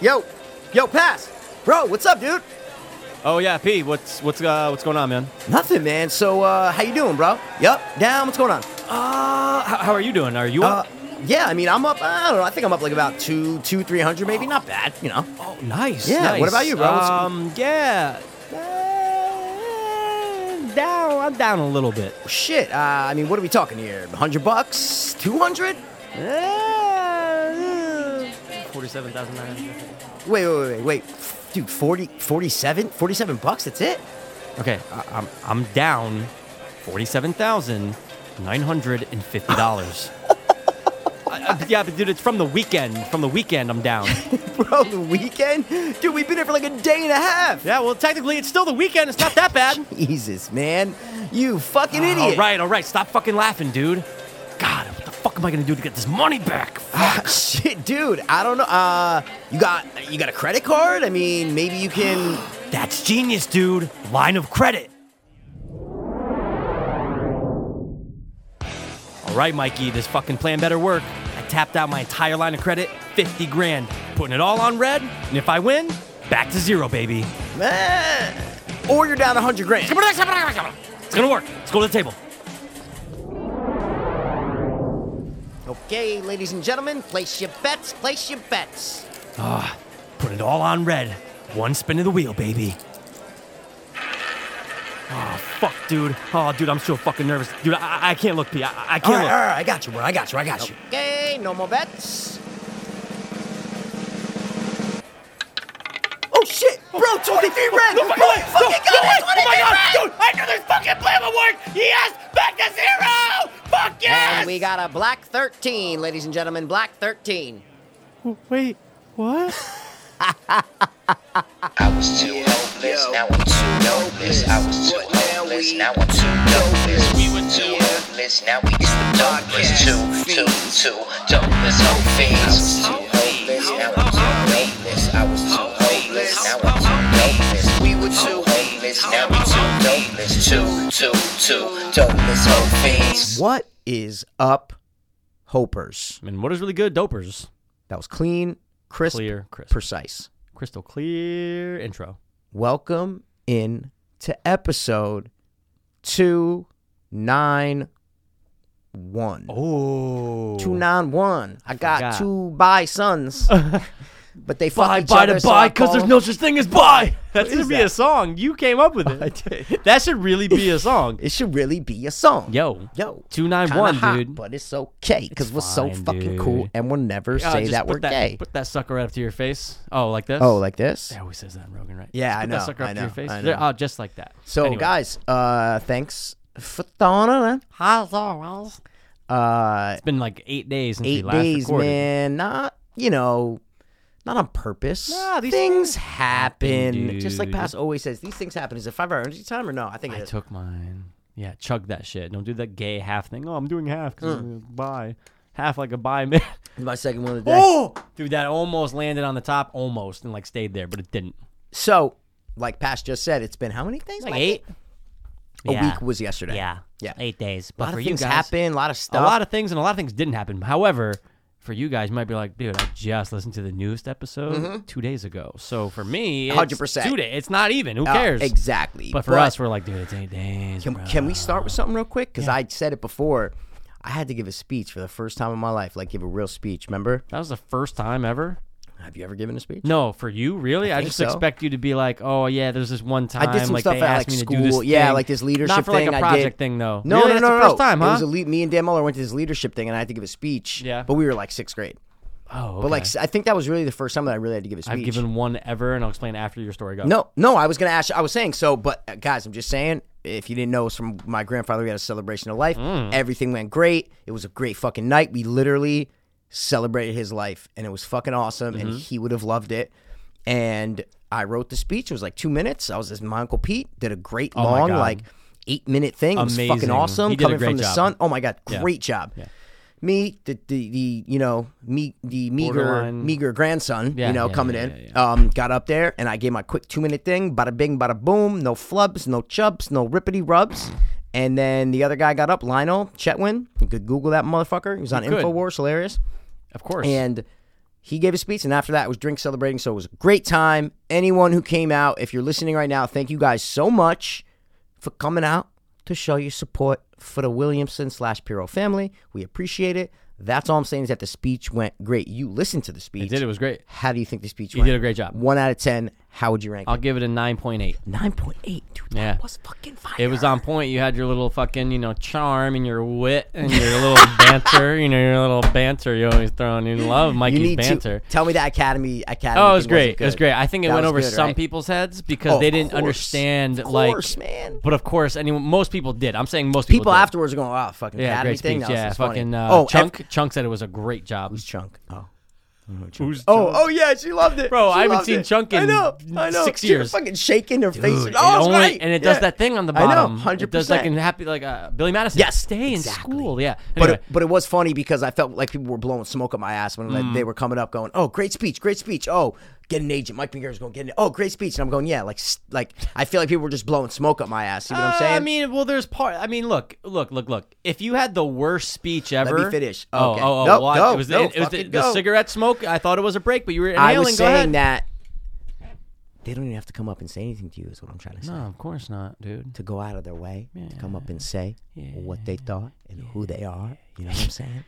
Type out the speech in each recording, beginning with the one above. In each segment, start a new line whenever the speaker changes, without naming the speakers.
Yo, yo, pass, bro. What's up, dude?
Oh yeah, P. What's what's uh, what's going on, man?
Nothing, man. So, uh, how you doing, bro? Yup, down. What's going on?
Uh, how, how are you doing? Are you
Uh,
up?
yeah, I mean, I'm up. I don't know. I think I'm up like about two, two, three hundred, maybe. Not bad, you know.
oh, nice.
yeah, what
nice.
about you, bro? What's-
Um, yeah. Uh, down. I'm down a little bit.
Shit. Uh, I mean, what are we talking here? Hundred bucks? Two hundred?
Uh, Forty-seven thousand nine hundred.
Wait, wait, wait, wait, dude. 40, 47? 47 bucks. That's it.
Okay, I, I'm I'm down forty-seven thousand nine hundred and fifty dollars. yeah, but dude, it's from the weekend. From the weekend, I'm down.
Bro, the weekend? Dude, we've been here for like a day and a half.
yeah, well, technically, it's still the weekend. It's not that bad.
Jesus, man. You fucking idiot.
All right, all right. Uh, Stop fucking laughing, dude. God, what the fuck am I gonna do to get this money back?
Ah, shit, dude. I don't know. Uh, you got you got a credit card? I mean, maybe you can.
That's genius, dude. Line of credit. All right, Mikey, this fucking plan better work. I tapped out my entire line of credit, 50 grand, putting it all on red, and if I win, back to zero, baby.
Eh, or you're down a hundred grand.
It's gonna work. Let's go to the table.
Okay, ladies and gentlemen, place your bets. Place your bets.
Put it all on red. One spin of the wheel, baby. Oh, fuck, dude. Oh, dude, I'm so fucking nervous. Dude, I, I can't look, P. I, I can't
All right, all
look.
right, I got you, bro. I got you. I got you. Okay, no more bets. Oh shit, bro! Twenty-three red.
No, fucking
Bro,
way.
fucking
No,
got
no
it, 23
way. Oh my God,
red.
dude, I knew this fucking plan would work. Yes, back to zero. Fuck yes.
And we got a black 13, ladies and gentlemen, black 13.
Wait, what?
I was too hopeless, now I'm too hopeless. I was too hopeless, now I'm too hopeless. We were too hopeless, now we too hopeless. Two, two, two, dopeless, hope fiends. I was too hopeless, now I'm too hopeless. I was too hopeless, now I'm too hopeless. We were too hopeless, now we too hopeless. Two, two, two, dopeless, hope fiends.
What is up, Hopers?
I mean, what is really good? Dopers.
That was clean, crisp,
Clear, crisp.
precise.
Crystal clear intro.
Welcome in to episode 291.
Oh.
291. I got
Forgot.
two by sons, but they fuck
Buy,
each
buy
other.
to
so
buy,
I
because
call
there's
them-
no such thing as buy. That's
is
gonna be
that?
a song. You came up with it. I did. That should really be a song.
It should really be a song.
Yo,
Yo.
two
Kinda
nine one,
hot,
dude.
But it's okay because we're so
fine,
fucking cool
dude.
and we'll never
Yeah,
say
just
that
put
we're gay.
Put that sucker up to your face. Oh, like this.
Oh, like this?
They always says that in Rogan, right?
Yeah,
Just
I
put
know,
That sucker
I
up to your
know,
face.
I
They're-
know.
Oh, just like that.
So
Anyway.
guys, uh thanks for throwing it.
How's always?
Uh
It's been like eight days since we
eight
last
days,
recorded.
man. Not you know, not on purpose.
Nah, these
things
things
happen.
happen,
Just like
dude.
Pass always says, these things happen. Is it five hour energy time or no? I think
I
it is.
took mine. Yeah, chug that shit. Don't do that gay half thing. Oh, I'm doing half
Mm.
because I'm gonna buy half like a buy man.
my second one of the day.
oh, dude, that almost landed on the top, almost, and like stayed there, but it didn't.
So, like Pass just said, it's been how many days?
Like
Mike?
eight.
A
Yeah.
week was yesterday.
Yeah,
Yeah.
eight days.
A
But
lot
for
of
you
things
guys,
happen. A lot of stuff.
a lot of things, and a lot of things didn't happen. However, for you guys, you might be like, dude, I just listened to the newest episode
Mm-hmm.
two days ago. So for me, it's
100%.
two days. It's not even. Who
Uh,
cares?
exactly.
But for us, we're like, dude, it's eight days.
Can,
bro.
can we start with something real quick? Because I said it before. I had to give a speech for the first time in my life, like give a real speech. Remember?
That was the first time ever.
Have you ever given a speech?
No, for you, really? I,
think
just
so.
expect you to be like, oh yeah, there's this one time.
I did some
like,
stuff
they
at
asked
like
me
school.
To do this
yeah,
thing.
like this leadership
Not for
thing.
like a
I
project
did.
thing, though.
No, no,
Really? That's
no,
the
no.
first time,
It was
huh? Oh,
a le- me and Dan Muller went to this leadership thing, and I had to give a speech.
Yeah.
but we were like sixth grade.
oh, okay.
But like, s- I think that was really the first time that I really had to give a speech.
I've given one ever, and I'll explain after your story goes.
No, no, I was gonna ask. I was saying so, but uh, guys, I'm just saying. If you didn't know, it's from my grandfather. We had a celebration of life.
Mm.
Everything went great. It was a great fucking night. We literally celebrated his life, and it was fucking awesome.
Mm-hmm.
And he would have loved it. And I wrote the speech. It was like two minutes. I was just my uncle Pete did a great long
Oh God.
like eight minute thing. It was
Amazing.
fucking awesome.
He did a
Coming
great
from the
job.
sun. Oh my god, great job. Me, the, the the you know me the meager
Borderline.
meager grandson,
Yeah,
you know
yeah,
coming
yeah,
in
yeah, yeah.
um, got up there and I gave my quick two minute thing, bada bing, bada boom, no flubs, no chubs, no rippity rubs.
Mm-hmm.
And then the other guy got up, Lionel Chetwin. You could Google that motherfucker. He was on
could.
InfoWars, hilarious.
of course.
And He gave a speech, and after that, it was drink celebrating. So it was a great time. Anyone who came out, if you're listening right now, thank you guys so much for coming out to show your support for the Williamson slash Piro family. We appreciate it. That's all I'm saying is that the speech went great. You listened to the speech.
He did. It was great.
How do you think the speech
You
went?
did a great job. Uh,
One out of ten. How would you rank?
I'll
it?
give it a 9.8.
Nine point eight. Dude, that
Yeah.
was fucking fire.
It was on point. You had your little fucking, you know, charm and your wit and your little banter. You know, your little banter you always throwing in love,
You
Mikey's
need
banter.
to tell me that Academy Academy.
Oh, it was
thing wasn't
great. It was
good.
great. I think it
That
went
was
over
good,
some
right?
people's heads because
Oh,
they
of
didn't
course.
understand.
Of
like,
course, man.
but of course, anyone, most people did. I'm saying most people.
People
did.
afterwards are going, "Wow, fucking
yeah,
Academy
great
thing."
speech.
That was
yeah,
just
fucking
funny.
uh,
oh,
Chunk.
F-
Chunk said it was a great job.
Chunk. Oh. Oh, oh yeah, she loved it,
Bro,
She
I haven't
loved
seen
it.
Chunk in
I know, I know.
six
She was
years.
fucking shaking her face.
Dude,
oh,
it
it's
only-
great.
and it does
Yeah.
that thing on the
I know,
bottom. It does like
100%.
in happy like uh, Billy Madison.
Yes,
stay
exactly.
in school. Yeah,
But
Anyway.
it, but it was funny because I felt like people were blowing smoke up my ass when
Mm.
like, they were coming up going, "Oh, great speech, great speech." Oh, get an agent. Mike McGarry's going to get an. Oh, great speech. And I'm going, "Yeah, like s- like I feel like people were just blowing smoke up my ass." See what I'm
Uh,
saying?
I mean, well, there's part. I mean, look, look, look, look. If you had the worst speech ever,
finish.
Oh,
Okay.
oh, oh,
No,
well, I-
no,
it was,
no,
it, it was the,
fucking
the
go.
cigarette smoke. I thought it was a break, but you were inhaling.
I was
Go
saying that
ahead.
they don't even have to come up and say anything to you. Is what I'm trying to say.
No, Oh, of course not, dude.
To go out of their way to come up and say what they thought and who they are. You know what I'm saying?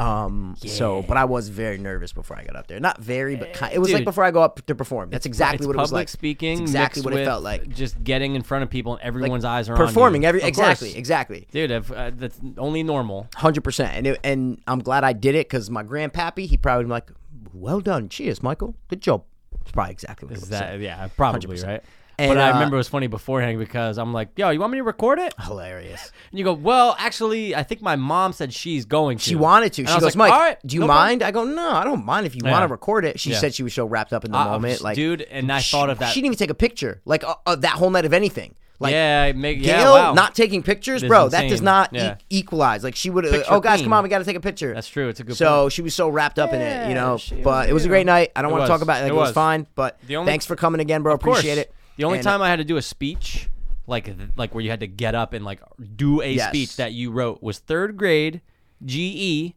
Um. So, but I was very nervous before I got up there. Not very, but kind, it was
Dude.
like before I go up to perform. That's exactly
It's
what it
public
was like.
speaking.
It's exactly
mixed
what
with
it felt like.
Just getting in front of people and everyone's eyes are on you.
Performing every
Of
exactly,
course.
exactly.
Dude, if, uh, that's only normal.
Hundred percent, and it, and I'm glad I did it because my grandpappy, he probably been like, "Well done, cheers, Michael, good job." It's probably exactly what it
Is
was.
that yeah, probably right. but
And,
I
uh,
remember it was funny beforehand because I'm like, "Yo, you want me to record it?"
Hilarious.
And you go, "Well, actually, I think my mom said she's going to."
She wanted to.
And I
she
was
goes,
like,
Mike,
"All right,
do you
no problem."
mind? I go, no, I don't mind if you
Yeah.
want to record it. She
Yeah.
said she was so wrapped up in the
I- I was-
moment, like
dude, and I
she-
thought of that.
She didn't even take a picture, like uh, of that whole night of anything. Like
yeah, make,
Gail
yeah, wow.
not taking pictures,
It is
bro. That does
insane.
not e-
Yeah.
equalize. Like she would. Uh,
Picture
oh guys,
queen.
come on, we got to take a picture.
That's true. It's a good
So she was so wrapped up in it, you
Yeah,
know.
she-
but it was a
you
great
know.
night. I don't
It
want to talk
was.
about it. Like,
It
it was,
was.
fine, but
The only-
thanks for coming again, bro.
Of course.
Appreciate it.
The only
And-
time I had to do a speech, like th- like where you had to get up and like do a
Yes.
speech that you wrote was third grade GE.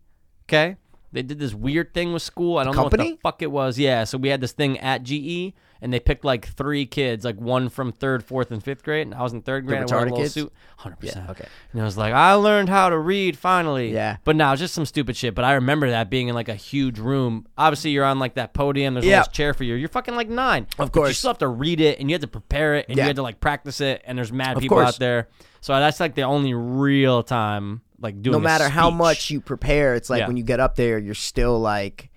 Okay, they did this weird thing with school. I don't know what
company?
the fuck it was. Yeah, so we had this thing at GE, and they picked like three kids, like one from third, fourth, and fifth grade, and I was in third grade. I wore a
retarded
little
kids?
suit, hundred percent.
Yeah, okay.
And I was like, I learned how to read finally.
Yeah.
But now it's just some stupid shit. But I remember that being in like a huge room. Obviously, you're on like that podium. There's
Yeah.
always chair for you. You're fucking like nine.
Of
But you
course.
still have to read it and you had to prepare it and you
Yeah.
had to like practice it and there's mad people
course.
out there. So that's like the only real time like doing
no
a
matter how
speech.
much you prepare, it's like
Yeah.
when you get up there, you're still like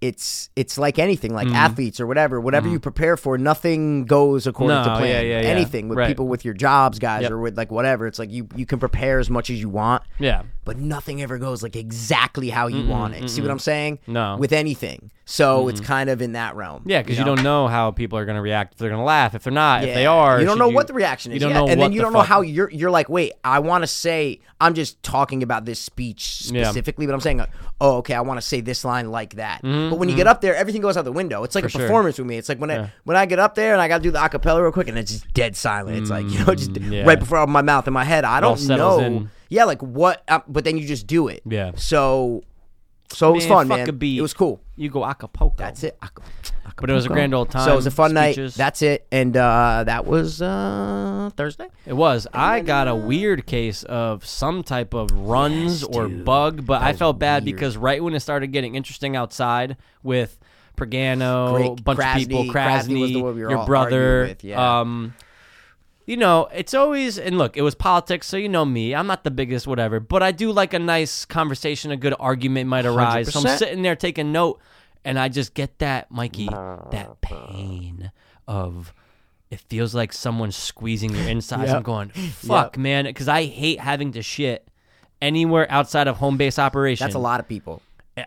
it's it's like anything,
Mm-hmm.
like athletes or whatever. Whatever you prepare for, nothing goes according
No,
to plan.
yeah, yeah, yeah.
Anything with
Right.
people with your jobs, guys,
Yep.
or with like whatever. It's like you you can prepare as much as you want,
Yeah.
but nothing ever goes like exactly how you want it. See what I'm saying?
No.
with anything. So it's kind of in that realm.
Yeah, because you, don't know how people are going to react. If they're going to laugh, if they're not, if they are,
You don't
should
know what the reaction is.
You don't
yeah.
know,
and
what
then you
the
don't know
fuck-
how you're. You're like, wait, I want to say. I'm just talking about this speech
Yeah.
specifically, but I'm saying, like, oh, okay, I want to say this line like that. But when you get up there, everything goes out the window. It's like a
Mm-hmm, sure.
performance with me. It's like when I when I get up there and I got to do the acapella real quick, and it's just dead silent. It's like you know, just
Mm, yeah.
right before my mouth in my head. I
all
don't
settles
know.
in.
Yeah, like what? Uh, but then you just do it.
Yeah.
So, so it was
Man,
fun,
fuck
man.
a beat.
It was cool.
you go acapulco.
That's it. Aca-
But it was a
acapulco.
grand old time.
So it was a fun
Speeches.
night. That's it. And uh, that was uh, Thursday.
It was. I got a weird case of some type of runs or bug, but I felt bad because right when it started getting interesting outside with Pagano,
Great.
bunch of people,
Krasny- Krasny was the one
Krasny,
we were
your
all
brother,
arguing with, yeah.
um, you know, it's always and look, it was politics, so you know me. I'm not the biggest whatever, but I do like a nice conversation, a good argument might arise. So I'm
100%.
sitting there taking note and I just get that, Mikey, that pain of it feels like someone's squeezing your insides. I'm going, fuck, man, because I hate having to shit anywhere outside of home base operation.
That's a lot of people.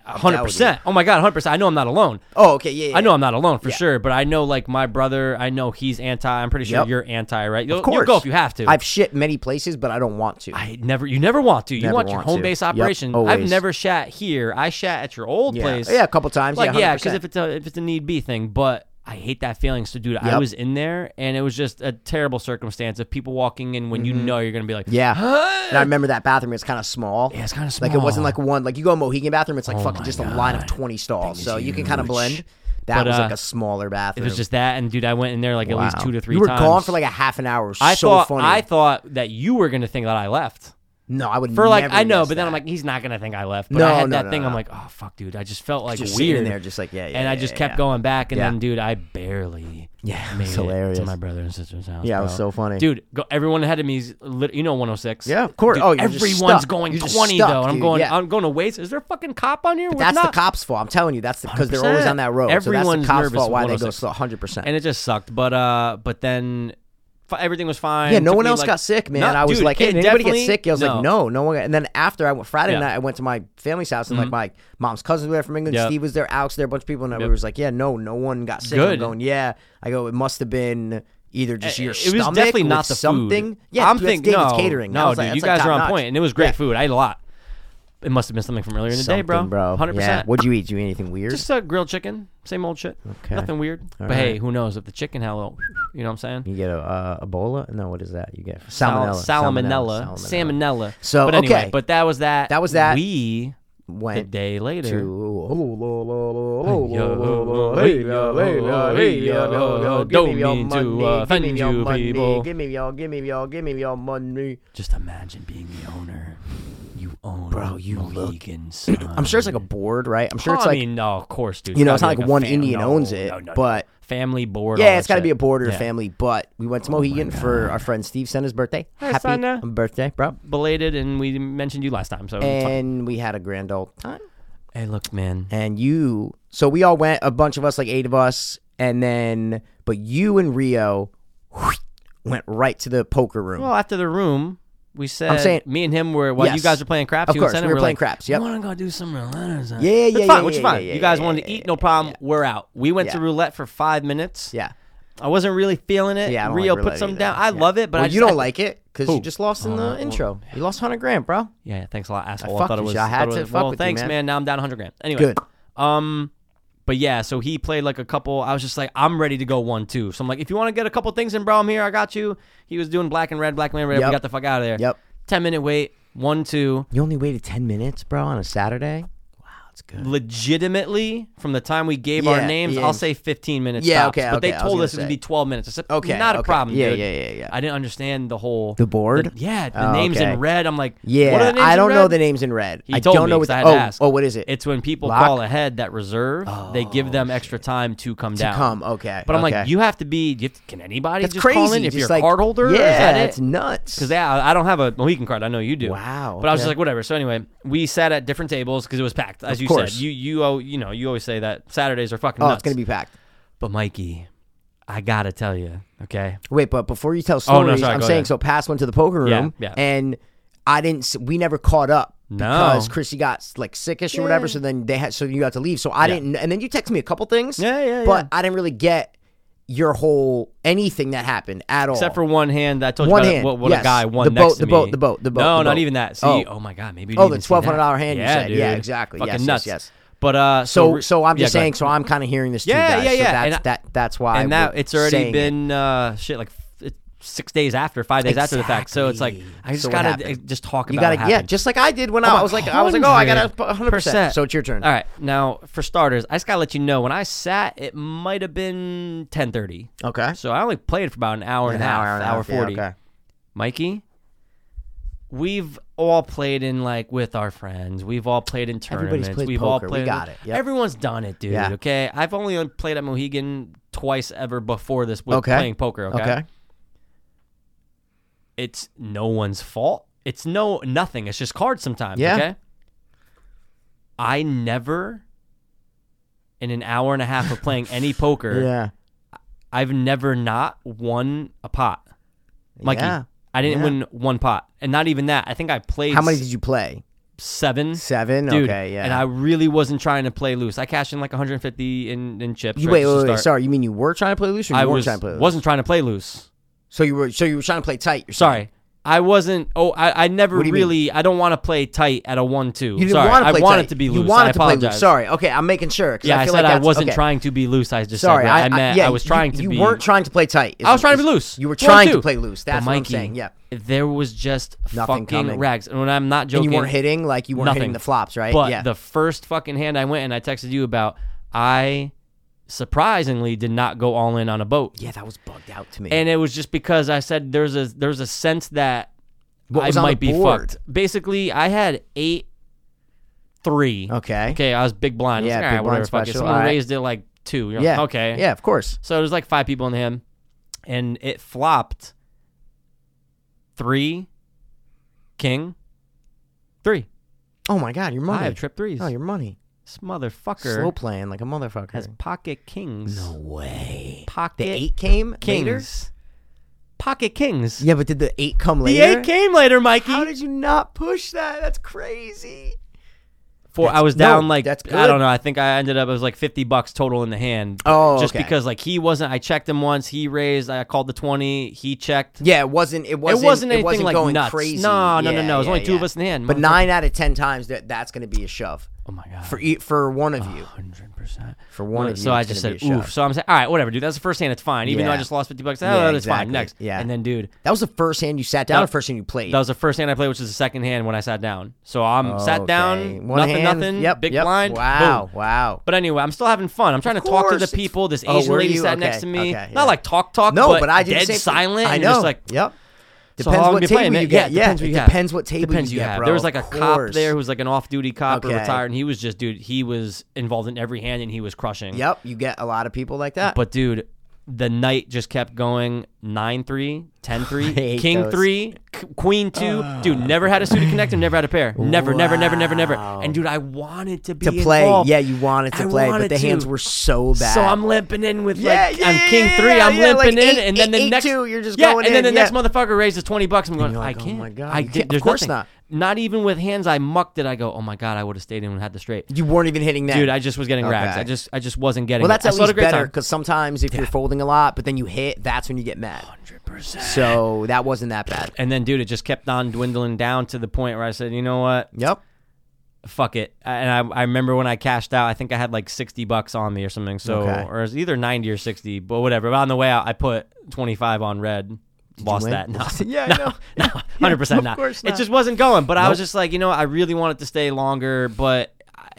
hundred percent. Oh my god, hundred percent. I know I'm not alone.
Oh, okay, yeah. yeah
I know I'm not alone for
Yeah.
sure, but I know like my brother. I know he's anti. I'm pretty sure
Yep.
you're anti, right? You'll,
Of course,
you'll go if you have to.
I've shit many places, but I don't want to.
I never. You never want to. You
Never
want your
want
home
to.
base
Yep,
operation. I've
always.
never shat here. I shat at your old
yeah.
place.
yeah, a couple times.
Like
yeah,
yeah, because
100%.
if it's a if it's a need be thing, but I hate that feeling. So, dude, I
Yep.
was in there and it was just a terrible circumstance of people walking in when you know you're going to be like,
Mm-hmm. Yeah. and I remember that bathroom. It's kind of small.
Yeah, it's kinda
Like it wasn't
small.
like
Oh
one. Like you go a Mohegan bathroom, it's like fucking
my
just a line of
God.
twenty stalls.
Thing
So
is
you can kind of
huge.
blend. That
But,
was like
uh,
a smaller
it
bathroom.
was just that. And, dude, I went in there like at least
Wow.
two to three
You were
times.
gone for like a half an hour. It was
I
so
thought,
funny.
I thought that you were going to think that I left.
no, I would
For like,
never
I know,
guess
but then
that.
I'm like, he's not gonna think I left. But
No,
I had
no,
that
no,
thing.
no.
I'm like, oh fuck, dude, I just felt like
Just sitting
weird.
there, just like, yeah, yeah,
and I
yeah,
just
yeah,
kept
yeah.
going back, and then
Yeah.
dude, I barely
Yeah, it
made
was hilarious.
it to my brother and sister's house.
Yeah, it was
bro.
so funny.
dude. Go, everyone ahead of me, is lit- you know, 106.
Yeah, of course.
Dude,
Oh, you're just
everyone's
stuck.
going
You're just
20
stuck,
though, and I'm
dude.
going,
Yeah.
I'm going to waste. Is there a fucking cop on here?
But
We're
that's the
not.
cop's fault. I'm telling you, that's because they're always
100%.
on that road. so that's
Everyone's
the cop's
nervous
fault why
with
they go
106.
slow 100. percent
And it just sucked, but uh, but then. f- Everything was fine.
Yeah, no
Took
one
me,
else
like-
got sick, man.
No,
I was
dude,
like, hey,
it
did anybody get
definitely-
sick? I was like, no, no one. Got, and then after I went Friday
Yeah. Mm-hmm.
night, I went to my family's house and like my mom's cousins were there from England.
Yep.
Steve was there, Alex was there, a bunch of people, and we
Yep.
was like, yeah, no, no one got sick.
Good.
I'm going, yeah. I go, it must have been. Either just
Uh,
your
it
stomach
was definitely
with
not the
something.
food.
Yeah,
I'm
that's
thinking
David's
no,
catering. That
No,
was
dude,
like-
you
that's like
guys are on
top-notch.
point, and it was great
Yeah.
food. I ate a lot. It must have been something from earlier in the day, bro.
Something, bro.
hundred
Yeah.
percent.
What'd you eat? Did you eat anything weird?
Just uh, grilled chicken, same old shit.
Okay.
Nothing weird. but
right.
hey, who knows if the chicken had a little, you know what I'm saying?
You get a uh, Ebola? No, what is that? You get
Sal-
salmonella.
salmonella, salmonella.
So,
but anyway,
okay.
but that was that.
That was that.
We the
Went
day later.
oh, oh,
oh, Don't mean to uh, offend you people.
Give me your, give me your, give me your money.
Just imagine being the owner. You own,
Bro, you look-
Mohegan's
I'm sure it's like a board, right? I'm sure
Well,
it's
I
like
mean, no, of course, dude.
you know, it's
gotta
not
be
like
a
one
fam-
Indian
no,
owns it,
no, no, no.
but
family board. all
yeah,
that
it's got to
shit.
be a board or
Yeah. Oh
a family. But we went to Mohegan for our friend Steve Senna's birthday.
Hi, Mm,
Happy
Senna.
birthday, bro!
belated, and we mentioned you last time. So it's fine.
And we had a grand old time.
hey, look, man,
and you so we all went a bunch of us like eight of us and then but you and rio went right to the poker room
Well, after the room, we said
saying-
me and him were while you
Yes.
guys were playing craps.
Of
you and
course,
Senna
we were playing
like,
craps, yep.
You want to go do some roulette?
Yeah, yeah,
which
yeah,
Fine,
yeah,
which is
yeah,
fine.
yeah,
you guys
yeah,
wanted to
yeah,
eat, no problem. We're out. We went to
Yeah.
roulette for five minutes.
yeah
I wasn't really feeling it.
yeah I don't
Rio
like
put
roulette
some
either.
down. I
Yeah.
love it, but
Well,
I
you
just,
don't
I-
like it because
Who?
you just lost in the intro you lost 100 grand bro
Yeah, yeah, thanks a lot, asshole. I,
fucked
thought it
with
was.
you. I had
thought it
to
was-
fuck
well,
with you,
thanks,
man.
Now I'm down 100 grand. Anyway,
Good.
Um, but yeah, so he played like a couple. I was just like, I'm ready to go one two. So I'm like, if you want to get a couple things in, bro, I'm here. I got you. He was doing black and red, black and red. We
Yep.
got the fuck out of there.
Yep.
Ten minute wait. One two.
you only waited 10 minutes bro on a saturday wow that's good
legitimately from the time we gave
Yeah,
our names,
yeah.
I'll say 15 minutes.
Yeah,
tops,
okay,
But
okay,
they
I was
told
gonna
us it would
say.
be 12 minutes. I said,
Okay,
not a
okay.
problem.
Yeah,
dude.
yeah, yeah, yeah.
I didn't understand the whole
The board?
the- yeah, the
Oh,
names
okay.
in red. I'm like,
yeah
what are the names
i
in
don't know
red?
the names in red
He
i
told
don't
me
know
'cause
what
I
the,
had
oh,
to ask.
oh what is it
It's when people
Lock? Oh,
call ahead that reserve. they give them extra time to come down.
come okay
But I'm like,
okay.
you have to be. You have to- can anybody
that's
just
crazy
call in if
just
you're
like,
a card holder?
yeah
Is that it?
that's nuts
Because I, I don't have a Mohican card. I know you do.
Wow,
But I was
okay.
just like, whatever. So anyway, we sat at different tables because it was packed, as you
course.
said. You you oh, you know you always say that Saturdays are fucking
oh
nuts.
it's gonna be packed
But Mikey, I gotta tell you, okay.
Wait, but before you tell
Oh,
stories,
no, sorry,
I'm
go
saying
ahead.
so. Pass went to the poker
Yeah,
room,
yeah.
and I didn't. s- We never caught up because Chrissy got like sickish or whatever.
Yeah.
So then they had. So you had to leave. So I didn't. And then you texted me a couple things.
Yeah, yeah,
But
yeah.
I didn't really get your whole anything that happened at all.
Except for one hand, that I told
One
you about it,
hand,
what, what a
yes.
guy won
The
next
boat-
to
the
me.
boat- the boat- the boat-
No,
the
not
boat.
even that. See,
Oh.
oh, my god, maybe. you
Oh,
didn't
the
even see that.
$1,200 hand you
Yeah,
said. Yeah,
dude.
exactly.
Fucking
Yes, yes,
nuts.
yes.
But uh,
so
so
so I'm just
yeah, go
saying.
ahead.
So I'm kind of hearing this. too,
Yeah,
guys,
yeah,
so
yeah,
that's
and I-
that. That's why.
and
we're
now it's already
saying it.
been uh, shit like f- it- six days after, five days after the fact. So it's like
Exactly.
I just
So what
gotta
happened?
uh, just talk
You
about.
gotta
what
yeah,
happened.
just like I did when I was like I was like oh I got 100. percent So it's your turn.
All right, now for starters, I just gotta let you know when I sat, it might have been ten thirty.
Okay.
So I only played for about an hour and a half, hour,
and a half, yeah,
forty.
okay.
Mikey, we've all played in like with our friends. We've all played in tournaments.
Everybody's played
we've all
poker. We
played.
got it. Yep.
Everyone's done it, dude.
Yeah.
Okay, I've only uh, played at Mohegan twice ever before this with
Okay.
playing poker.
Okay.
it's no one's fault. It's no nothing. It's just cards sometimes.
Yeah.
Okay. I never, in an hour and a half of playing any poker,
Yeah.
I've never not won a pot. Mikey,
Yeah.
I didn't
Yeah.
win one pot, and not even that. I think I played
How many did you play?
seven.
Seven.
Dude,
okay. Yeah.
and I really wasn't trying to play loose. I cashed in like 150 in, in chips.
You
right,
wait,
just
wait,
to
wait,
start.
sorry. You mean you were trying to play loose, or you
I
weren't
was,
trying to play loose?
wasn't trying to play loose.
so you were, so you were trying to play tight. You're saying?
Sorry, I wasn't. Oh, I, I never
What do you mean?
really. I don't want to play tight at a one-two.
You didn't
Sorry,
want to
I
play
wanted
tight.
to be
You
loose.
wanted
I
to play loose.
apologize.
Sorry. Okay, I'm making sure. 'cause
Yeah, I,
feel
said
like
I
that's-
wasn't
okay.
trying to be loose. I just said
Sorry,
that. I, meant
yeah,
I was
you-
trying to
you
be.
weren't trying to play tight. is-
I was trying to
is-
be loose.
You were trying to
One-two.
play loose.
But
That's what I'm
Mikey,
saying. Yeah,
There was just
Nothing
fucking
coming.
rags, and when I'm not
and
joking,
you weren't hitting like you weren't
nothing.
hitting the flops, right?
But
yeah,
the first fucking hand I went and I texted you about, I surprisingly did not go all in on a boat.
yeah, that was bugged out to me.
And it was just because I said there's a there's a sense that
What
I
was on the
might be
board?
fucked. Basically, I had eight three.
okay,
Okay, I was big blind.
Yeah,
I was like,
big
all right, whatever.
blind
Fuck it.
special,
Someone
all right.
raised it like two. You're like,
yeah,
okay.
yeah, of course.
So there's like five people in the hand, and it flopped three, king, three.
Oh my god, your money.
I have trip threes.
oh, your money.
this motherfucker
Slow playing like a motherfucker.
has pocket kings.
no way.
Pocket
The eight came
kings.
later.
Pocket kings.
Yeah, but did the eight come
The
later?
eight came later, Mikey.
How did you not push that? That's crazy.
Four, I was
no,
down like
that's
I
good.
don't know. I think I ended up it was like fifty bucks total in the hand.
Oh,
just
okay.
because like he wasn't. I checked him once. He raised. I called the twenty. He checked.
Yeah, it wasn't. It wasn't.
it wasn't anything like
going
nuts.
crazy.
No, no, no,
Yeah,
no. It was
yeah,
only two of
yeah.
us in the hand.
But
Motherfucker.
nine out of ten times that that's going to be a shove
Oh my god.
for e- for one of you.
hundred percent.
For one of you.
So I
it's
just
gonna
said
be a
oof.
shove.
So I'm saying, all right, whatever, dude. That's the first hand. It's fine. Even though I
Yeah.
just lost fifty bucks, oh,
Yeah,
that's
exactly.
fine. Next.
Yeah.
And then, dude,
That was the first hand you sat down.
That-
the first hand you played.
that was the first hand I played, which is the second hand when I sat down. So I'm sat
Okay.
down,
One
nothing,
hand,
nothing.
Yep.
Big
yep.
blind.
Wow.
boom.
Wow.
But anyway, I'm still having fun. I'm trying to talk to
course,
the
it's-
people. This
Oh,
Asian
were
lady
you?
sat
Okay,
next to me.
okay, yeah.
Not like talk, talk.
No, but,
but,
I did the
dead
same thing.
silent.
I
and
know.
Just like
yep.
So
Depends
how long
what
you
table
playing,
you
man?
get.
Yeah, it depends
it
who you have.
depends what table
depends
you
you
get,
have.
bro.
There was like a
Of
cop
course.
there who was like an off-duty cop
Okay.
or retired, and he was just dude. He was involved in every hand, and he was crushing.
Yep. You get a lot of people like that.
But dude, the night just kept going 9-3, 10-3,
hate
king
those.
3, c- queen 2. dude, never had a suited connector, never had a pair. Never, never, never, never, never. And dude, I wanted to be
to play,
involved.
yeah, you wanted to
I
play,
wanted
but the hands
to.
were so bad.
So I'm limping in with
Yeah,
like
yeah, yeah,
I'm king
yeah,
three.
yeah,
I'm
yeah, like
limping in,
eight-
and then the
eight- eight
next
two, you're just
yeah,
going
and then
in,
the
yeah.
next motherfucker raises twenty bucks. I'm going.
you're like,
I
oh
can't.
my God,
I
you can't-
did.
of
There's
course
nothing.
not.
Not even with hands I mucked it. I go. Oh my god, I would have stayed in and had the straight.
you weren't even hitting that,
Dude, I just was getting rags.
Okay.
I just, I just wasn't getting.
Well, that's
it. I
at
still had a
least
great
better
time.
because sometimes if you're folding a lot, but then you hit, that's when you get mad.
100%.
So that wasn't that bad.
And then, dude, it just kept on dwindling down to the point where I said, you know what,
Yep.
fuck it. And I, I remember when I cashed out, I think I had like sixty bucks on me or something. So,
Okay.
or it was either ninety or sixty, but whatever. But on the way out, I put twenty five on red. lost
win?
that. No,
Yeah, I
no,
know.
no, hundred percent
of
not.
course
It
not.
just wasn't going. But I was
Nope.
just like, you know, I really wanted to stay longer, but. I-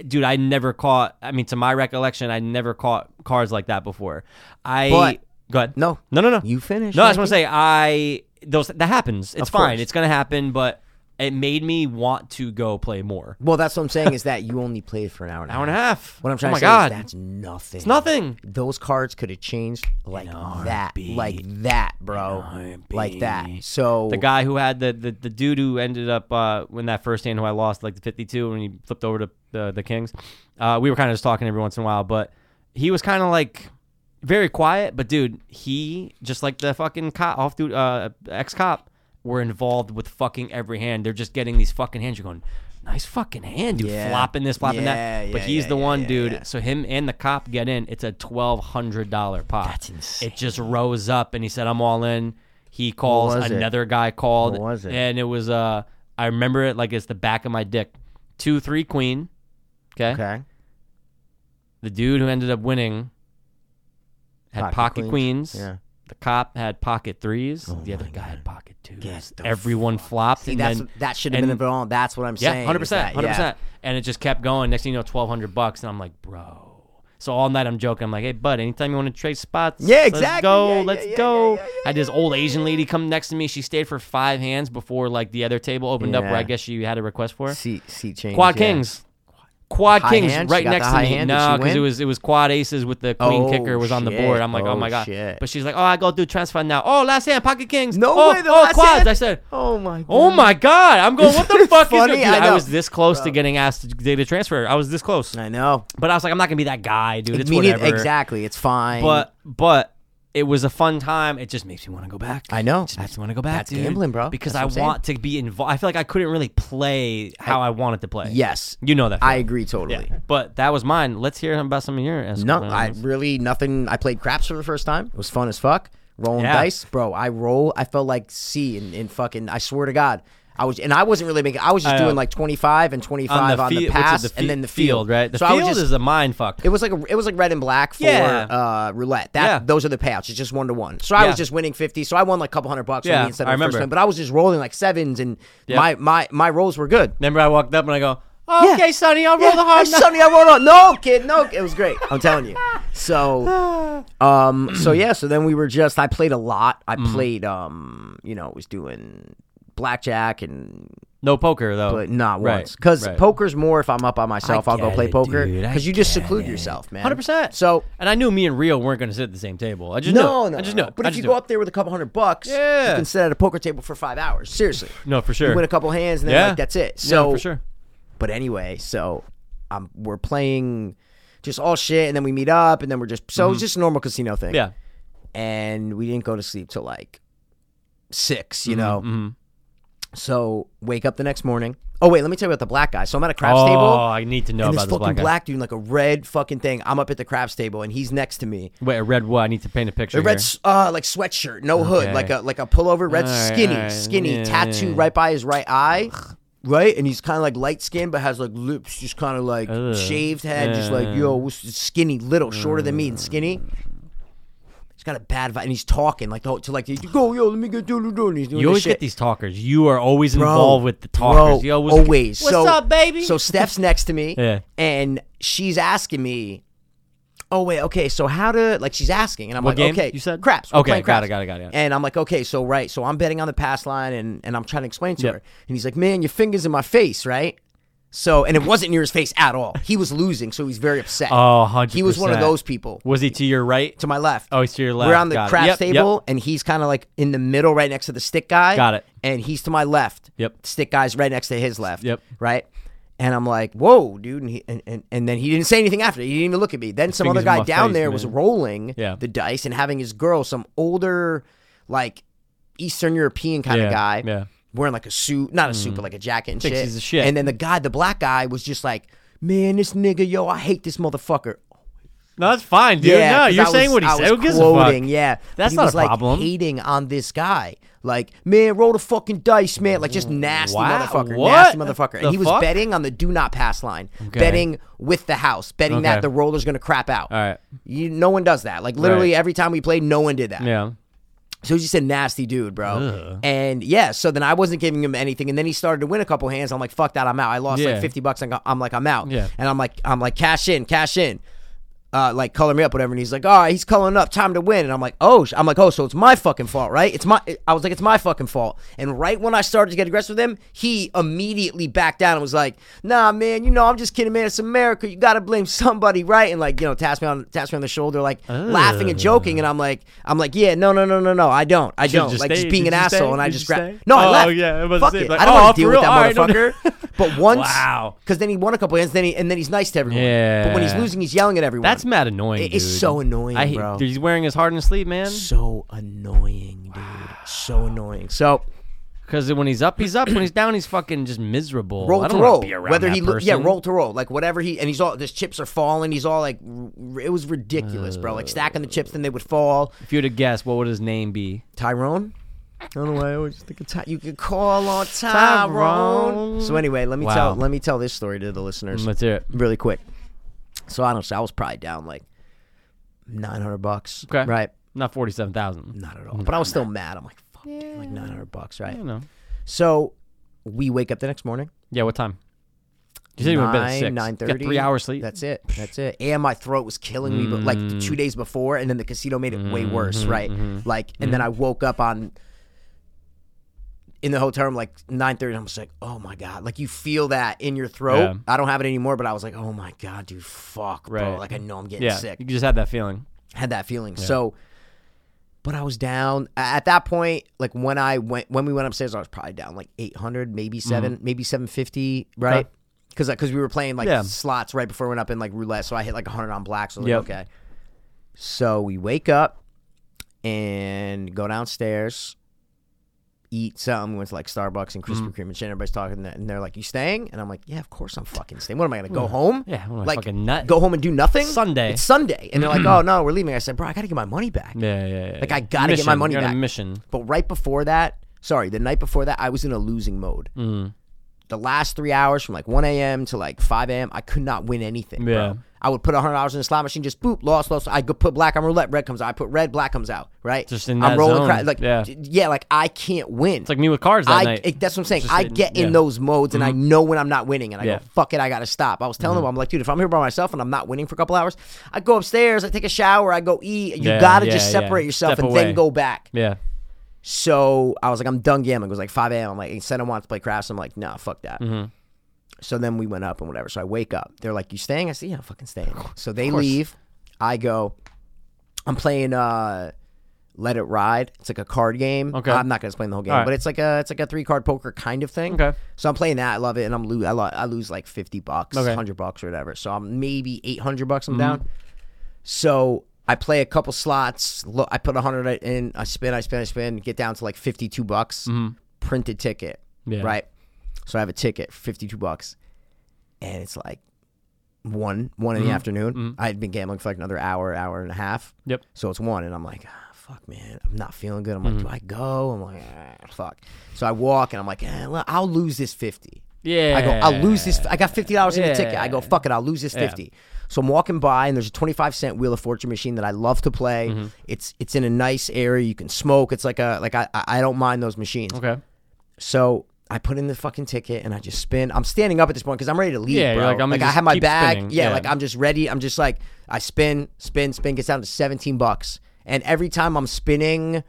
Dude, I never caught. I mean, to my recollection, I never caught cards like that before. I
But-
go ahead.
No.
no, no, no.
You finished.
No, I just
Mikey?
want to say I those that happens. It's
Of
fine.
course.
It's gonna happen, but it made me want to go play more.
Well, that's what I'm saying is that you only played for an hour and a half.
Hour and a half.
What I'm trying
oh
to
my
say
God.
is that's nothing. It's
nothing.
Those cards could have changed like that, like that, bro, like that. So
The guy who had the, the, the dude who ended up uh, when that first hand who I lost like the 52 when he flipped over to the, the Kings. Uh, we were kind of just talking every once in a while, but he was kind of like very quiet. But dude, he just like the fucking cop off dude uh, ex cop were involved with fucking every hand. They're just getting these fucking hands. You're going. Nice fucking hand, dude.
Yeah.
Flopping this, flopping
Yeah,
that. But
yeah,
he's
yeah,
the
yeah,
one,
yeah,
dude.
yeah.
So him and the cop get in. It's a twelve hundred dollar pot.
That's insane.
It just rose up, and he said, "I'm all in." He calls
was it?
another another guy called.
What was it?
And it was uh I remember it like it's the back of my dick. Two three queen. Okay.
okay,
The dude who ended up winning had pocket,
Pocket
queens.
queens. Yeah. Oh
The cop had pocket threes. the other
my
guy had pocket
Get
twos.
the
Everyone flopped.
see
and
that's
then,
that should have been
and-
involved. That's what I'm
yeah,
saying.
hundred
is
percent,
that-
hundred
yeah.
percent. And it just kept going. Next thing you know, twelve hundred bucks, and I'm like, bro. So all night I'm joking. I'm like, hey, bud, anytime you want to trade spots,
Yeah,
Let's
exactly.
go,
Yeah, yeah,
let's
yeah,
go.
yeah, yeah,
I had this old Asian lady come next to me. She stayed for five hands before like the other table opened up, where
Yeah.
I guess she had a request for.
Seat seat change.
Quad
yeah.
kings. Quad
High
kings
hand? She
right
got
next
the
to
high
me.
hand? Did
No,
she
because it
win?
was it was quad aces with the queen
Oh,
kicker was on the
shit.
board. I'm like, oh,
Oh,
my god.
shit.
But she's like, oh, I go do transfer now. Oh, last hand, pocket kings.
No
oh,
way. The
oh,
last
quads.
hand?
I said,
Oh my. God.
Oh my god! I'm going. What the fuck
Funny,
is? Dude,
I
I,
know.
was this close to getting asked to data transfer. I was this close,
I know.
but I was like, I'm not gonna be that guy, dude. It's
Immediate-
whatever.
Exactly. It's fine.
But but it was a fun time. It just makes me want to go back.
I know.
It just makes me want to go back.
that's
dude,
gambling, bro.
Because
That's what I'm
I
saying.
want to be involved. I feel like I couldn't really play how I, wanted to play.
yes,
you know that.
I
feeling.
agree totally.
But that was mine. Let's hear about some of your.
No, I really nothing. I played craps for the first time. It was fun as fuck. rolling
Yeah.
dice, bro. I roll. I felt like C in, in fucking. I swear to God, I was and I wasn't really making. I was just
I know.
doing like twenty five and twenty five on,
fi-
the
which is
pass
the fi-
and then the
field,
field,
right? The
so I
field
was just,
is a mind fuck.
It was like a, it was like red and black for
Yeah.
uh, roulette. That
Yeah.
those are the payouts. It's just one to one. So I
Yeah.
was just winning fifty. So I won like a couple hundred bucks.
Yeah,
Yeah, instead
I
of the
remember.
First win, but I was just rolling like sevens, and
Yeah.
my my my rolls were good.
Remember, I walked up and I go, oh,
Yeah.
"Okay, Sonny, I'll roll
Yeah,
the hard."
hey,
nut."
Sonny, I rolled on. No, kid, no. It was great. I'm telling you. So, um, so yeah. So then we were just. I played a lot. I
Mm.
played. Um, you know, was doing blackjack and
No poker though.
but not
Right,
once because
right.
poker's more. If I'm up by myself,
I
I'll go
get
play
it,
poker
dude, I
because you just
get
seclude
it.
yourself, man.
100%.
So
And I knew me and Rio weren't going to sit at the same table. I just
no,
knew.
no,
I just
no.
knew.
But
I
if
just
you
knew.
go up there with a couple hundred bucks,
Yeah.
you can sit at a poker table for five hours. Seriously,
no, for sure.
you win a couple hands and then
Yeah.
like that's it.
Yeah,
So
for sure.
But anyway, so um, we're playing just all shit, and then we meet up, and then we're just so it's just a normal casino thing.
Mm-hmm. Yeah.
and we didn't go to sleep till like six, you
Mm-hmm,
know. So wake up the next morning. Oh wait, let me tell you about the black guy. So I'm at a craps
oh,
table,
I need to know
and
about
this fucking
this black, guy.
black dude, in, like a red fucking thing. I'm up at the craps table, and he's next to me.
Wait, a red what? I need to paint a picture.
A red,
here.
s- uh, like sweatshirt, no
Okay.
hood, like a like a pullover, red,
All right,
skinny,
all right.
skinny
Yeah,
tattoo
yeah.
right by his right eye, right, and he's kind of like light skinned, but has like lips, just kind of like
Ugh.
shaved head, just like
Yeah. Mm.
yo, what's this skinny, little, shorter than me, and skinny. He's got a bad vibe, and he's talking like the whole, to like the- go yo, let me get do do do. and he's doing this
You always
shit.
get these talkers. You are always
Bro,
involved with the
bro,
talkers. You always,
always.
What's
so,
up, baby?
So Steph's next to me,
Yeah.
and she's asking me. Oh wait, okay. So how to like she's asking, and I'm
What
like,
game
okay,
you said?
craps. We're
Okay,
playing
got
craps.
it, got it, got it, got it.
And I'm like, okay, so right, so I'm betting on the pass line, and and I'm trying to explain to
Yep.
her, and he's like, man, your fingers in my face, right? So and it wasn't near his face at all. He was losing, so he's very upset.
Oh, 100
he was one of those people
Was he to your right?
to my left.
Oh, he's to your left.
We're on the
Got it.
craps
Yep, yep.
table, and he's kind of like in the middle, right next to the stick guy.
Got it.
And he's to my left.
Yep.
Stick guy's right next to his left.
Yep.
Right. And I'm like, whoa, dude. And, he, and, and, and then he didn't say anything after. He didn't even look at me. Then some
fingers
other
in
guy
my
down
face,
there was
man.
rolling
Yeah.
the dice and having his girl, some older, like Eastern European kind
Yeah,
of guy,
yeah. Mm.
wearing like a suit, not a suit, but like a jacket and
Thinks
shit.
he's the shit.
And then the guy, the black guy, was just like, man, this nigga, yo, I hate this motherfucker.
No, that's fine, dude.
Yeah,
no,
'cause
you're
I
saying
was-
what he
I
said.
was
Who gives
quoting,
a fuck?
Yeah, But
That's
he
not
was,
a
like,
problem.
Hating on this guy, like man, roll the fucking dice, man. Like just nasty
Wow,
motherfucker,
what
nasty motherfucker.
the
And he was
fuck?
betting on the do not pass line, betting with the house, betting
Okay.
that the roller's gonna crap out.
All right.
You, no one does that. Like literally
Right.
every time we played, no one did that.
Yeah.
So he's just a nasty dude, bro. And yeah, so then I wasn't giving him anything, and then he started to win a couple hands. I'm like, fuck that, I'm out. I lost
Yeah.
like fifty bucks. and I'm like, I'm out.
Yeah.
And I'm like, I'm like, cash in, cash in. Uh, like color me up, whatever. And he's like, all right, he's coloring up, time to win. And I'm like, oh, sh-. I'm like, oh, so it's my fucking fault, right? It's my. I was like, it's my fucking fault. And right when I started to get aggressive with him, he immediately backed down and was like, nah, man, you know, I'm just kidding, man. It's America. You gotta blame somebody, right? And like, you know, taps me on, taps me on the shoulder, like laughing and joking. And I'm like, I'm like, yeah, no, no, no, no, no, I don't, I
Should've
don't.
just
like
stayed.
just being
Did
an
you
asshole,
stay?
and I
Did
just
you
grabbed.
stay?
No,
Oh,
I left.
yeah, I was about
Fuck
to say,
it.
like,
I don't
oh,
want
for
to deal with
real? All
that
right, no,
motherfucker.
no.
But once,
Wow.
because then he won a couple hands, then he and then he's nice to everyone. But when he's
Yeah.
losing, he's yelling at everyone.
That's mad annoying.
It is
dude.
so annoying,
I hate-
bro.
Dude, he's wearing his heart on his sleeve, man.
so annoying, dude. So annoying. So
Because when he's up, he's up. When he's down, he's fucking just miserable.
roll
I
to
don't wanna
roll,
Be around
whether
that
he lo-
person.
yeah roll to roll, like whatever he and he's all his chips are falling. He's all like, r- it was ridiculous, bro. Like stacking the chips, then they would fall.
If you were to guess, what would his name be?
Tyrone. I don't know why I always think of Ty- You could call on Tyrone.
Tyrone.
So anyway, let me
Wow. Mm-hmm.
tell let me tell this story to the listeners
Let's hear it.
really quick. So I don't know. I was probably down like nine hundred bucks.
Okay.
Right.
Not forty-seven thousand.
Not at all. But I was still mad. I'm like, fuck, dude, like nine hundred bucks, right?
I don't know.
So we wake up the next morning.
Yeah. What time? You said you went to bed at six.
Nine, nine
You
thirty.
Got three hours sleep. Mm.
That's it. That's it. And my throat was killing me, but like the two days before, and then the casino made it way
Mm-hmm,
worse, right? Like, and then I woke up on in the hotel room like nine thirty. I'm just like, oh my god, like you feel that in your throat.
Yeah.
I don't have it anymore, but I was like, oh my god, dude, fuck, bro.
Right.
Like I know I'm getting
yeah.
sick
You just had that feeling.
had that feeling. So, but I was down A- at that point. Like when I went, when we went upstairs, I was probably down like eight hundred, maybe 7 maybe seven fifty, right?
Mm-hmm. Okay.
Because because we were playing like
Yeah.
slots right before we went up in like roulette, so I hit like hundred on black. So I was
Yep.
like, okay. So we wake up and go downstairs, eat something. We went to like Starbucks and Krispy
Mm-hmm.
Kreme and shit. Everybody's talking, that, and they're like, "You staying?" And I'm like, "Yeah, of course I'm fucking staying. What am I gonna go home?
yeah, what am I,
like
fucking nut?
go home and do nothing.
Sunday. Mm-hmm.
It's Sunday, and they're like, "Oh no, we're leaving." I said, "Bro, I gotta get my money back."
Yeah, yeah, yeah.
Like,
yeah.
I gotta get my
Mission.
money
You're on
back.
a mission.
But right before that, sorry, the night before that, I was in a losing mode.
Mm.
The last three hours from like 1 a.m. to like 5 a.m., I could not win anything.
Yeah.
Bro. I would put $100 in the slot machine, just boop, lost, lost. I could put black on roulette, red comes out. I put red, black comes out, right?
Just in
I'm
that
rolling
zone.
cra- like
Yeah.
d- yeah, like I can't win.
It's like me with cards that
I,
night.
it- that's what I'm saying.
Just
I
in-
get in
yeah. Mm-hmm.
those modes and I know when I'm not winning and I
Yeah. Mm-hmm.
go, fuck it, I got to stop. I was telling them, I'm like, dude, if I'm here by myself and I'm not winning for a couple hours, I go upstairs, I take a shower, I go eat. You
Yeah,
got to
yeah,
just
yeah.
separate yourself
Step
and
away.
then go back.
yeah.
So I was like, I'm done gambling. It was like 5 a.m. I'm like, he said I want to play crafts. I'm like, nah, fuck that.
Mm-hmm.
So then we went up and whatever. So I wake up. They're like, you staying? I said, yeah, I'm fucking staying. So they leave. I go, I'm playing uh, Let It Ride. It's like a card game.
Okay.
I'm not gonna explain the whole game,
All right.
but it's like a it's like a three card poker kind of thing.
Okay.
So I'm playing that. I love it, and I'm lose I, lo- I lose like 50 bucks,
Okay. Mm-hmm.
100 bucks or whatever. So I'm maybe 800 bucks. I'm down. So I play a couple slots. Look, I put 100 in. I spin, I spin, I spin. Get down to like 52 bucks. Printed ticket.
Mm-hmm. Yeah.
Right. So I have a ticket, 52 bucks, and it's like one one in
Mm-hmm.
the afternoon. I had been gambling for like another hour, hour and a half.
Yep.
So it's one, and I'm like, ah, fuck, man, I'm not feeling good. I'm
Mm-hmm.
like, do I go? I'm like, ah, fuck. So I walk, and I'm like, eh, look, I'll lose this fifty.
Yeah.
I go, I'll lose this. I got fifty dollars in the ticket. I go,
Yeah.
fuck it, I'll lose this fifty. So I'm walking by, and there's a twenty-five cent Wheel of Fortune machine that I love to play.
Mm-hmm.
It's it's in a nice area. You can smoke. It's like a like I I I don't mind those machines.
Okay.
So I put in the fucking ticket and I just spin. I'm standing up at this point because I'm ready to leave.
Yeah, you're
bro.
like, I'm gonna
I
just
have my
keep
bag.
spinning.
Yeah,
Yeah.
like I'm just ready. I'm just like I spin, spin, spin. Gets down to 17 bucks, and every time I'm spinning,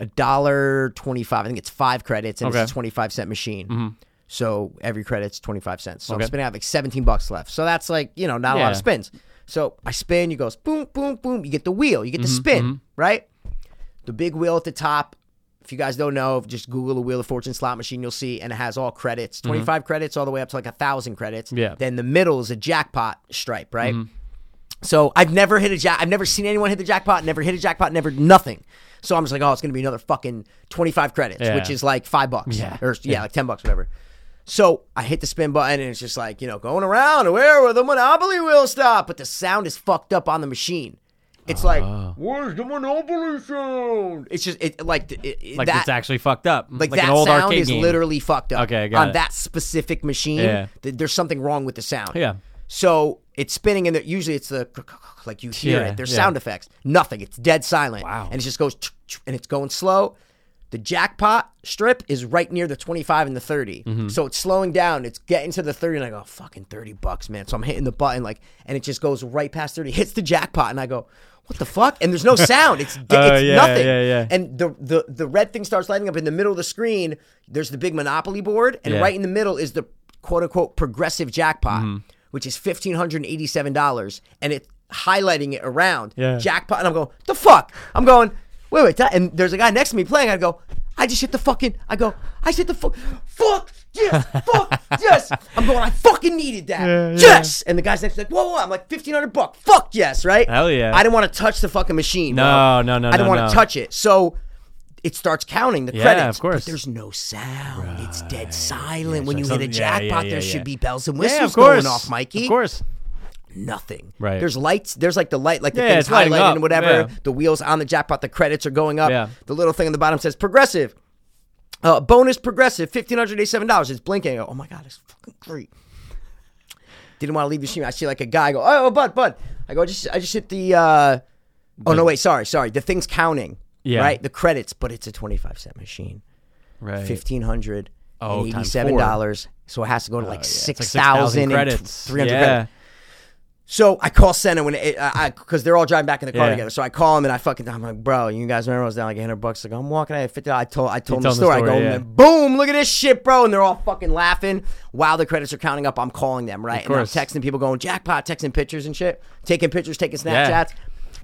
a dollar 25. I think it's five credits and
Okay. Mm-hmm.
it's a 25 cent machine. So every credit's 25 cents. So
Okay.
I'm spinning. I have like 17 bucks left. So that's like you know not a lot
Yeah.
of spins. So I spin. You goes boom, boom, boom. You get the wheel. You get the
Mm-hmm,
spin. Right the big wheel at the top. If you guys don't know, just Google the Wheel of Fortune slot machine, you'll see, and it has all credits 25 credits all the way up to like a thousand credits.
Mm-hmm. Yeah. Mm-hmm.
Then the middle is a jackpot stripe, right? So I've never hit a jack. I've never seen anyone hit the jackpot. Never hit a jackpot. Never nothing. So I'm just like, oh, it's gonna be another fucking 25 credits,
Yeah.
which is like five bucks,
Yeah.
or yeah, like 10 bucks, whatever. So I hit the spin button, and it's just like you know, going around. Where will the Monopoly wheel stop? But the sound is fucked up on the machine. It's
Oh.
like, where's the Monopoly sound? It's just it like it, it-
Like
that
it's actually fucked up.
like,
an
that
old
sound
arcade
is
game.
literally fucked up.
Okay, I got
on
it.
that specific machine,
Yeah.
th- there's something wrong with the sound.
Yeah.
So it's spinning, and there- usually it's the like you hear
Yeah,
it. There's
yeah.
sound effects. Nothing. It's dead silent.
Wow.
And it just goes ch- ch- and it's going slow. The jackpot strip is right near the 25 and the 30.
Mm-hmm.
So it's slowing down. It's getting to the 30, and I go, fucking 30 bucks, man. So I'm hitting the button, like, and it just goes right past 30, hits the jackpot, and I go, what the fuck? And there's no sound. It's, d-
Oh,
it's
yeah,
nothing.
yeah, yeah.
And the, the the red thing starts lighting up in the middle of the screen. There's the big Monopoly board, and
Yeah.
right in the middle is the quote unquote progressive jackpot,
Mm-hmm.
which is fifteen hundred eighty seven dollars, and it's highlighting it around
Yeah.
jackpot. And I'm going, the fuck? I'm going, wait, wait. that- And there's a guy next to me playing. I go, I just hit the fucking. I go, I just hit the fuck, fuck. Yes, fuck, yes. I'm going. I fucking needed that.
Yeah,
yes. And the guy's next to me like, whoa, whoa. I'm like, fifteen hundred buck. Fuck yes, right?
Hell yeah.
I didn't want to touch the fucking machine.
No,
bro.
no, no,
I didn't
no,
want
no.
to touch touch it. So it starts counting the
Yeah,
credits.
of course.
But there's no sound. It's dead silent. when you
like
hit a
something- yeah, yeah,
jackpot,
yeah,
there
yeah.
should be bells and
Yeah,
whistles
of course.
going off, Mikey.
Of course.
Nothing.
Right.
There's lights. There's like the light, like the
Yeah,
things
it's lighting
highlighted
up.
and whatever.
Yeah.
The wheels on the jackpot, the credits are going up.
Yeah.
The little thing on the bottom says progressive. Uh, bonus progressive, fifteen hundred eighty-seven dollars. It's blinking. I go, oh my god, it's fucking great. Didn't want to leave the stream. I see like a guy. I go, oh, bud, bud. I go, I just, I just hit the. Uh, oh no, wait, sorry, sorry. The thing's counting.
Yeah.
Right. The credits, but it's a twenty-five cent machine.
Right.
Fifteen hundred
Oh,
and
times Oh,
eighty-seven dollars. So it has to go to like
It's like
six thousand
credits.
three hundred
yeah.
credits. So I call Senna when it, I because they're all driving back in the car
Yeah.
together. So I call him and I fucking I'm like, bro, you guys remember I was down like hundred bucks. Like I'm walking, I had fifty. I told I told him the
told him the
story. I
story,
go,
yeah.
and boom, look at this shit, bro. And they're all fucking laughing while the credits are counting up. I'm calling them right, and I'm
course.
texting people, going jackpot, texting pictures and shit, taking pictures, taking
Yeah.
Snapchats.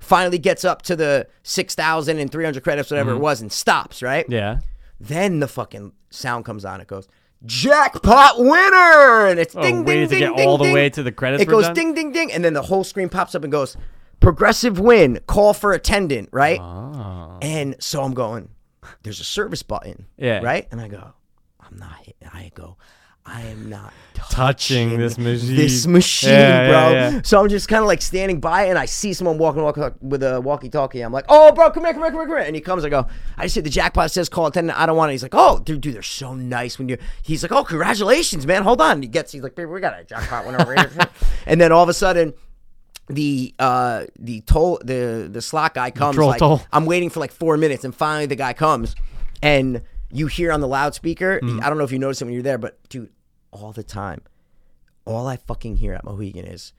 Finally gets up to the six thousand and three hundred credits, whatever it was, and stops. Right.
Mm-hmm. Yeah.
Then the fucking sound comes on. It goes jackpot winner, and it's ding ding
waited Oh, to
ding
get
ding,
all the
ding.
way to the credits
It
were
goes
done?
ding ding ding, and then the whole screen pops up and
Oh.
goes progressive win. Call for attendant, right? And so I'm going. there's a service button.
Yeah.
Right? And I go, I'm not hit- I go, I am not
Touching this machine.
This machine,
Yeah, yeah,
bro.
yeah.
So I'm just kind of like standing by and I see someone walking, walking with a walkie talkie. I'm like, oh, bro, come here, come here, come here, come here. And he comes, I go, I just hit the jackpot. It says call attendant. I don't want it. He's like, oh, dude, dude, they're so nice when you're. He's like, oh, congratulations, man. Hold on. He gets, he's like, baby, we got a jackpot winner over here. and then all of a sudden, the uh the toll the the slot guy comes
Troll
like
toll.
I'm waiting for like four minutes and finally the guy comes and you hear on the loudspeaker
Mm.
I don't know if you noticed it when you're there but dude all the time all I fucking hear at Mohegan is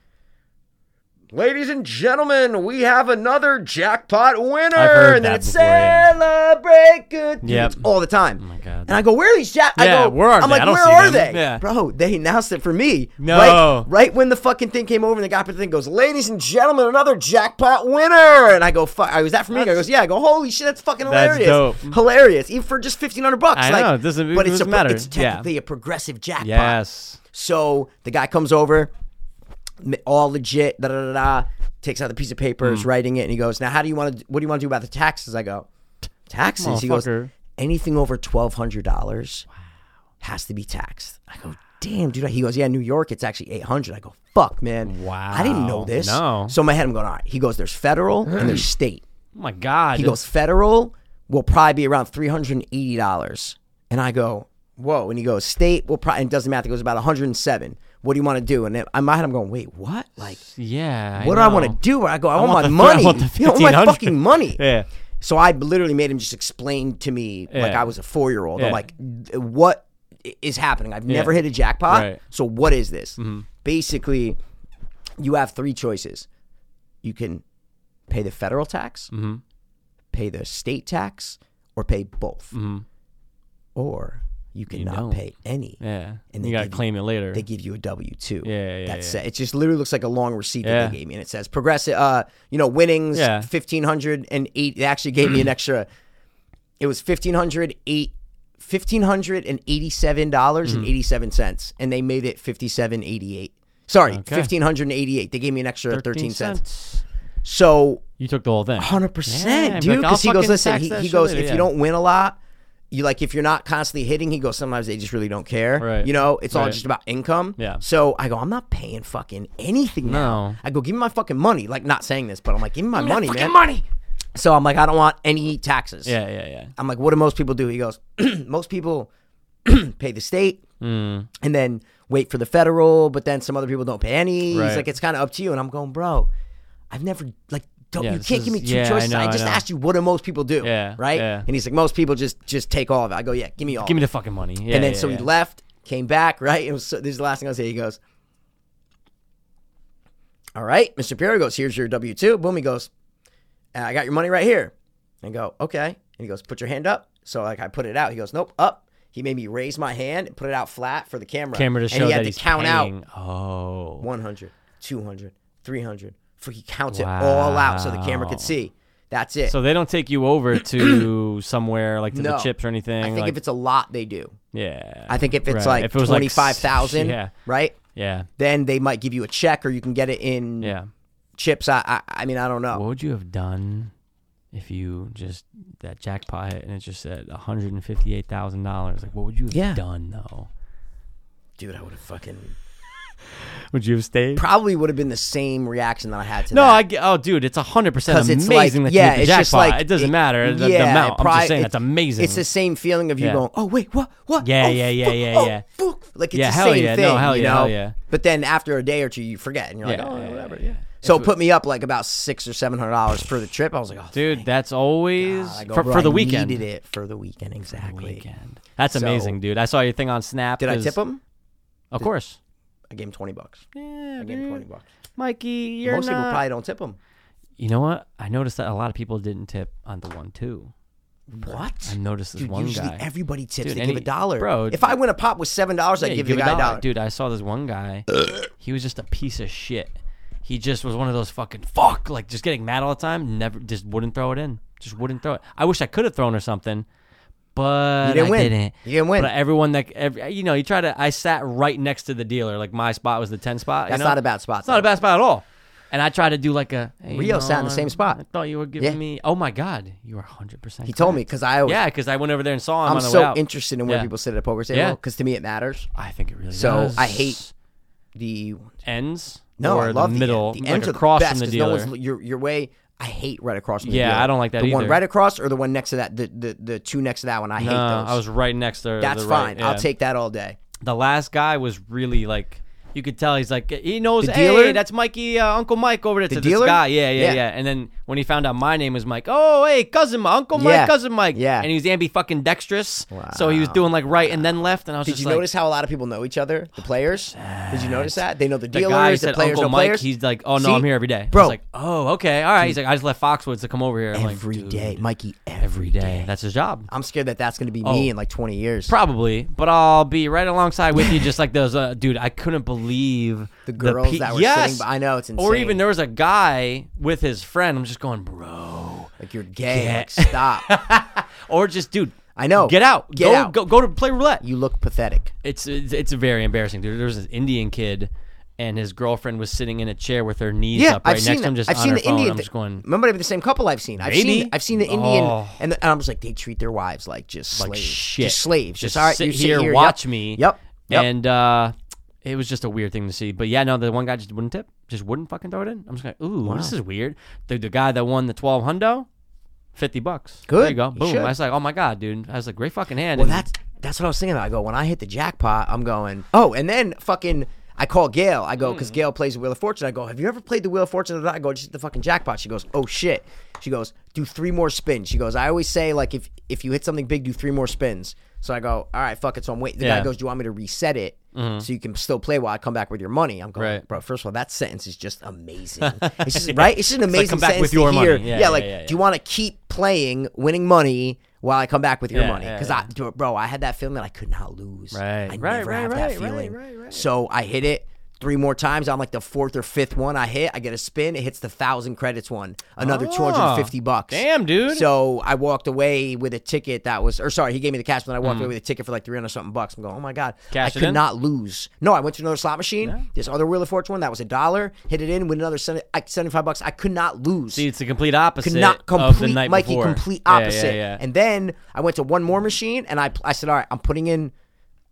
Ladies and gentlemen, we have another jackpot winner,
I've heard
and then
that
it's
before, yeah.
celebrate good dude,
Yep.
it's all the time. Oh
my God.
And I go, where are these jack?
Yeah,
I go,
where are
I'm
they?
like,
I don't
where
see
are
them."
they?
Yeah.
Bro, they announced it for me.
No.
Right, right when the fucking thing came over and the guy put the thing goes, ladies and gentlemen, another jackpot winner. And I go, fuck, I was that for me? I goes, yeah. I go, holy shit, that's fucking
That's
hilarious.
dope.
Hilarious. Even for just 1500 bucks.
I
like,
know, it doesn't- it
but it's
doesn't
a, pro-
matter.
It's
Yeah.
technically a progressive jackpot.
Yes.
So the guy comes over, m- all legit, da da da da, takes out the piece of paper,
Mm.
is writing it, and he goes, "Now, how do you want to? What do you want to do about the taxes?" I go, "Taxes." He goes,
Motherfucker.
"Anything over twelve hundred dollars has to be taxed." I go, "Damn, dude." He goes, "Yeah, New York, it's actually eight hundred. I go, "Fuck, man."
Wow.
I didn't know this.
No.
So in my head, I'm going, "All right." He goes, "There's federal and there's state."
Oh my God.
He goes, federal will probably be around three hundred and eighty dollars. And I go, whoa. And he goes, state will probably and it doesn't matter. It goes about one hundred and seven. What do you want to do? And in my head, I'm going, wait, what? Like,
Yeah.
what do I
know.
want to do? I go, I, want,
want the
my money.
th- I want the
You know, I want my
1,500.
fucking money.
Yeah.
So I literally made him just explain to me like
Yeah.
I was a four year old.
Yeah.
I'm like, what is happening? I've never hit a jackpot.
Right. Mm-hmm.
So what is this? Basically, you have three choices. You can pay the federal tax,
Mm-hmm.
pay the state tax, or pay both. Or you cannot
Mm-hmm. don't.
pay any.
Yeah.
And
And
they
you gotta
give you-
claim it later.
They give you a W two.
Yeah, yeah,
That's
yeah.
it. It just literally looks like a long receipt that they
Yeah.
gave me, and it says progressive. Uh, you know, winnings
Yeah.
fifteen hundred and eight. They actually gave me an extra. It was fifteen hundred eight. Fifteen hundred and eighty-seven dollars and eighty-seven cents,
Mm-hmm.
and they made it fifty-seven eighty-eight. Sorry, fifteen hundred and eighty-eight. They gave me an extra thirteen, cents. So
You took the whole thing.
Hundred
Yeah,
percent,
I'd be
dude.
like, I'll
Because he goes,
fucking
listen.
tax
He,
that
he
shit
goes,
later,
if
yeah.
you don't win a lot, you like if you're not constantly hitting. He goes, sometimes they just really don't care.
Right.
You know, it's all
Right.
just about income.
Yeah.
So I go, I'm not paying fucking anything now.
No.
I go, give me my fucking money. Like not saying this, but I'm like, give me my money,
Fucking
man.
money.
So I'm like, I don't want any taxes.
Yeah, yeah, yeah.
I'm like, what do most people do? He goes, most people pay the state
Hmm.
and then wait for the federal, but then some other people don't pay any. He's
Right.
like, it's kind of up to you. And I'm going, bro, I've never, like, don't,
Yeah,
you
this
can't give
is-
me two
yeah, I
choices.
know,
I,
I
just
know.
asked you, what do most people do?
Yeah,
Right?
yeah.
And he's like, most people just just take all of it. I go, yeah, give me all.
Give me
of
the fucking money.
it.
Yeah,
and then
yeah,
so
yeah.
he left, came back, right? It was, so, this is the last thing I'll say. He goes, all right, Mr. Pierre goes, here's your W 2. Boom, he goes, "Uh, I got your money right here. And I go, okay. And he goes, put your hand up. So like I put it out. He goes, nope, up. He made me raise my hand and put it out flat for the camera.
Camera
and
to show
he
that
had
he's
to count out
paying. Oh.
100, 200, 300. For he counts it all out so the camera could
Wow.
see. That's it.
So they don't take you over to somewhere like to the
No.
chips or anything.
I think
like,
if it's a lot, they do.
yeah,
I think if it's
Right.
like
If it was like s-
25,000,
yeah.
right?
yeah,
Then they might give you a check or you can get it in
yeah.
chips. I, I I mean, I don't know.
What would you have done if you just that jackpot hit and it just said one hundred and fifty-eight thousand dollars? Like, what would you have
Yeah.
done though?
Dude, I would have fucking.
Would you have stayed?
probably would have been the same reaction that I had to
no,
that.
I get- oh, dude, it's hundred percent
'Cause it's
amazing
like-
that
yeah,
you hit the
it's
jackpot.
just like-
it doesn't
it-
matter the, the
yeah,
amount.
probably-
I'm just saying
it-
that's amazing.
It's the same feeling of you
Yeah.
going, oh wait, what, what?
Yeah,
Oh,
yeah, yeah,
fuck,
yeah,
oh,
yeah.
fuck." Like it's
Yeah,
the
hell
same
yeah, no,
thing,
hell
you
yeah,
know.
hell yeah.
But then after a day or two, you forget, and you're
Yeah,
like, oh,
yeah,
whatever.
yeah,
Yeah.
yeah.
So it put me up like about six or seven hundred dollars for the trip. I was like, oh,
dude.
thank
That's always
God. I go,
for,
"Bro,
for the
I
weekend.
Needed it for the weekend exactly.
Weekend. That's
So-
amazing, dude. I saw your thing on Snap.
Did I
'cause-
tip him?
Of course.
I gave him twenty bucks.
Yeah,
I gave him twenty bucks.
Mikey, you're
Most people probably don't tip him.
You know what? I noticed that a lot of people didn't tip on the one two. I
What?
noticed this
Dude,
one
usually
guy.
everybody tips.
Dude,
they
any-
give a dollar.
bro,
if I win a pop with seven dollars,
Yeah,
I
you
give, the guy a dollar.
Dude, I saw this one guy. he was just a piece of shit. He just was one of those fucking fuck, like just getting mad all the time. Never, just wouldn't throw it in. Just wouldn't throw it. I wish I could have thrown or something, but
You didn't
I
win.
didn't.
You didn't win.
But everyone that, every, you know, you try to. I sat right next to the dealer. Like my spot was the ten spot. you
That's
know?
not a bad spot,
It's not a
though.
bad spot at all. And I try to do like a hey, you
Rio sat in the
I-
same spot.
I thought you were giving
Yeah.
me. Oh my God, you are hundred percent.
He told me because I always,
Yeah, because I went over there and saw him.
I'm
on the
so
way out.
interested in where
Yeah.
people sit at a poker table
Yeah.
because to me it matters.
I think it really
So,
does.
I hate The
ends.
no,
or
I love
the middle,
The, end.
like
the ends are
across
the best
from the
'cause no
dealer.
one's your your way. I hate right across from the
Yeah,
dealer.
I don't like that
The one
either.
right across or the one next to that, the the, the two next to that one. I hate
No,
those.
Uh, I was right next to.
That's
the
fine.
right- yeah.
I'll take that all day.
The last guy was really like, you could tell he's like, he knows.
The
Hey,
dealer?
that's Mikey, uh, Uncle Mike over there. to
dealer?
this guy, yeah, yeah,
Yeah.
yeah, And then when he found out my name was Mike, oh, hey, cousin, Mike, Uncle Mike,
Yeah.
cousin Mike,
Yeah.
And he was ambi fucking dextrous, so he was doing like right and then left, and I was
Did
just
you
like, Oh,
notice how a lot of people know each other? The players. Did you notice that they know the
the
dealers,
guy
the
said
players,
Uncle
the
Mike.
players.
He's like, oh no,
See?
I'm here every day. I
Bro.
was like, oh okay, all right. He's like, I just left Foxwoods to come over here. I'm like,
every
"Dude,
day, Mikey.
every day. That's his job.
I'm scared that that's going to be
Oh.
me in like 20 years.
Probably, but I'll be right alongside with you, just like those. Uh, dude, I couldn't believe
The girls that were
yes!
sitting by- I know, it's
Or
insane.
even there was a guy with his friend. I'm just going, bro.
like you're gay.
Yeah.
Like, stop.
Or just, dude.
I know.
Get out.
Get
go,
out.
Go, go to play roulette.
you look pathetic.
It's, it's it's very embarrassing, dude. There was this Indian kid, and his girlfriend was sitting in a chair with her knees
Yeah,
up
I've
right next
seen.
to him, just
I've
on
seen
her
the
phone.
Indian.
I'm
thi-
just going,
Remember, maybe the same couple I've seen. I've
Maybe.
seen. I've seen the Indian,
Oh.
and, the, and I'm just like they treat their wives like just slaves,
shit.
just slaves.
Just
Just, all right,
sit
you sit
here,
yep.
watch me.
Yep. Yep.
And uh, it was just a weird thing to see. But yeah, no, the one guy just wouldn't tip. Just wouldn't fucking throw it in. I'm just like, ooh, this is weird. The, the guy that won the 12 hundo, 50 bucks. There
Good.
you go.
You
Boom.
should.
I was like, oh my God, dude. I was like, great fucking hand.
Well,
And
that's that's what I was thinking about. I go when I hit the jackpot, I'm going. Oh, and then fucking. I call Gail. I
Hmm.
go because Gail plays the Wheel of Fortune. I go, "Have you ever played the Wheel of Fortune?" I go, "Just hit the fucking jackpot." She goes, "Oh shit." She goes, "Do three more spins." She goes, "I always say like if if you hit something big, do three more spins." So I go, "All right, fuck it." So I'm waiting. The
Yeah. Mm-hmm.
guy goes, "Do you want me to reset it so you can still play while I come back with your money?" I'm going,
Right.
"Bro, first of all, that sentence is just amazing. It's just right. It's just an amazing
like, "Come back
sentence
with
to
your
hear.
money. Yeah,
Yeah,
yeah,
like,
yeah, yeah.
do you want to keep playing, winning money?" While I come back with your
Yeah,
money,
yeah,
because
yeah.
I, dude, bro, I had that feeling that I could not lose.
Right.
I
Right,
never
right,
have
right,
that
right,
feeling.
right, right.
So I hit it three more times. I'm like the fourth or fifth one I hit. I get a spin. It hits the thousand credits one. Another
Oh,
250 bucks.
damn, dude.
So I walked away with a ticket that was, or sorry, he gave me the cash, but then I walked away with a ticket for like 300 something bucks. I'm going, oh my God.
Mm. Cash
I
it
could
in?
not lose. No, I went to another slot machine. This other Wheel of Fortune one, that was a dollar. Hit it in, win another 70 I- 75 bucks. I could not lose
see, it's the complete opposite
not complete,
of the night
Mikey,
before.
complete
Yeah, yeah,
opposite.
yeah.
And then I went to one more machine, and I I said, all right, I'm putting in,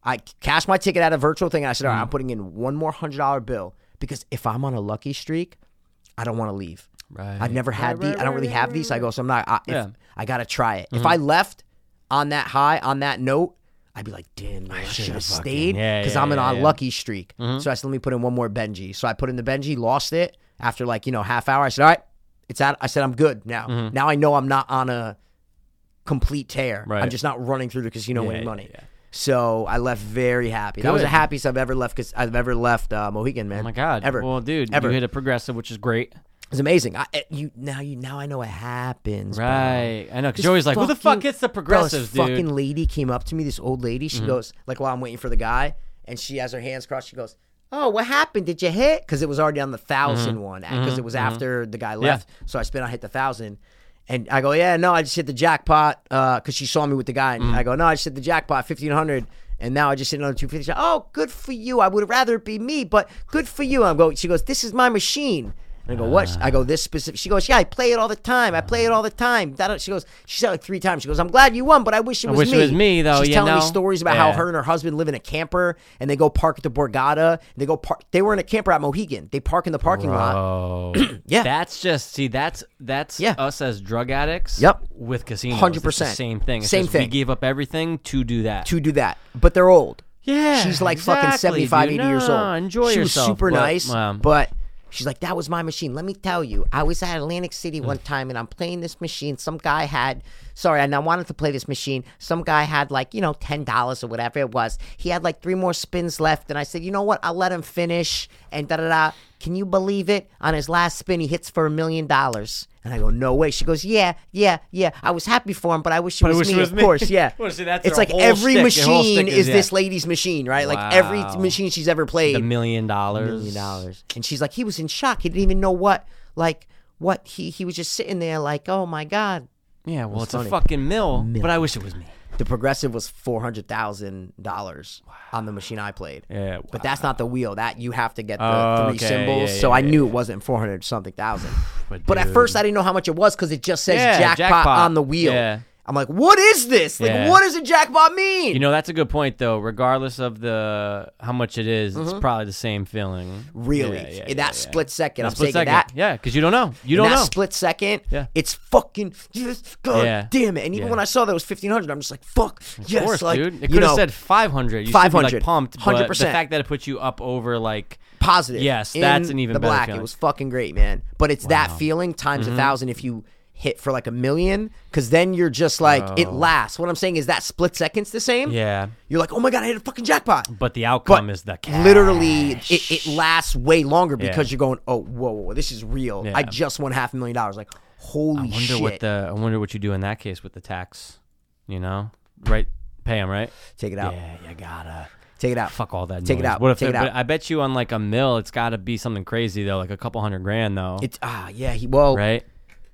I cashed my ticket at a virtual thing, and I said, all
Hmm.
right, I'm putting in one more hundred dollar bill because if I'm on a lucky streak, I don't want to leave.
Right.
I've never had these. I don't really have these. I go, so I'm not. I, if,
Yeah. Mm-hmm.
I gotta try it. If I left on that high, on that note. I'd be like, damn, man, I should have stayed
yeah,
because
yeah,
I'm in
yeah,
on
yeah. Mm-hmm.
lucky streak. So I said, let me put in one more Benji. So I put in the Benji, lost it after like you know half hour. I said, all right, it's out. I said, I'm good now.
Mm-hmm.
Now I know I'm not on a complete tear.
Right.
I'm just not running through the casino winning
yeah,
money.
yeah.
So I left very happy. That was the
Good.
happiest I've ever left. Cause I've ever left uh, Mohegan, man.
Oh my God.
ever.
Well, dude,
ever.
you hit a progressive, which is great.
It's amazing. I it- you now you now I know it happens. bro.
Right. I know, because
This
you're always like, who the fuck
fucking-
hits the
bro, this
progressives, dude?
fucking lady came up to me, this old lady. She goes, like, while I'm waiting for the guy, and she has her hands crossed. She goes, Oh, what happened? Did you hit? Because it was already on the thousand one, because it was after the guy left. So I spin, I hit the thousand. And I go, Yeah, no, I just hit the jackpot because she saw me with the guy. And I go, No, I just hit the jackpot, 1500. And now I just hit another 250. She's like, Oh, good for you. I would rather it be me, but good for you. I'm going, She goes, This is my machine. And I go, what? I go, this specific. She goes, yeah, I play it all the time. I play it all the time. That, she goes, she said it like three times. She goes, I'm glad you won, but I wish it was
wish it
me.
was me, though,
She's
you
telling
know?
me stories about
Yeah.
how her and her husband live in a camper and they go park at the Borgata. They go park. They were in a camper at Mohegan. They park in the parking lot.
Oh,
Yeah.
That's just see. That's that's
Yeah.
us as drug addicts.
Yep.
With casinos,
100%.
It's the Same thing. It's
Same
just We
thing.
gave up everything to do that.
to do that, but they're old.
Yeah,
she's like fucking
exactly,
75,
dude.
80 years
No,
old.
enjoy
she
yourself,
was super
but,
nice,
um,
but she's like, that was my machine. Let me tell you, I was at Atlantic City
Mm.
one time and I'm playing this machine. Some guy had, sorry, and I wanted to play this machine. Some guy had like, you know, $10 or whatever it was. He had like three more spins left. And I said, you know what? I'll let him finish. And da da da. Can you believe it? On his last spin, he hits for a million dollars. And I go, no way. She goes, yeah, yeah, yeah. I was happy for him, but I wish it, was,
wish it
me,
was
of
me.
course. Yeah.
Well, see, that's
it's
their
like
whole
every
shtick. Their whole
machine
shtick
is
is,
this
yeah.
lady's machine, right? Like every
Wow.
machine she's ever played.
the million dollars.
million dollars. And she's like, he was in shock. He didn't even know what, like, what he he was just sitting there, like, oh my god.
Yeah. Well, it's a
funny.
fucking mill, But I wish it was me.
The progressive was four hundred thousand dollars on the machine I played.
Yeah,
but that's not the wheel. That you have to get the
Oh,
three
okay,
symbols.
yeah,
so
yeah,
I
yeah,
knew it wasn't four hundred something thousand.
But
But at
dude.
first I didn't know how much it was because it just says
Yeah,
jackpot,
jackpot.
on the wheel.
Yeah.
I'm like, what is this? Like,
Yeah.
what does a jackpot mean?
You know, that's a good point though. Regardless of the how much it is, it's probably the same feeling.
Mm-hmm. really,
Yeah, yeah,
in
yeah,
that
yeah.
split second,
That
I'm
split
taking
second.
that.
Yeah, because you don't know.
in
You don't
that
know.
split second,
Yeah.
it's fucking yes, god
Yeah.
damn it. And even
Yeah.
when I saw that it was fifteen hundred, I'm just like, fuck, yes,
of course,
like
dude. It
you
could
know,
have said 500. You 500.
500,
Like pumped. But the
100%.
fact that it puts you up over like.
positive.
Yes,
in
that's an even
the
better
black.
feeling.
It
Mm-hmm.
was fucking great, man. But it's that feeling times a thousand if you hit for like a million, because then you're just like it lasts. What I'm saying is that split second's the same.
Oh. Yeah.
You're like, oh my god, I hit a fucking jackpot.
But the outcome is the cash.
Literally, it, it lasts way longer because you're going, oh, whoa, whoa, whoa, this is real.
Yeah.
I just won half a million dollars. Like, holy
I wonder
shit.
what the. I wonder what you do in that case with the tax. You know, right? Pay them, right?
Take it out.
Yeah, you gotta
Take it out.
fuck all that.
Take it
noise.
out.
What if
Take it
but
out.
I bet you on like a mill, it's got to be something crazy though, like a couple hundred grand though,
It's ah yeah. He well
right?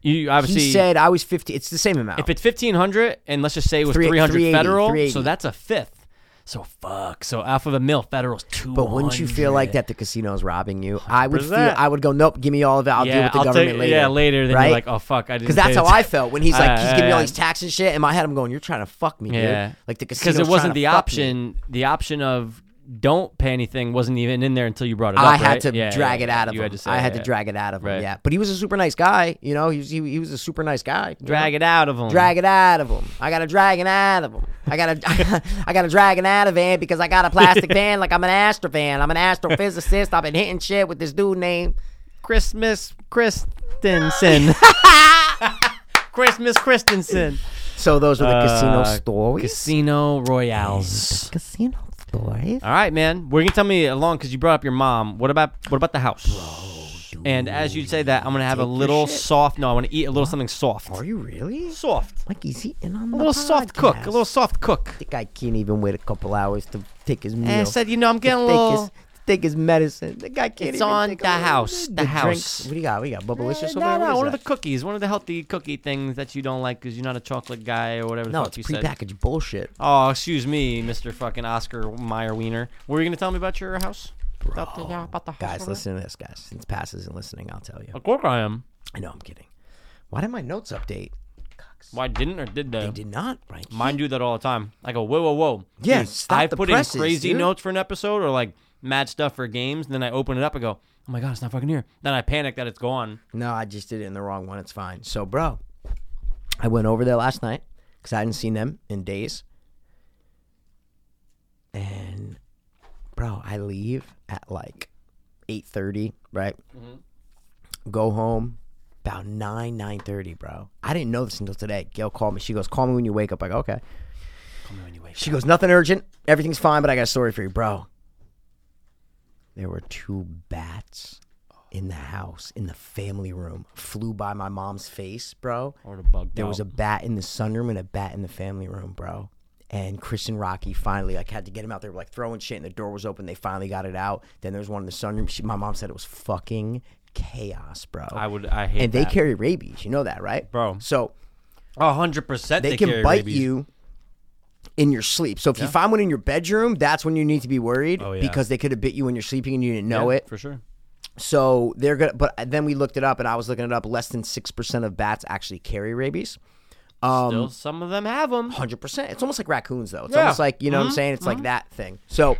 You obviously
he said I was fifty. It's the same amount.
if it's fifteen hundred, and let's just say it was
Three-
three hundred
380,
federal,
380.
so that's a fifth. So fuck. So off of a mill, federal's two.
but wouldn't you feel like that the casino is robbing you? I would feel.
100%.
I would go nope. Give me all of it. I'll
Yeah,
deal with the
I'll
government
take-
later.
Yeah, later. Then
right?
you're like, oh fuck, I didn't.
Because that's
pay
how I
attention.
felt when he's like,
Uh,
he's giving me all
yeah.
these tax and shit. In my head, I'm going, you're trying to fuck me,
Yeah,
dude. Like the casino.
because it wasn't the option. The option of don't pay anything wasn't even in there until you brought it up.
I had
right?
to
Yeah,
drag
yeah,
it out of
you
him.
Had to say,
I had
yeah.
to drag it out of him.
Right.
Yeah, but he was a super nice guy. You know, he was he, he was a super nice guy. you
drag
know?
it out of them.
Drag it out of him. I got a dragon out of him. I got a I got a dragon out of van because I got a plastic van like I'm an astrovan. I'm an astrophysicist. I've been hitting shit with this dude named
Christmas Christensen. Christmas Christensen.
So those are the casino
Uh,
stories.
Casino Royales.
casino stories.
All right, man. We're gonna tell me along because you brought up your mom. What about what about the house? and as you say that, I'm gonna have a little soft. No, I want to eat a little something soft.
Are you really?
soft?
Like he's eating on
A little soft cook. A little soft cook.
Think I can't even wait a couple hours to take his meal.
And I said, you know, I'm getting a
Take
little.
his- Take his medicine. The guy can't
It's
even
on
take a
the
little-
house, the
drinks.
house.
What do you got? What do you got? Bubblicious
Eh,
over
no,
there? What
no,
is
one of
that?
the cookies, one of the healthy cookie things that you don't like because you're not a chocolate guy or whatever. the
No,
fuck
it's
you said.
prepackaged bullshit.
Oh, excuse me, Mr. fucking Oscar Meyer Wiener. What were you gonna tell me about your house? About the, yeah, about the house.
Guys,
over
listen to this, guys. Since passes and listening, I'll tell you.
there? Of course I am.
I know I'm kidding. Why did my notes update?
Why didn't or did they?
They did not, right?
Mine do that all the time. I go, whoa, whoa, whoa.
Yeah,
Dude,
stop
I
the
put
presses,
in crazy
dude.
notes for an episode or like mad stuff for games, and then I open it up and go, oh my god, it's not fucking here. Then I panic that it's gone.
No, I just did it in the wrong one. It's fine. So, bro, I went over there last night because I hadn't seen them in days. And, bro, I leave at like eight thirty, right? Go home about nine nine thirty, bro. I didn't know this until today. Gail called me. She goes, "Call me when you wake up." I go, "Okay." She goes, "Nothing urgent. Everything's fine, but I got a story for you, bro." There were two bats in the house in the family room. Flew by my mom's face, bro.
Or the bug.
There was a bat in the sunroom and a bat in the family room, bro. And Chris and Rocky finally like had to get him out. They were like throwing shit, and the door was open. They finally got it out. Then there was one in the sunroom. She, my mom said it was fucking chaos, bro.
I would. I hate.
and they
that.
carry rabies, you know that, right,
Bro.
So
A hundred percent.
they,
They,
can
carry
bite
rabies.
you in your sleep. So if you find one in your bedroom, that's when you need to be worried
Oh, yeah.
because they could have bit you when you're sleeping and you didn't know
Yeah,
it.
for sure.
So they're gonna. But then we looked it up, and I was looking it up. Less than six percent of bats actually carry rabies. Um,
Still, some of them have them.
Hundred percent. It's almost like raccoons, though. It's
Yeah. Mm-hmm.
almost like you know what I'm saying. It's like that thing. So,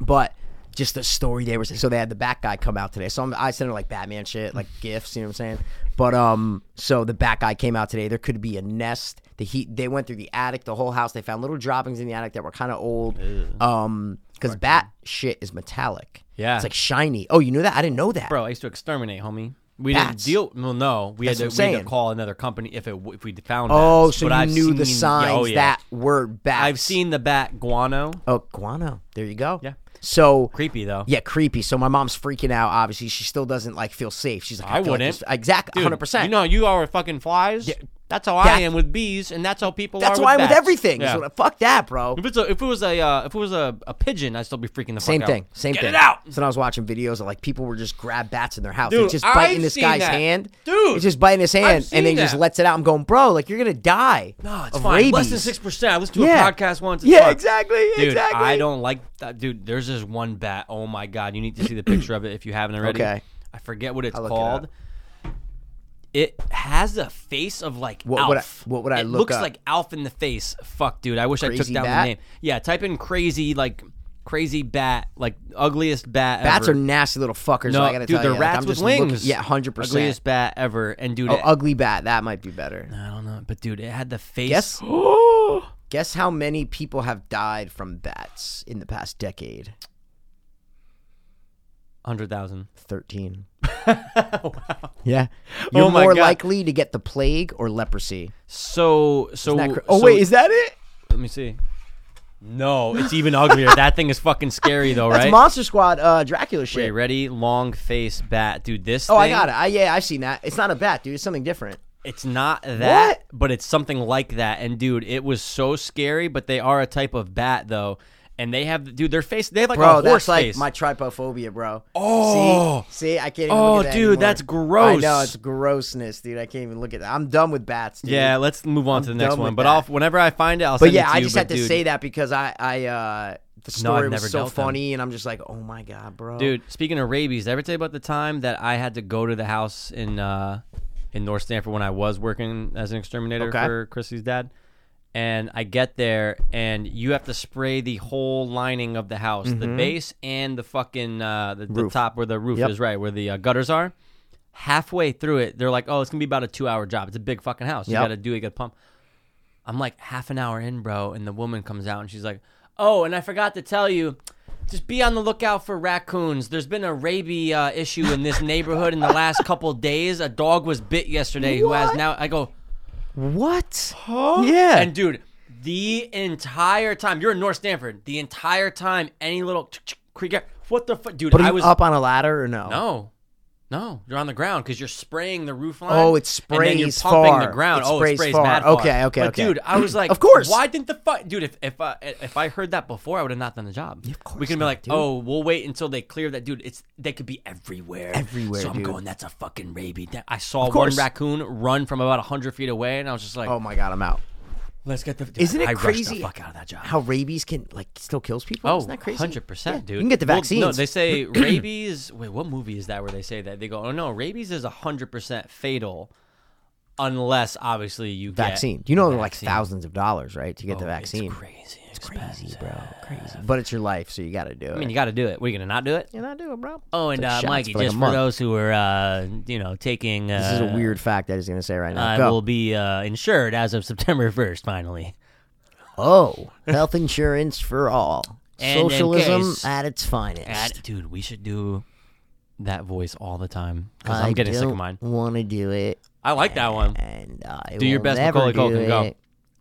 but just the story they were saying. So they had the bat guy come out today. So I'm, I sent her like Batman shit, like gifts. You know what I'm saying? But um, so the bat guy came out today. There could be a nest. The heat. They went through the attic, the whole house. They found little droppings in the attic that were kind of old. Um, because bat shit is metallic.
Yeah.
it's like shiny. Oh, you knew that? I didn't know that.
Bro, I used to exterminate, homie. We
Bats.
didn't deal. Well, no, we had,
That's
to,
what I'm
we had
saying.
to call another company if it w- if we found.
Oh,
bats.
so
But
you
I've
knew the
seen- yeah,
signs
oh, yeah.
that were bats.
I've seen the bat guano.
Oh, guano. There you go.
Yeah.
So
Creepy though.
Yeah, creepy. So my mom's freaking out. Obviously, she still doesn't like feel safe. She's like, I,
I
feel like
wouldn't.
this- exactly,
Dude,
hundred percent.
You know, you are fucking flies. That's how I
That-
am with bees, and that's how people
That's
are.
why
with,
with
bats.
everything.
Yeah.
So, fuck that, bro.
If it's a, if it was a uh, if it was a, a pigeon, I'd still be freaking the
Same
fuck
thing.
out.
Same
Get
thing.
it out.
So then I was watching videos of like people were just grab bats in their house.
Dude,
They're just biting
I've
this
seen
guy's
that.
hand.
Dude,
He's just biting his hand
seen
and then he just
that.
lets it out. I'm going, bro, like you're gonna die.
No, it's
of
fine.
Rabies.
Less than six percent. I listened to
Yeah.
a podcast once. It's
Yeah,
fine.
exactly,
Dude,
exactly.
I don't like that. Dude, there's this one bat. Oh my god, you need to see the picture of it if you haven't already.
Okay.
I forget what it's
I'll look it
called.
up.
It, has a face of like
What
Alf.
would I- what would I
it
look
looks
up?
like Alf in the face. Fuck, dude. I wish I took
Crazy
down
bat?
the name. Yeah, type in crazy like crazy bat like ugliest bat.
Bats
ever.
are nasty little fuckers.
no,
I gotta
dude.
tell
they're
you, Like,
rats
I'm
with
just
wings.
looking- yeah, hundred percent.
Ugliest bat ever. And dude,
Oh,
it-
ugly bat. That might be better.
I don't know, but dude, it had the face.
Guess. guess how many people have died from bats in the past decade?
hundred thousand.
13. Yeah. You're
Oh my
more
God.
likely to get the plague or leprosy.
So so
Isn't that cra- oh,
so-
wait, is that it?
let me see. No, it's even uglier. that thing is fucking scary though,
That's
right?
Monster Squad uh, Dracula shit.
Wait, ready? Long face bat, dude. This.
Oh, I
thing,
got it. I, yeah, I've seen that. It's not a bat, dude. It's something different.
It's not that, but it's something like that. And dude, it was so scary. But they are a type of bat though, and they have dude their face. They have like
Bro,
a horse
Oh, that's like
face.
my tripophobia, bro.
Oh.
see, see, I can't. Even
Oh,
look at that
dude,
anymore.
that's gross.
I know it's grossness, dude. I can't even look at that. I'm done with bats, dude.
yeah, let's move on to the next
done
one.
with
But
that.
I'll whenever I find it, I'll.
but
send it
yeah,
to
I
you,
just
but,
had to
dude,
say that because I, I, uh, the
No, I've
story
never
was so
dealt them.
funny, and I'm just like, oh my god, bro,
Dude, speaking of rabies, did I ever tell you about the time that I had to go to the house in uh, in North Stanford when I was working as an exterminator
Okay.
for Chrissy's dad? And I get there, and you have to spray the whole lining of the house, the base and the fucking uh, the, the top where the roof
Mm-hmm. Yep.
is, right where the uh, gutters are. Halfway through it, they're like, "Oh, it's gonna be about a two-hour job. It's a big fucking house. You
Yep.
gotta do a good pump." I'm like half an hour in, bro, and the woman comes out and she's like, "Oh, and I forgot to tell you, just be on the lookout for raccoons. There's been a rabies uh, issue in this neighborhood in the last couple days. A dog was bit yesterday who has now." I go,
what? Yeah,
and dude, the entire time you're in North Stanford, the entire time any little creak, what the fuck, dude?
but
I
you
was
up on a ladder or no?
no. No, you're on the ground because you're spraying the roof line.
Oh, it
and then you're
sprays
pumping
far.
the ground.
It
oh,
sprays
it sprays
far.
mad far.
Okay, okay,
but
okay.
Dude, I was like,
Of course.
Why didn't the fuck, dude? If if I if I heard that before, I would have not done the job.
of course
we can be
not,
like,
dude.
oh, we'll wait until they clear that, dude. It's they could be everywhere,
Everywhere,
So I'm
dude.
going, that's a fucking rabies. That- I saw one
course.
raccoon run from about hundred feet away, and I was just like,
Oh my god, I'm out.
let's get the. dude,
Isn't it
I Rushed the
crazy
fuck out of that job.
How rabies can like still kills people?
Oh,
Isn't that crazy?
100%,
Yeah,
dude.
You can get the
Well,
vaccines.
no, they say rabies. Wait, what movie is that where they say that? They go, oh no, rabies is 100% fatal unless obviously you get
vaccine. You know,
the
they're like
vaccine. Oh,
thousands of dollars, right, to get the vaccine.
It's crazy. expensive.
bro, crazy. But it's your life, so you got to do it.
I mean, you got to do it. What, are you going to not do it?
and I do it, bro.
Oh, and
Took
uh,
shots
Mikey,
for like a
just for
month.
those who are, uh, you know, taking. Uh,
This is a weird fact that he's gonna say right now.
I
Go.
will be uh, insured as of September 1st, finally.
Oh, health insurance for all.
And in
Socialism
case-
at its finest.
At, dude, we should do that voice all the time. 'cause I'm getting sick of mine.
Want to do it?
I like that one.
and I
Do your
will
best
never
Macaulay
do
Culkin, go.
it.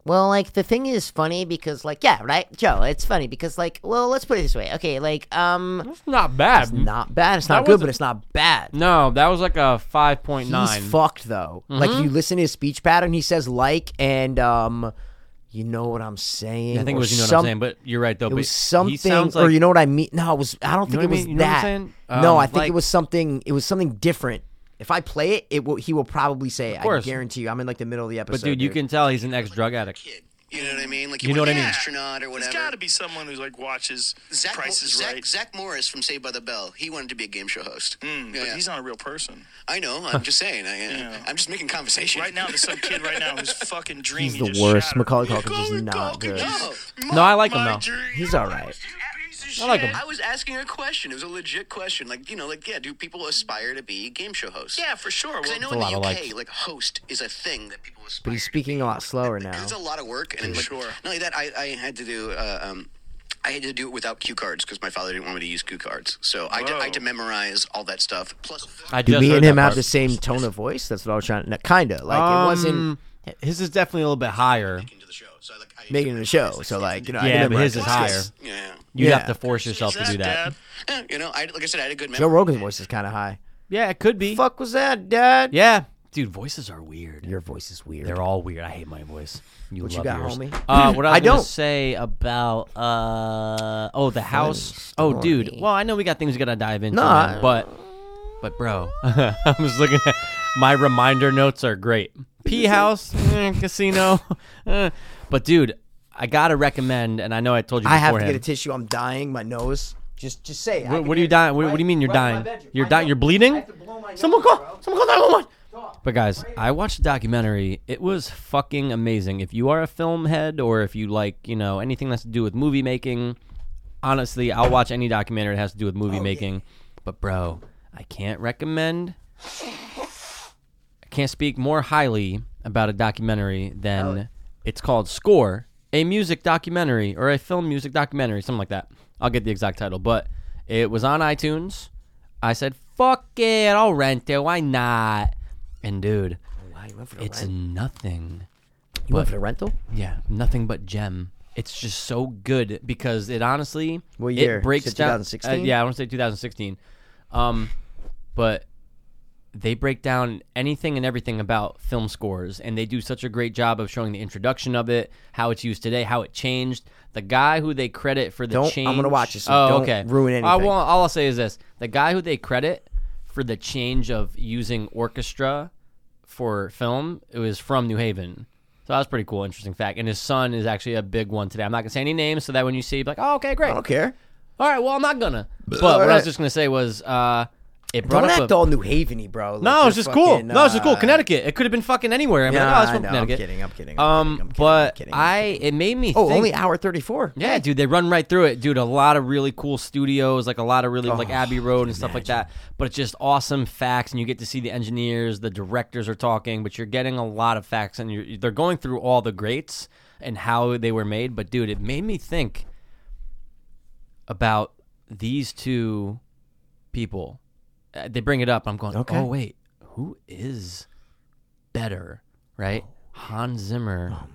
Well, like the thing is funny because, like, yeah, right, Joe. It's funny because, like, well, let's put it this way. Okay, like, um,
It's not bad.
not bad. It's not
That
good,
wasn't-
but it's not bad.
No, that was like a five point nine.
He's fucked though. Like, if you listen to his speech pattern, he says like and um, you know what I'm saying?
I think
or
it was you know what I'm
some-
saying, but you're right though.
It
but
was
he
something,
sounds like,
or you know what I mean? No, it was. I don't
know
think
what
it was
I mean? You know what I'm
that.
saying?
no,
Um,
I think
like-
it was something. It was something different. If I play it, it will. He will probably say. it. I
course.
guarantee you. I'm in like the middle of the episode.
but dude, you can tell he's an ex drug addict.
kid. You know what I mean? Like you,
You know
want
what I
to be
mean?
an astronaut or whatever.
There's got to be someone who's like watches
Zach, Mo-
Price is
Zach,
Right,
Zach Morris from Saved by the Bell. He wanted to be a game show host.
Mm,
Yeah,
but
yeah.
he's not a real person.
I know. I'm just saying. I, uh, I'm just making conversation.
Right now, there's some kid right now who's fucking dreaming.
He's the worst. Macaulay Culkin is not good.
No.
No, I like him though.
He's all right.
I like him.
I was asking a question. It was a legit question. Like, you know, like, yeah, do people aspire to be game show hosts?
Yeah, for sure.
Because I know
a
in the
lot of
UK,
likes.
like, host is a thing that people aspire
But he's speaking a lot slower now.
Because it's a lot of work, and like,
Sure.
Not only that, I, I had to do. Uh, um, I had to do it without cue cards because my father didn't want me to use cue cards. So I had, to, I had to
Whoa.
memorize all that stuff. Plus,
I
Do
just
me
heard
and
that
him have
part.
the same tone of voice? That's what I was trying. to... Kinda like it wasn't
Um, his is definitely a little bit higher.
into the show. So like, I,
making the show. So like you know, I
Yeah, but
remember
his is
I-
higher.
yeah,
You'd
Yeah.
have to force yourself to do that.
Eh, you know, I like I said, I had a good
Joe
memory.
Rogan's voice is kind of high.
Yeah, it could be.
Fuck was that, Dad?
Yeah, dude, voices are weird.
Your voice is weird.
They're all weird. I hate my voice. You
What you
love
got,
yours.
homie?
Uh, what I was
I
gonna
don't.
say about uh oh the house. Oh, dude. Well, I know we got things we gotta dive into,
Nah,
man, but but bro, I was looking at my reminder notes are great. P house eh, casino, eh. but dude, I gotta recommend, and I know I told you
I have to
beforehand.
get a tissue. I'm dying. My nose. Just, just say. it. I
What,
can
what are you
hear it.
dying? What, what do you mean you're
right in my
dying?
bedroom.
You're
I
dying.
know.
You're bleeding.
I have to blow my
Someone
nose,
call.
bro.
Someone call 911. But guys, I watched a documentary. It was fucking amazing. If you are a film head or if you like, you know, anything that's to do with movie making, honestly, I'll watch any documentary that has to do with movie making. But bro, I can't recommend. I can't speak more highly about a documentary than it's called Score, a music documentary or a film music documentary, something like that. I'll get the exact title, but it was on iTunes. I said, "Fuck it, I'll rent it. Why not?" And dude,
Wow, you went for the
it's
rent-
nothing.
you went for the rental.
Yeah, nothing but gem. It's just so good because it honestly
What
it
year?
breaks
Said
down.
2016?
uh, yeah, I want to say 2016. Um, but they break down anything and everything about film scores, and they do such a great job of showing the introduction of it, how it's used today, how it changed. The guy who they credit for the
Don't- I'm
change.
gonna watch it, so
oh,
don't
okay.
ruin
I,
anything.
well, all I'll say is this: the guy who they credit for the change of using orchestra for film. It was from New Haven. So that was pretty cool, interesting fact. And his son is actually a big one today. I'm not gonna say any names, so that when you see, you be like, oh, okay, great.
I don't care.
All right, well, I'm not gonna. But
All
what I
right.
was just gonna say was, uh, it brought
Don't
up.
act
a,
all New Haven-y, bro. Like,
no,
you're
it's just cool.
fucking,
No, it's just cool.
uh,
Connecticut. It could have been fucking anywhere. I'm
Yeah,
like, oh, it's
I
from
know. I'm
Connecticut.
kidding. I'm kidding. I'm
um,
kidding, I'm kidding,
but
I'm kidding, I'm
I,
kidding.
it made me.
Oh,
think,
only hour 34.
yeah, dude, they run right through it, dude. A lot of really cool studios, like a lot of really like Abbey Road and stuff like that. But it's just awesome facts, and you get to see the engineers, the directors are talking, but you're getting a lot of facts, and you're, they're going through all the greats and how they were made. But dude, it made me think about these two people. Uh, they bring it up. I'm going,
Okay.
oh wait, who is better, right? Hans Zimmer
Oh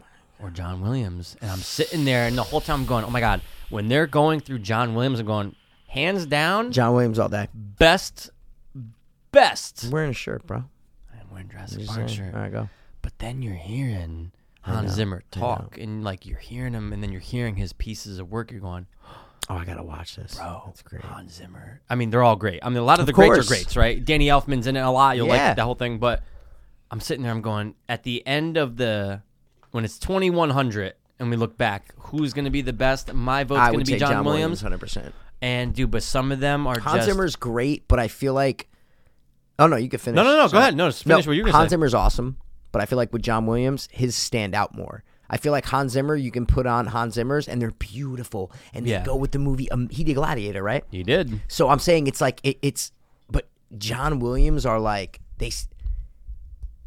or John Williams. And I'm sitting there, and the whole time I'm going, oh my God, when they're going through John Williams, I'm going, hands down,
John Williams all day.
best, best.
I'm wearing a shirt, bro.
I'm wearing Jurassic Park shirt.
All right, go.
But then you're hearing Hans Zimmer talk, and like you're hearing him, and then you're hearing his pieces of work. You're going,
Oh, I gotta watch this.
oh,
that's great.
Hans Zimmer. I mean, they're all great. I mean, a lot of the greats
course.
are greats, right? Danny Elfman's in it a lot. You'll
Yeah.
like that whole thing. But I'm sitting there, I'm going, at the end of the, when it's 2100 and we look back, who's going to be the best? My vote's
I
going
would
to
take
be John, Williams.
100. percent
And dude, but some of them are
Hans
just.
Zimmer's great, but I feel like. Oh no, you can finish.
no, no, no. Go
Sorry.
ahead. No, just finish what you're going
Hans
to say.
Zimmer's awesome, but I feel like with John Williams, his stand out more. I feel like Hans Zimmer, you can put on Hans Zimmer's, and they're beautiful, and they
Yeah.
go with the movie. Um, he did Gladiator, right?
He did.
So I'm saying it's like it, it's, but John Williams are like they, s-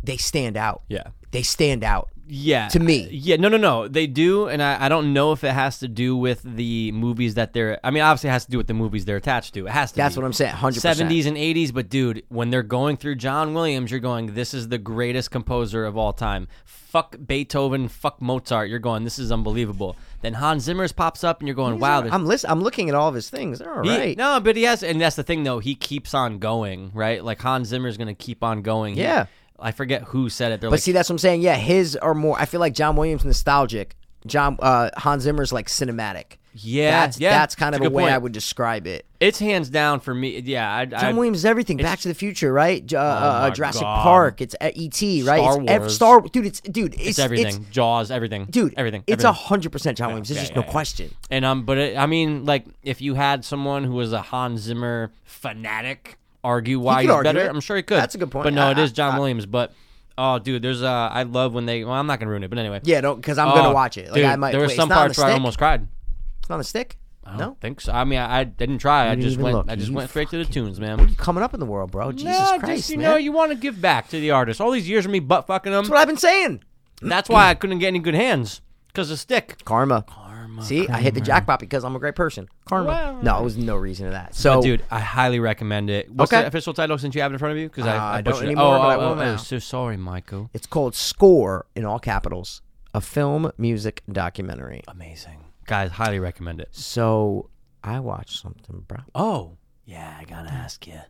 they stand out.
Yeah.
they stand out.
Yeah. Uh,
To me.
Yeah, no, no, no. They do, and I, I don't know if it has to do with the movies that they're. I mean, obviously, it has to do with the movies they're attached to. It has to.
That's
be.
what I'm saying. Hundred percent.
70s and 80s, but dude, when they're going through John Williams, you're going, this is the greatest composer of all time. Fuck Beethoven, fuck Mozart. You're going, this is unbelievable. Then Hans Zimmer's pops up, and you're going, wow. there's-
I'm listen, I'm looking at all of his things. They're all
he-
right.
No, but he has, and that's the thing though. He keeps on going, right? Like Hans Zimmer's going to keep on going. He-
Yeah.
I forget who said it. They're
But
like,
see, that's what I'm saying. Yeah, his are more. I feel like John Williams nostalgic. John uh, Hans Zimmer's like cinematic.
Yeah,
that's,
yeah,
That's kind
it's
of
a
a
good
way
point.
I would describe it.
it's hands down for me. Yeah, I, I, Oh
John Williams is everything. Back to the Future, right? J- Uh, uh,
my
Jurassic
God.
Park. It's uh, E.T. Right?
Star
it's ev-
Wars.
Star dude. It's dude. It's,
it's everything. Jaws, everything,
dude.
everything.
It's
everything.
a hundred percent John Williams. There's
yeah,
just
yeah,
no
yeah.
question.
And um, but it, I mean, like, if you had someone who was a Hans Zimmer fanatic argue why
could
he's
argue
better,
it.
I'm sure he could.
That's a good point.
But no, it
I-
is John Williams. But oh, dude, there's uh, I love when they. Well, I'm not gonna ruin it, but anyway.
Yeah, don't because I'm gonna
Oh,
watch it. Like
dude,
I might.
There were
wait,
some
it's not on
parts
the
where I
stick?
almost Oh. cried.
It's not on a stick.
I
No.
don't think so. I mean, I, I didn't try. I
didn't
just
even
went.
look.
I just
You
went straight to the tunes, man.
Coming up in the world, bro. Jesus
no,
Christ,
just you
man.
know, you want to give back to the artist. All these years of me butt fucking them.
That's what I've been saying.
That's why I couldn't get any good hands because of stick.
Karma. Karma. See, I hit the jackpot because I'm a great person. Karma.
Well-
no, it was no reason to that. So,
But dude, I highly recommend it. What's
Oh. Okay.
the official title since you have it in front of you? Because
Uh,
I,
I don't
butchered it.
anymore,
oh,
but I
oh,
will
oh,
now.
so sorry, Michael.
it's called Score in all capitals, a film music documentary.
Amazing, guys. Highly recommend it.
So, I watched something, bro.
Oh, yeah. I gotta ask you.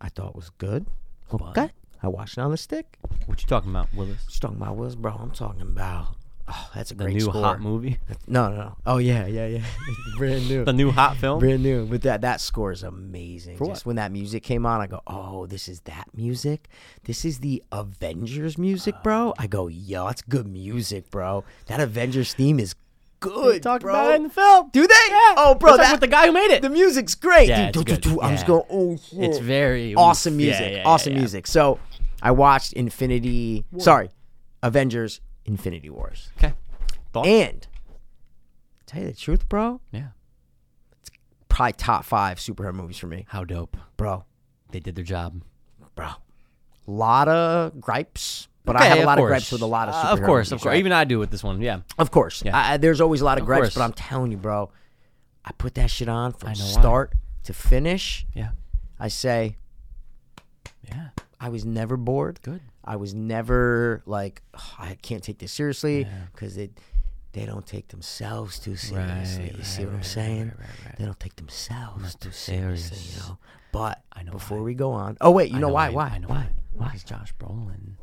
I thought was good.
What?
Okay. I watched it on the stick.
What you talking about, Willis?
Just talking about Willis, bro. I'm talking about. Oh, that's a
The
great
new
score.
hot movie,
No, no, no. Oh yeah, yeah, yeah. Brand new.
the new hot film.
Brand new. But that that score is amazing.
For
Just
what?
when that music came on, I go, Oh, this is that music. This is the Avengers music, bro.
Ah.
I go, yo, that's good music, bro. That Avengers theme is good.
talk
bro.
about it in the film.
Do they? Oh bro,
What's up
that,
with the guy who made it?
the music's great.
Yeah,
Dude,
it's
do, do,
good.
do. I'm
Yeah.
just going, oh shit.
It's very
awesome
yeah,
music.
yeah, yeah,
awesome
yeah.
music. So I watched Infinity sorry, Avengers Infinity Wars.
Okay. Thoughts?
And tell you the truth, bro,
yeah.
probably top five superhero movies for me.
How dope.
Bro,
They did their job.
bro. lot of gripes, but I
Okay,
have a
of
lot of
course.
gripes with a lot of
Uh,
superhero
of course, of
movies,
course.
right?
Even I do with this one. Yeah.
of course.
Yeah.
I, I- there's always a lot of,
Of
gripes,
course.
but I'm telling you, bro, I put that shit on
I
from
know why.
start to finish.
Yeah.
I say
Yeah.
I was never bored.
Good.
I was never like "Ugh, I can't take this seriously because it they don't take themselves too seriously. you see what I'm saying? They don't take themselves too seriously,
serious.
you know. But I
know
know before we go on, oh wait, you know, why? Why?
I know
why?
why. Because Josh Brolin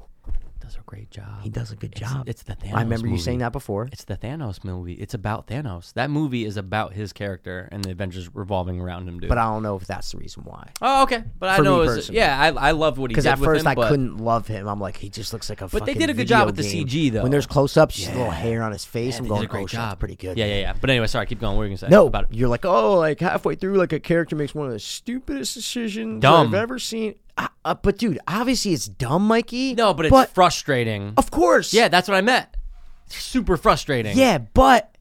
does a great job.
He does a good
It's-
job.
It's, the Thanos.
I remember you saying
movie.
that before.
It's the Thanos movie. It's about Thanos. That movie is about his character and the adventures revolving around him, dude.
But I don't know if that's the reason why.
oh, okay. But I
For
know.
me
it was-
personally.
yeah, I I love what he did
Because at
with
first
him,
I
but-
couldn't love him. I'm like, he just looks like a.
But they
fucking
did a good job
video
with the
game.
CG though.
When there's close-ups, just a little
Yeah.
hair on his face.
Yeah,
I'm
they
going,
did a great
oh, shit, that's
job.
pretty good.
Yeah, yeah,
man."
yeah. But anyway, sorry. Keep going. What were you gonna say
No,
about it?
you're like, oh, like halfway through, like a character makes one of the stupidest decisions
Dumb.
I've ever seen. I, uh, but dude, obviously it's dumb, Mikey.
No, but it's frustrating.
of course,
Yeah, that's what I meant. Super frustrating.
yeah, but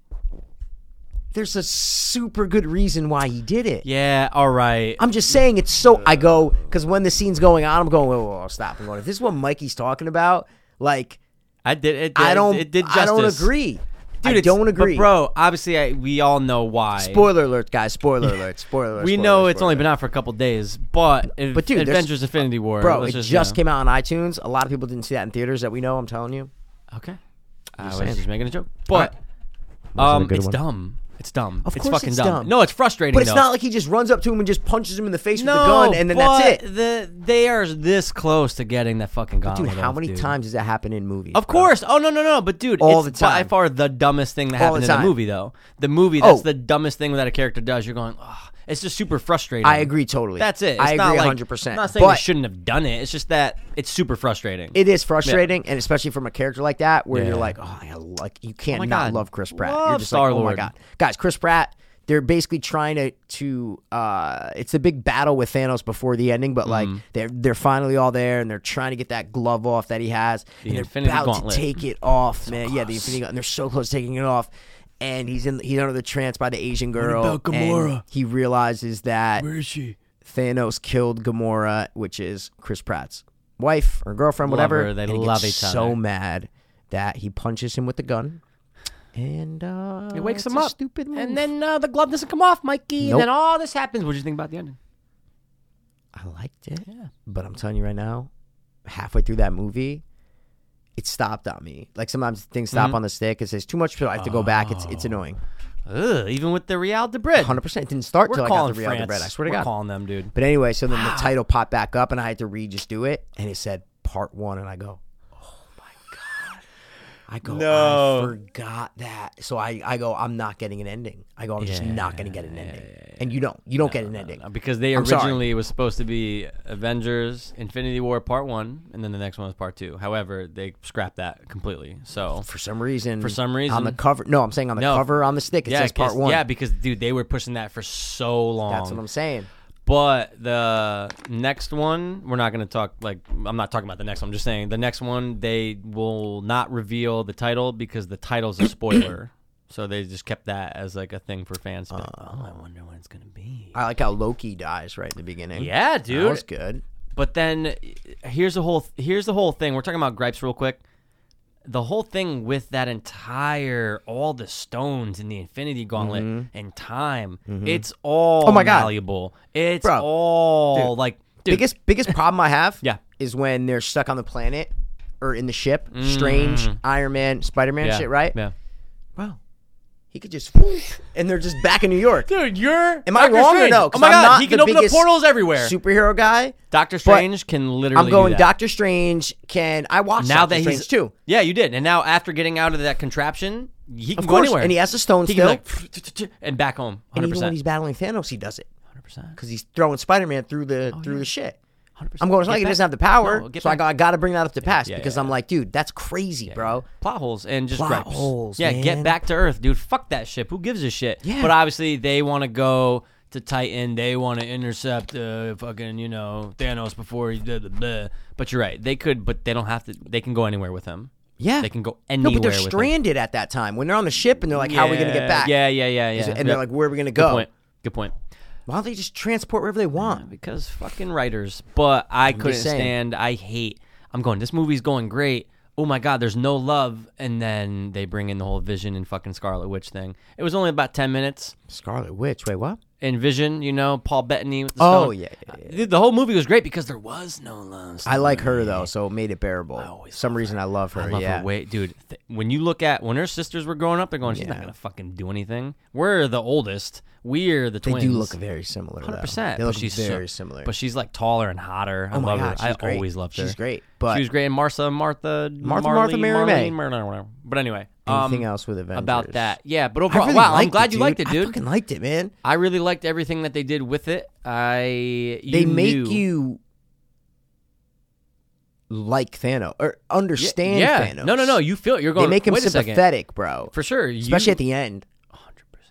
there's a super good reason why he did it.
Yeah. All right.
I'm just saying it's so. I go because when the scene's going on, I'm going, whoa, whoa, whoa, stop. I'm going. If this is what Mikey's talking about, like
I did. It did
I don't,
It did justice.
I don't agree.
Dude,
I
it's-
don't
but
agree,
bro. Obviously, I, we all know why.
Spoiler alert, guys! Spoiler alert! Spoiler alert!
we
spoiler
know
alert,
it's
spoiler
only
alert.
been out for a couple days, but,
But dude, there's-
Avengers: Infinity War,
Bro,
let's
it
just,
just,
you know.
came out on iTunes. A lot of people didn't see that in theaters that we know. I'm telling you.
Okay, I was
saying.
just making a joke, but
Wasn't a
um,
good
it's
one.
dumb. It's dumb.
Of
it's
course
fucking
it's
dumb.
dumb.
No, it's frustrating.
But it's
though.
not like he just runs up to him and just punches him in the face
no,
with the gun, and then that's
but
it.
The, they are this close to getting that fucking gun.
Dude, how many times does that happen in movies?
Of
bro?
course. Oh no no no. But dude,
All
it's
the
by
time.
far the dumbest thing that
All
happened in
the
the
time.
movie though. The movie that's
Oh.
the dumbest thing that a character does. You're going, oh, it's just super frustrating.
I agree totally.
That's it. It's
I
not
agree
like-
100%.
I'm not saying they
But-
shouldn't have done it. It's just that it's super frustrating.
It is frustrating, and especially from a character like that, where
Yeah.
you're like, oh, I like you can't
my
not
God.
love Chris Pratt.
Love
you're just like, oh my
Star-Lord.
god, guys, Chris Pratt. They're basically trying to to. Uh, it's a big battle with Thanos before the ending, but like
Mm-hmm.
they're they're finally all there, and they're trying to get that glove off that he has, and they're
Infinity
about
Gauntlet.
to take it off, man. Yeah, the Infinity Gauntlet. And they're so close to taking it off. And he's in he's under the trance by the Asian girl.
about
and
Gamora?
he realizes that
Where is she?
Thanos killed Gamora, which is Chris Pratt's wife or girlfriend,
Love
whatever.
her. They
and he
love
gets
each
So
other.
mad that he punches him with the gun, and uh,
It wakes
it's
him
a
up.
Stupid move.
And then uh, the glove doesn't come off, Mikey.
Nope.
And then all this happens. What do you think about the ending?
I liked it,
Yeah.
but I'm telling you right now, halfway through that movie, it stopped on me. Like sometimes things
Mm-hmm.
stop on the stick. It says too much, so I have to go back. It's
Oh.
it's annoying.
Ugh, even with the Real de Bread.
Hundred percent. It didn't start
We're
till I got
calling
the Real
France.
Bread. I swear to
We're
God.
calling them, dude.
But anyway, so then the title popped back up, and I had to read just do it, and it said part one, and I go, oh my god, I go,
No.
I forgot that. So I, I go, I'm not getting an ending. I go, I'm just not going to get an ending, and you don't, you don't get an ending.
Uh, Because they
I'm sorry.
originally was supposed to be Avengers Infinity War Part 1 and then the next one was Part 2. However, they scrapped that completely. So
for some reason,
For some
on the
reason-
cover, no, I'm saying on the
No.
cover on the stick, it
yeah,
says part
'cause-
one.
Yeah, because dude, they were pushing that for so long.
that's what I'm saying.
But the next one, we're not going to talk like I'm not talking about the next one. I'm just saying the next one they will not reveal the title because the title's a spoiler. so they just kept that as like a thing for fans. to be like, oh, I wonder when it's going to be.
I like how Loki dies right at the beginning.
Yeah, dude.
that was good.
But then uh, here's the whole here's the whole thing. We're talking about gripes real quick. The whole thing with that entire all the stones in the Infinity Gauntlet and time, it's all
Mm-hmm. Oh my God.
malleable. It's
Bro.
all like dude,
biggest biggest problem I have
Yeah.
is when they're stuck on the planet or in the ship. Strange, Iron Man, Spider Man
Mm-hmm. yeah,
shit, right?
Yeah.
Bro, He could just, whoop, and they're just back in New York.
Dude, you're.
Am I
Doctor
wrong
Strange.
or no?
Oh
'Cause
my
I'm
god,
not
he can
the
open up
biggest
portals everywhere.
Superhero guy.
Doctor Strange can literally.
I'm going.
do that.
Doctor Strange can. I watched
Now
Doctor
that
Strange
he's
too.
Yeah, you did. And now after getting out of that contraption, he can
Of
go
course,
anywhere.
and he has the stone
He
still.
can be like and back home.
And
Hundred
even when he's
percent.
battling Thanos, he does it
Hundred percent.
because he's throwing Spider-Man through the
Oh,
through the shit. I'm going. It's
Get
not like he
back.
doesn't have the power,
No, get
so I
back.
got, I got to bring that up to pass
yeah,
because
yeah.
I'm like, dude, that's crazy, bro.
plot holes and just
Plot
gripes.
holes,
Yeah, get
man.
back to Earth, dude. Fuck that ship. Who gives a shit?
Yeah.
But obviously they want to go to Titan. They want to intercept uh, fucking you know Thanos before he did the blah. But you're right. They could, but they don't have to. They can go anywhere with him.
Yeah,
They can go
No,
anywhere.
but they're
with him.
stranded at that time when they're on the ship and they're like, "How are we gonna
Yeah,
get back?"
Yeah, yeah, yeah, yeah.
and
Yep.
they're like, "Where are we gonna
Good
go?"
point. Good point.
Why don't they just transport wherever they want?
because fucking writers. But I couldn't
saying.
stand. I hate. I'm going. This movie's going great. Oh my god, there's no love, and then they bring in the whole Vision and fucking Scarlet Witch thing. It was only about ten minutes.
Scarlet Witch. Wait, what?
And Vision, you know, Paul Bettany. With the
Oh,
stone.
yeah, yeah, yeah.
Dude, The whole movie was great because there was no love.
I like her though, so it made it bearable. Some reason I love her.
I love
yeah.
her. Wait, dude, th- when you look at when her sisters were growing up, they're going, she's not gonna fucking do anything. We're the oldest. We're the
They
twins.
do look very similar. Hundred
Hundred percent.
They
But
look
she's so-
very similar.
But she's like taller and hotter. I
Oh my
love her.
God,
I
she's great.
always loved her.
She's great, but-
she was great. And Martha, Martha,
Martha,
Marley,
Martha, Mary
Marlene,
May.
Mar- whatever. But anyway,
anything
um,
else with Avengers
about that? Yeah, but
I
overall,
really
wow, I'm
liked
glad you
dude.
liked it,
I
dude.
fucking liked it, man.
I really liked everything that they did with it. I you
they make
knew-
you like Thanos or understand
yeah.
Thanos.
No, no, no. You feel it. you're
they
going.
make him
Wait a second.
sympathetic, bro.
for sure. you-
especially at the end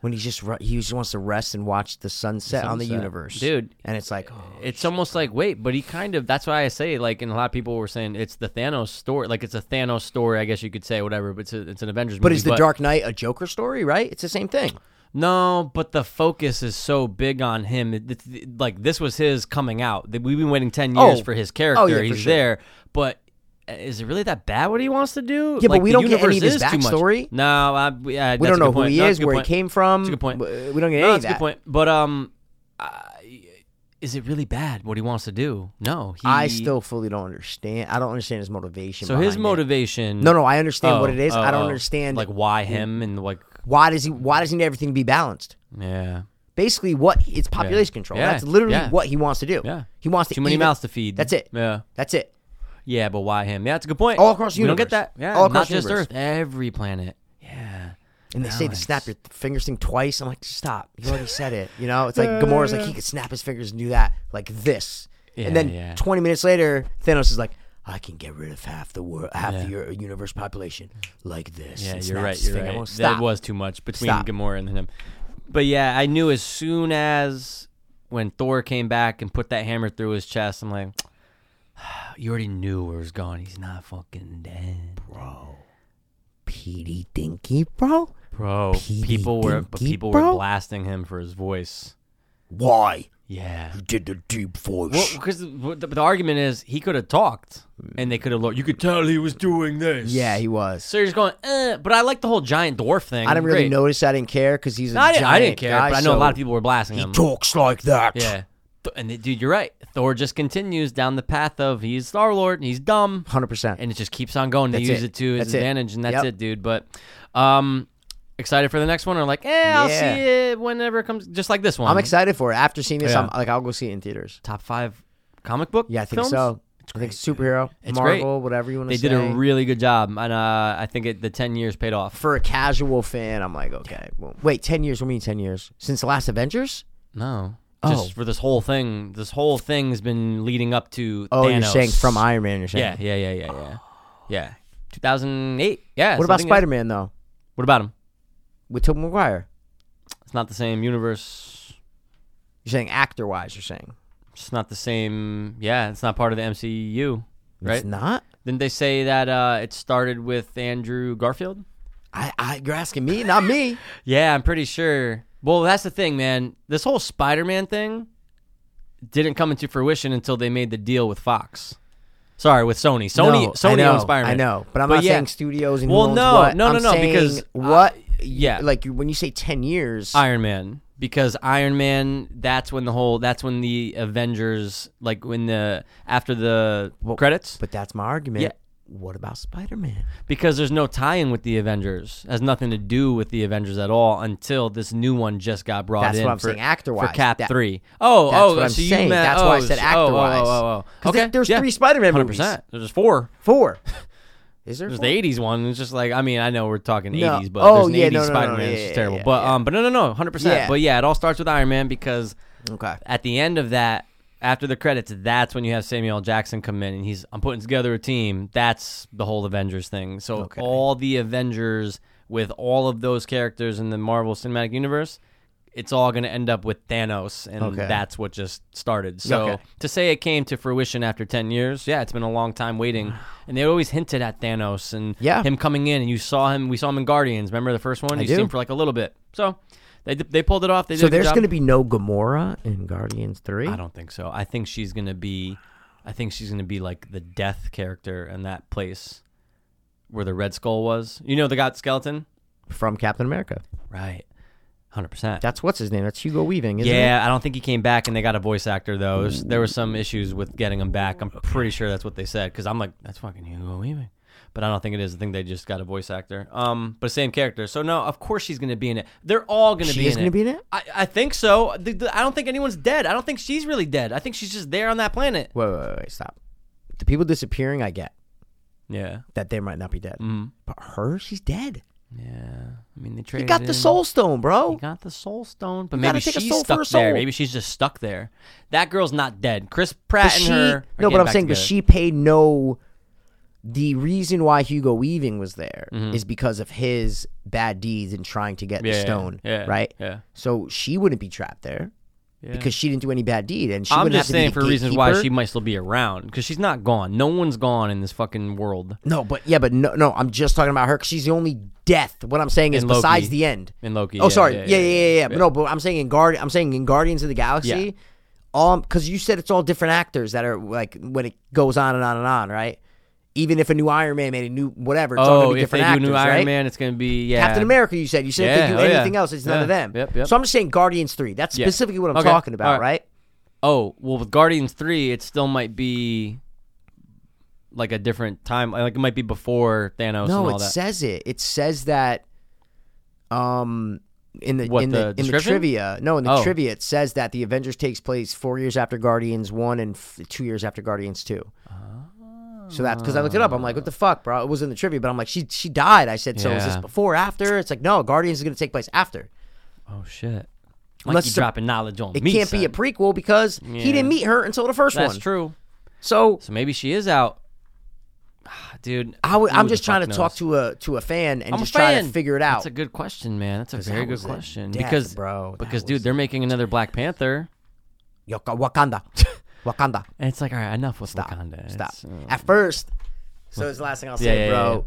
when he's just ru- he just wants to rest and watch the sunset, on the
sunset.
universe,
Dude,
And it's like, oh,
it's almost like wait, but he kind of that's why I say like, and a lot of people were saying it's the Thanos story, like it's a Thanos story, I guess you could say whatever, but it's a, it's an Avengers
but
movie.
is the Dark Knight a Joker story? Right? It's the same thing.
No, but the focus is so big on him. It- it- it- like this was his coming out. That We've been waiting ten years
Oh.
for his character.
Oh, yeah, for
He's
sure.
there, but. uh, Is it really that bad what he wants to do?
Yeah, but
Like,
we
the
don't get any of
universe
his
is too much.
backstory.
No, I, yeah,
We
that's a
don't
good
know who
point.
he
No, that's
is,
a good
where
point.
he came from.
That's a good point.
W- We don't get
No,
any
that's
of
a
that.
good point. But um, I is it really bad what he wants to do? No, he,
I still fully don't understand. I don't understand his motivation.
So his
behind it.
motivation.
No, no, I understand
Oh,
what it is.
oh,
I don't
oh.
understand
like why him and like
why does he why does he need everything to be balanced?
yeah.
Basically, what it's population control.
Yeah.
That's literally
Yeah.
what he wants to do.
Yeah.
he wants to
Too many
even-
mouths to feed.
That's it.
Yeah.
That's it.
Yeah, but why him? Yeah, that's a good point.
All across the
we don't get
universe.
that. Yeah, not
All across the
just
universe.
Earth, every planet. Yeah.
And they say to snap your th- fingers thing twice. I'm like, stop. You already said it. You know, it's like Gamora's like he could snap his fingers and do that like this.
Yeah,
and then
yeah.
20 minutes later, Thanos is like, I can get rid of half the world, half the the universe population like this.
Yeah,
and
you're
snaps
right.
his
You're
finger. I'm
right.
like, Stop.
That was too much between
Stop.
Gamora and him. But yeah, I knew as soon as when Thor came back and put that hammer through his chest, I'm like, you already knew where it was going. He's not fucking dead,
Petey Dinky, bro.
bro.
Petey
people were but
dinky,
people were
bro.
blasting him for his voice.
Why
Yeah.
did the deep voice?
Because the, the argument is he could have talked and they could have looked. You could tell he was doing this.
yeah, he was.
So you're just going, eh. but I like the whole giant dwarf thing.
I didn't really
Great.
notice. I didn't care because he's a
No, I,
giant
didn't, I didn't care,
guy,
but I know a lot of
so
people were blasting him.
He talks like that.
Yeah. Th- And th- dude, you're right. Thor just continues down the path of he's Star Lord and he's dumb,
100%.
and it just keeps on going. They
That's
use it,
it.
to his
That's it.
advantage, and that's
Yep.
it, dude. But, um, excited for the next one? Or like, eh, I'll
Yeah.
see it whenever it comes. Just like this one.
I'm excited for it. After seeing this,
um, Yeah.
I'm like, I'll go see it in theaters.
Top five comic book.
Yeah, I think
films?
so. I think superhero,
It's great.
Marvel, whatever you want
They
to say.
did a really good job, and uh, I think it, the ten years paid off.
for a casual fan, I'm like, okay, well, wait, ten years? What do you mean ten years? Since the last Avengers?
No,
Oh.
just for this whole thing. This whole thing's been leading up to.
Oh, you're
Thanos.
saying from Iron Man? You're saying?
Yeah, yeah, yeah, yeah, yeah, yeah. 2008. Yeah.
What about
something like-
Spider Man though?
What about him?
With Tobey Maguire?
It's not the same universe.
You're saying actor wise? You're saying
It's not the same. Yeah, it's not part of the MCU, right?
it's not?
Didn't they say that uh, it started with Andrew Garfield?
I, I you're asking me, not me.
Yeah, I'm pretty sure. Well, that's the thing, man. This whole Spider-Man thing didn't come into fruition until they made the deal with Fox. Sorry, with Sony. Sony,
No,
Sony
I know,
owns Spider-Man.
I know, but I'm not
yeah.
saying studios and
Well,
who owns
no,
what.
no, no,
I'm
no,
saying
because, uh,
what?
yeah.
like you- when you say ten years,
Iron Man because Iron Man. That's when the whole. That's when the Avengers, like when the after the credits.
but that's my argument.
Yeah.
what about Spider Man?
because there's no tie-in with the Avengers. Has nothing to do with the Avengers at all until this new one just got brought
That's
in.
what I'm
for,
saying, actor-wise.
for Cap
That-
three. Oh,
That's
oh,
what I'm
so you
saying.
meant-
That's why I
oh,
said
oh, oh,
actor-wise.
Oh, oh, oh,
'Cause
okay.
there- there's
yeah.
three Spider-Man movies.
100%. There's four.
Four. Is there?
There's
four?
the '80s one. It's just like I mean, I know we're talking
No.
'80s, but
Oh,
there's an
yeah,
'80s
no, no, no,
Spider-Man.
yeah,
it's just
yeah,
terrible.
yeah,
but
yeah.
um, but no, no, no, 100.
Yeah.
percent But yeah, it all starts with Iron Man because
Okay.
at the end of that, after the credits, that's when you have Samuel L. Jackson come in and he's I'm putting together a team. That's the whole Avengers thing. So
Okay.
all the Avengers with all of those characters in the Marvel Cinematic Universe, it's all going to end up with Thanos, and
Okay.
that's what just started. So
Okay.
to say it came to fruition after ten years, yeah, it's been a long time waiting. And they always hinted at Thanos and
Yeah.
him coming in, and you saw him. We saw him in Guardians. Remember the first one? you see
do.
him for like a little bit. So they they pulled it off. They
So
did a good
there's
job.
going to be no Gamora in Guardians Three.
I don't think so. I think she's gonna be, I think she's gonna be like the death character in that place where the Red Skull was. You know the god skeleton,
From Captain America.
right? Hundred percent.
That's what's his name. That's Hugo Weaving. Isn't It?
Yeah, I don't think he came back, and they got a voice actor though. It was- there were some issues with getting him back. I'm pretty sure that's what they said because I'm like, that's fucking Hugo Weaving. But I don't think it is. I think they just got a voice actor. Um, but same character. So no, of course she's gonna be in it. They're all gonna
She
be.
is
in
gonna
it.
be in it?
I, I think so. The- the- I don't think anyone's dead. I don't think she's really dead. I think she's just there on that planet.
Wait, wait, wait, wait, stop. The people disappearing, I get
Yeah.
that they might not be dead,
Mm-hmm.
but her, she's dead.
Yeah, I mean they
He
traded.
got the
in-
Soul Stone, bro.
He got the soul stone, but
You gotta
maybe
take a
she's
soul for
stuck
a
there.
soul.
Maybe she's just stuck there. That girl's not dead. Chris
But
Pratt
she,
and her. are
no,
getting
but I'm
back
saying, but
together.
she paid no. The reason why Hugo Weaving was there is because of his bad deeds in trying to get the
Mm-hmm. Yeah,
stone,
yeah,
right?
yeah.
So she wouldn't be trapped there because she didn't do any bad deed, and she
I'm
wouldn't
just
have to be
saying
the
for reasons why
gatekeeper.
she might still be around because she's not gone. No one's gone in this fucking world.
No, but yeah, but no, no. I'm just talking about her. 'cause she's the only death. What I'm saying is
And Loki.
besides the end.
And Loki,
Oh,
yeah,
sorry.
yeah,
Yeah, yeah, yeah,
yeah,
yeah. But no, but I'm saying in Guard. I'm saying in Guardians of the Galaxy. All because you said it's all different actors that are like when it goes on and on and on, right? Even if a new Iron Man made a new whatever, it's all gonna
oh,
be
if they
different
do
actors,
new Iron
right?
Man, it's gonna be yeah.
Captain America, you said. You said if
Yeah,
they do
oh, yeah.
anything else, it's none of
Yeah,
them.
yep, yep.
So I'm just saying Guardians three. That's
Yeah.
specifically what I'm
Okay,
talking about,
all right.
right?
Oh well, with Guardians three, it still might be like a different time. Like it might be before Thanos and
No,
all
it
that.
says it. It says that um in the
What,
in
the
the, in the
description?
trivia. No, in the
Oh.
trivia it says that the Avengers takes place 4 years after Guardians 1 and f- 2 years after Guardians 2. So that's because I looked it up. I'm like, what the fuck, bro? It was in the trivia, but I'm like, she she died. I said, so is this
Yeah.
before, after? It's like, no, Guardians is going to take place after.
Oh shit!
Unless
Unless you
it's a-
dropping knowledge on
It
me,
can't
son.
be a prequel because he didn't meet her until the first
That's
one.
true.
So
So maybe she is out. Ah, Dude,
I w-
who
I'm
the
just trying
fuck
to talk
knows?
to a to a fan and
I'm a
just try to
fan.
figure it out.
That's a good question, man. That's a
that
very good
was a
question
death,
because
bro. That
because
was
dude, they're making another Black Panther,
Yoka- Wakanda, Wakanda.
and it's like, all right, enough with
Stop.
Wakanda.
Stop.
It's, uh,
At first, so it's the last thing I'll
Yeah,
say,
yeah,
bro.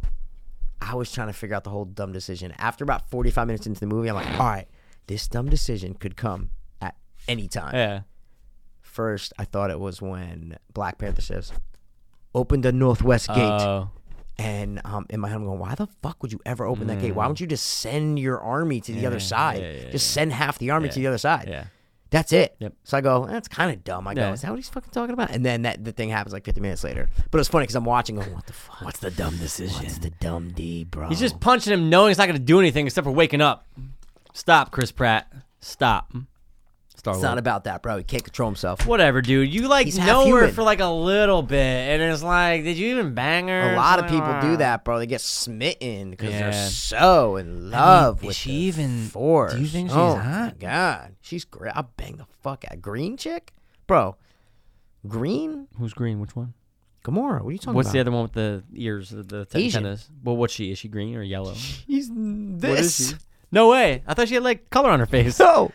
I was trying to figure out the whole dumb decision. After about 45 minutes into the movie, I'm like, all right, this dumb decision could come at any time.
yeah.
First, I thought it was when Black Panther says, open the Northwest Gate.
Uh,
and um, in my head, I'm going, why the fuck would you ever open that
Mm.
gate? Why don't you just send your army to the other side? just send half the army to the other side.
yeah.
That's it.
Yep.
So I go, that's kind of dumb. I go,
Yeah.
is that what he's fucking talking about? And then that the thing happens like 50 minutes later. But it's funny because I'm watching, going, what the fuck? What's the dumb decision? What's the dumb D, bro?
He's just punching him, knowing it's not gonna do anything except for waking up. Stop, Chris Pratt. Stop. Star
It's
Wars.
not about that, bro. He can't control himself.
Whatever, dude. You like
He's half
know her
human.
for like a little bit, and it's like, did you even bang her?
A
It's
lot of
like,
people
ah.
do that, bro. They get smitten because they're
Yeah.
so in
I mean,
love
is
with
she
the
even-
force.
do you think she's
oh, My
hot?
God, she's great. I'll bang the fuck out green chick, bro. Green
Who's green? Which one?
Gamora. What are you talking
What's
about?
the other one with the ears, the, the ten-
Asian.
tennis? Well, what's she? Is she green or yellow?
He's this.
No way. I thought she had like color on her face. All
So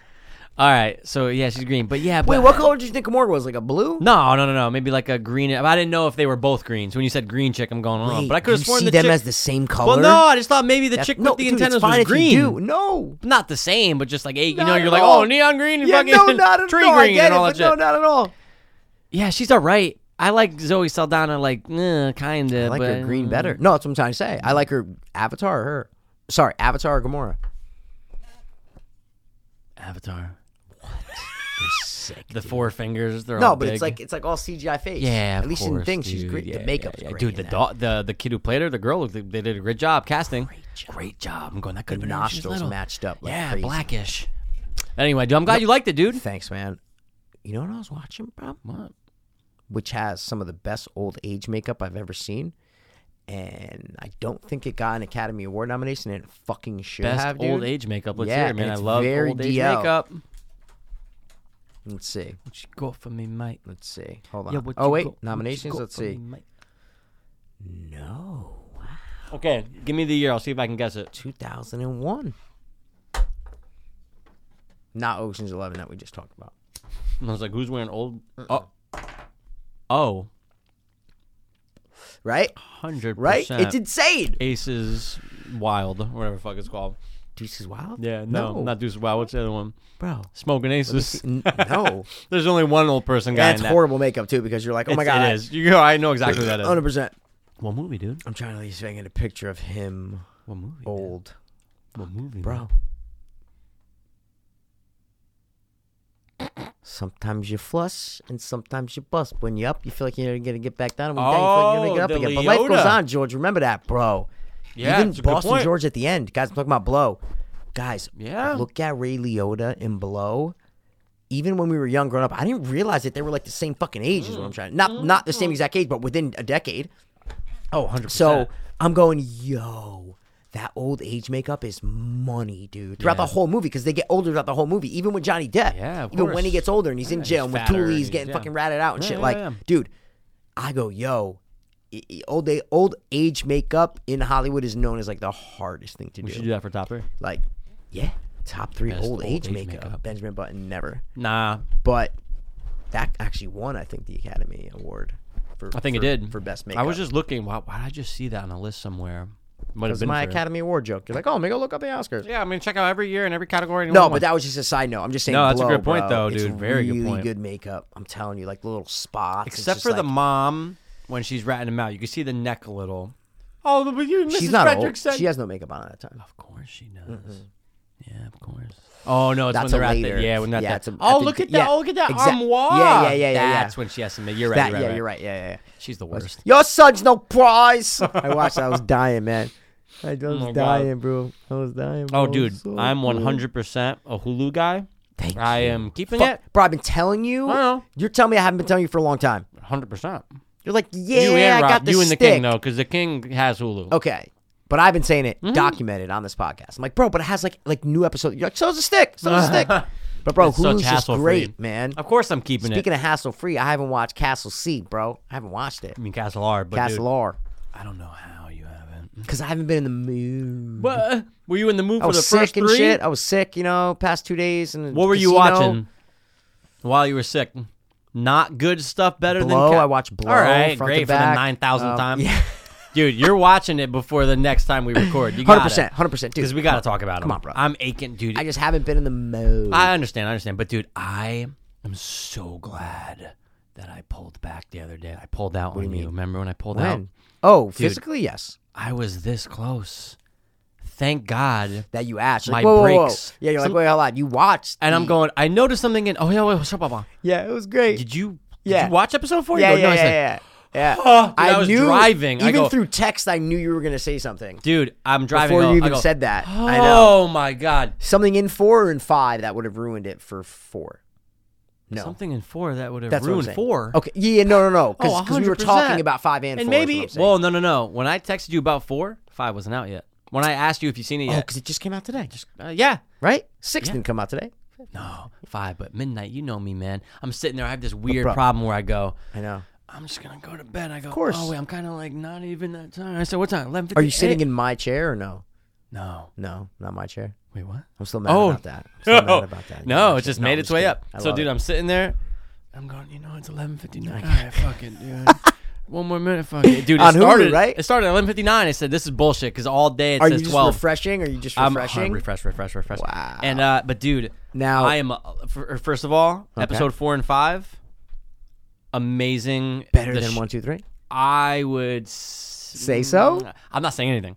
right. So yeah, she's green. But yeah.
wait,
but-
what color did you think Gamora was? Like a blue?
No, no, no, no. Maybe like a green. I didn't know if they were both green. So when you said green chick, I'm going on.
Wait,
But I could have
you
sworn
see
the
them
chick-
as the same color.
Well, no, I just thought maybe the
That's-
chick
no,
with the
dude, it's
antennas
fine
was
if
green.
You do. No,
Not the same, but just like eight. You
Not
know,
at
you're like,
all.
oh, neon green and
yeah,
fucking
no, not at
tree
all. I
green
get
and
it,
all
but
that
no,
shit.
not at all.
Yeah, she's all right. I like Zoe Saldana, like eh, kind of.
I like
but, mm,
her green better. No, that's what I'm trying to say. I like her Avatar. Or her, sorry, Avatar or Gamora.
Avatar.
sick.
The four fingers, they're all
No, but
Oh, big.
it's like it's like all CGI face.
yeah,
at least in things she's great. the makeup's great.
Dude, the
in that.
dog, the the kid who played her, the girl, looked- they did a great job casting. Great job. I'm going. That could have been her when she was
nostrils
little.
matched up like
yeah,
crazy.
blackish. Anyway, dude, I'm glad you liked it, dude.
Thanks, man. You know what I was watching, bro?
What?
Which has some of the best old age makeup I've ever seen. And I don't think it got an Academy Award nomination, and it fucking should
Best
have, dude.
old age makeup. Let's
Yeah,
hear it, man.
and
I
it's
love
very
old age
DL.
makeup.
Let's see.
What you got for me, mate?
Let's see. Hold on.
Yeah, what
oh
you
wait,
got- what you
nominations.
got
Let's
for me,
see.
mate?
No,
Okay, give me the year. I'll see if I can guess it.
2001. Not Ocean's Eleven that we just talked about.
And I was like, who's wearing old?
Uh-uh.
Oh, oh,
Right?
hundred
Right?
percent.
It's insane.
Aces Wild, or whatever the fuck it's called.
Deuce is wild.
Yeah, no, not Deuce Wild. What's the other one?
bro.
Smoking Aces.
N- no.
There's only one old person guy.
That's
in that.
horrible makeup too, because you're like, oh my
It's-
god, Oh,
it is. You, I know exactly what that is.
100. percent
What movie, dude?
I'm trying to at least if I can get a picture of him
What movie? man?
old,
What movie,
Oh, bro.
man?
Sometimes you flush and sometimes you bust. When you're up, you feel like you're gonna get back down. And when
Oh,
you're down, you feel like you're gonna get
the
up again. But life goes
Leota.
on, George. Remember that, bro.
Yeah,
Even
it's a good
Boston
point.
George at the end, guys. I'm talking about Blow. Guys,
Yeah.
Look at Ray Liotta in Blow. Even when we were young, growing up, I didn't realize that they were like the same fucking age. Is what I'm trying. Not not the same
Mm.
exact age, but within a decade.
Oh, 100
So I'm going, yo, that old age makeup is money, dude. Throughout
Yeah.
the whole movie, because they get older throughout the whole movie, even with Johnny Depp.
Yeah, of
even
course.
when he gets older and he's in
he's
jail and with
fatter
Thule,
and
he's
he's-
getting
yeah.
fucking ratted out and
Yeah,
shit.
yeah,
like,
yeah.
dude, I go, yo. i- i- Old day, old age makeup in Hollywood is known as like the hardest thing to
We
do.
should do that for top three.
Like, yeah, top three
Best
old,
old
age,
age
makeup.
makeup.
Benjamin Button never,
Nah,
but that actually won, I think, the Academy Award. For,
I think
for-
it did
for best makeup.
I was just looking. Why, why did I just see that on a list somewhere? Might have
It's
been
my
for-
Academy Award joke. You're like, oh, maybe go look up the Oscars.
Yeah, I mean, check out every year and every category. and
No,
one
but
one.
that was just a side note. I'm just saying.
No, that's a
blow,
good point,
bro.
though,
It's
dude. Very good
really
point.
good makeup. I'm telling you, like the little spots. It's
except
just
for the
like-
mom when she's ratting him out, you can see the neck a little. Oh, but you, Mrs.
She's not
Frederick
old.
said.
She has no makeup on at that time.
of course she does. Yeah, of course. Oh no, it's
Mm-hmm. That's
when they're
a
at
later-
the, yeah, when that's
yeah,
that.
it's a-
oh,
at the-
look at that!
yeah,
oh, look at that
exact-
armoire!
yeah, yeah, yeah, yeah,
That's
yeah.
when she has to. make- You're right.
That,
you're right,
yeah,
right.
you're right. Yeah, yeah, yeah.
She's the worst.
Your son's no prize. I watched. that. I was dying, man. I was
Oh my God.
dying, bro. I was dying. Bro.
Oh, dude,
So
I'm
good.
100 percent a Hulu guy.
Thank
I
you.
am keeping
Fuck,
it
bro. I've been telling you.
I know.
You're telling me I haven't been telling you for a long time.
100. percent
You're like, yeah,
You
I
and
got
Rob,
the
you and the
stick. Oh,
King though, because the King has Hulu.
Okay. But I've been saying
Mm-hmm.
it documented on this podcast. I'm like, bro, but it has like like new episodes. You're like, so's a stick, so's a stick. But bro,
It's such
Hulu's just
hassle-free.
great, man.
Of course, I'm keeping
Speaking
it.
of hassle free, I haven't watched Castle C, bro. I haven't watched it.
I mean, Castle R, but
Castle
dude,
R,
I don't know how you haven't.
because I haven't been in the mood.
What? Were you in the mood
I
for
was
the
sick
first
and
three?
shit. I was sick, you know, past two days. And
What were you
casino.
watching while you were sick? Not good stuff. Better
Blow.
than Ca-
I watched Blow.
All right,
front to
great for the
back.
nine thousand
Um,
time.
Yeah,
Dude, you're watching it before the next time we record. You
hundred
got
percent, hundred percent,
because
dude.
we got to talk about it.
Come on, bro.
I'm aching, dude.
I
I,
just haven't been in the mood.
understand, I understand, but dude, I am so glad that I pulled back the other day. I pulled out on you. Remember when I pulled out?
when? Oh, physically, yes.
I was this close. Thank God.
That you asked. You're
My
Like, whoa, whoa, whoa.
breaks.
Yeah, you're
Some-
like, wait, hold on. You watched.
And I'm
the-
going. I noticed something in. Oh yeah, wait, what's up, Papa?
Yeah, it was great.
Did you?
Yeah.
Did you watch episode four? You
yeah,
go,
yeah,
no, I
yeah,
said,
yeah, yeah.
"Oh," dude, I was driving. I
Even
go-
through text, I knew you were going to say something
dude, I'm driving
before
home.
you
I
even
go,
said that.
Oh
I know
my god!
something in four or in five that would have ruined it for four. No,
Something in four that would have
that's what I'm
ruined
saying.
four.
Okay, yeah, no, no, no,
Oh,
because we were
100%.
talking about five and,
and
four. is
maybe.
what I'm saying.
Well, no, no, no. When I texted you about four, five wasn't out yet. When I asked you if you've seen it
oh,
yet,
because it just came out today,
uh, yeah,
right? Six didn't come out today.
no, five. But midnight, you know me, man. I'm sitting there. I have this weird
Bro.
problem where I go.
I know.
I'm just gonna go to bed. I go. Of
course.
Oh wait, I'm kind of like not even that tired. I said, what time? Eleven.
Are you sitting in my chair or no?
No.
No, not my chair.
Wait, what?
I'm still mad
Oh.
about that. I'm still mad about that.
No,
Yeah,
it just
no,
made
I'm
its way
kidding.
up.
I
So,
love
dude,
it.
I'm sitting there. I'm going, you know, it's 11:59. All right, fuck it, dude. One more minute, fuck it, dude. It
On Hulu,
started,
right?
It started at 11:59. I said, this is bullshit because all day it
Are you
says
just
12.
refreshing? Are you just
I'm
refreshing?
oh, refresh, refresh, refresh.
Wow.
And uh, but dude,
Now-
I am. Uh, f- first of all, episode four and five, amazing.
Better
The
than
sh-
one, two, three.
I would s-
Say so?
I'm not saying anything,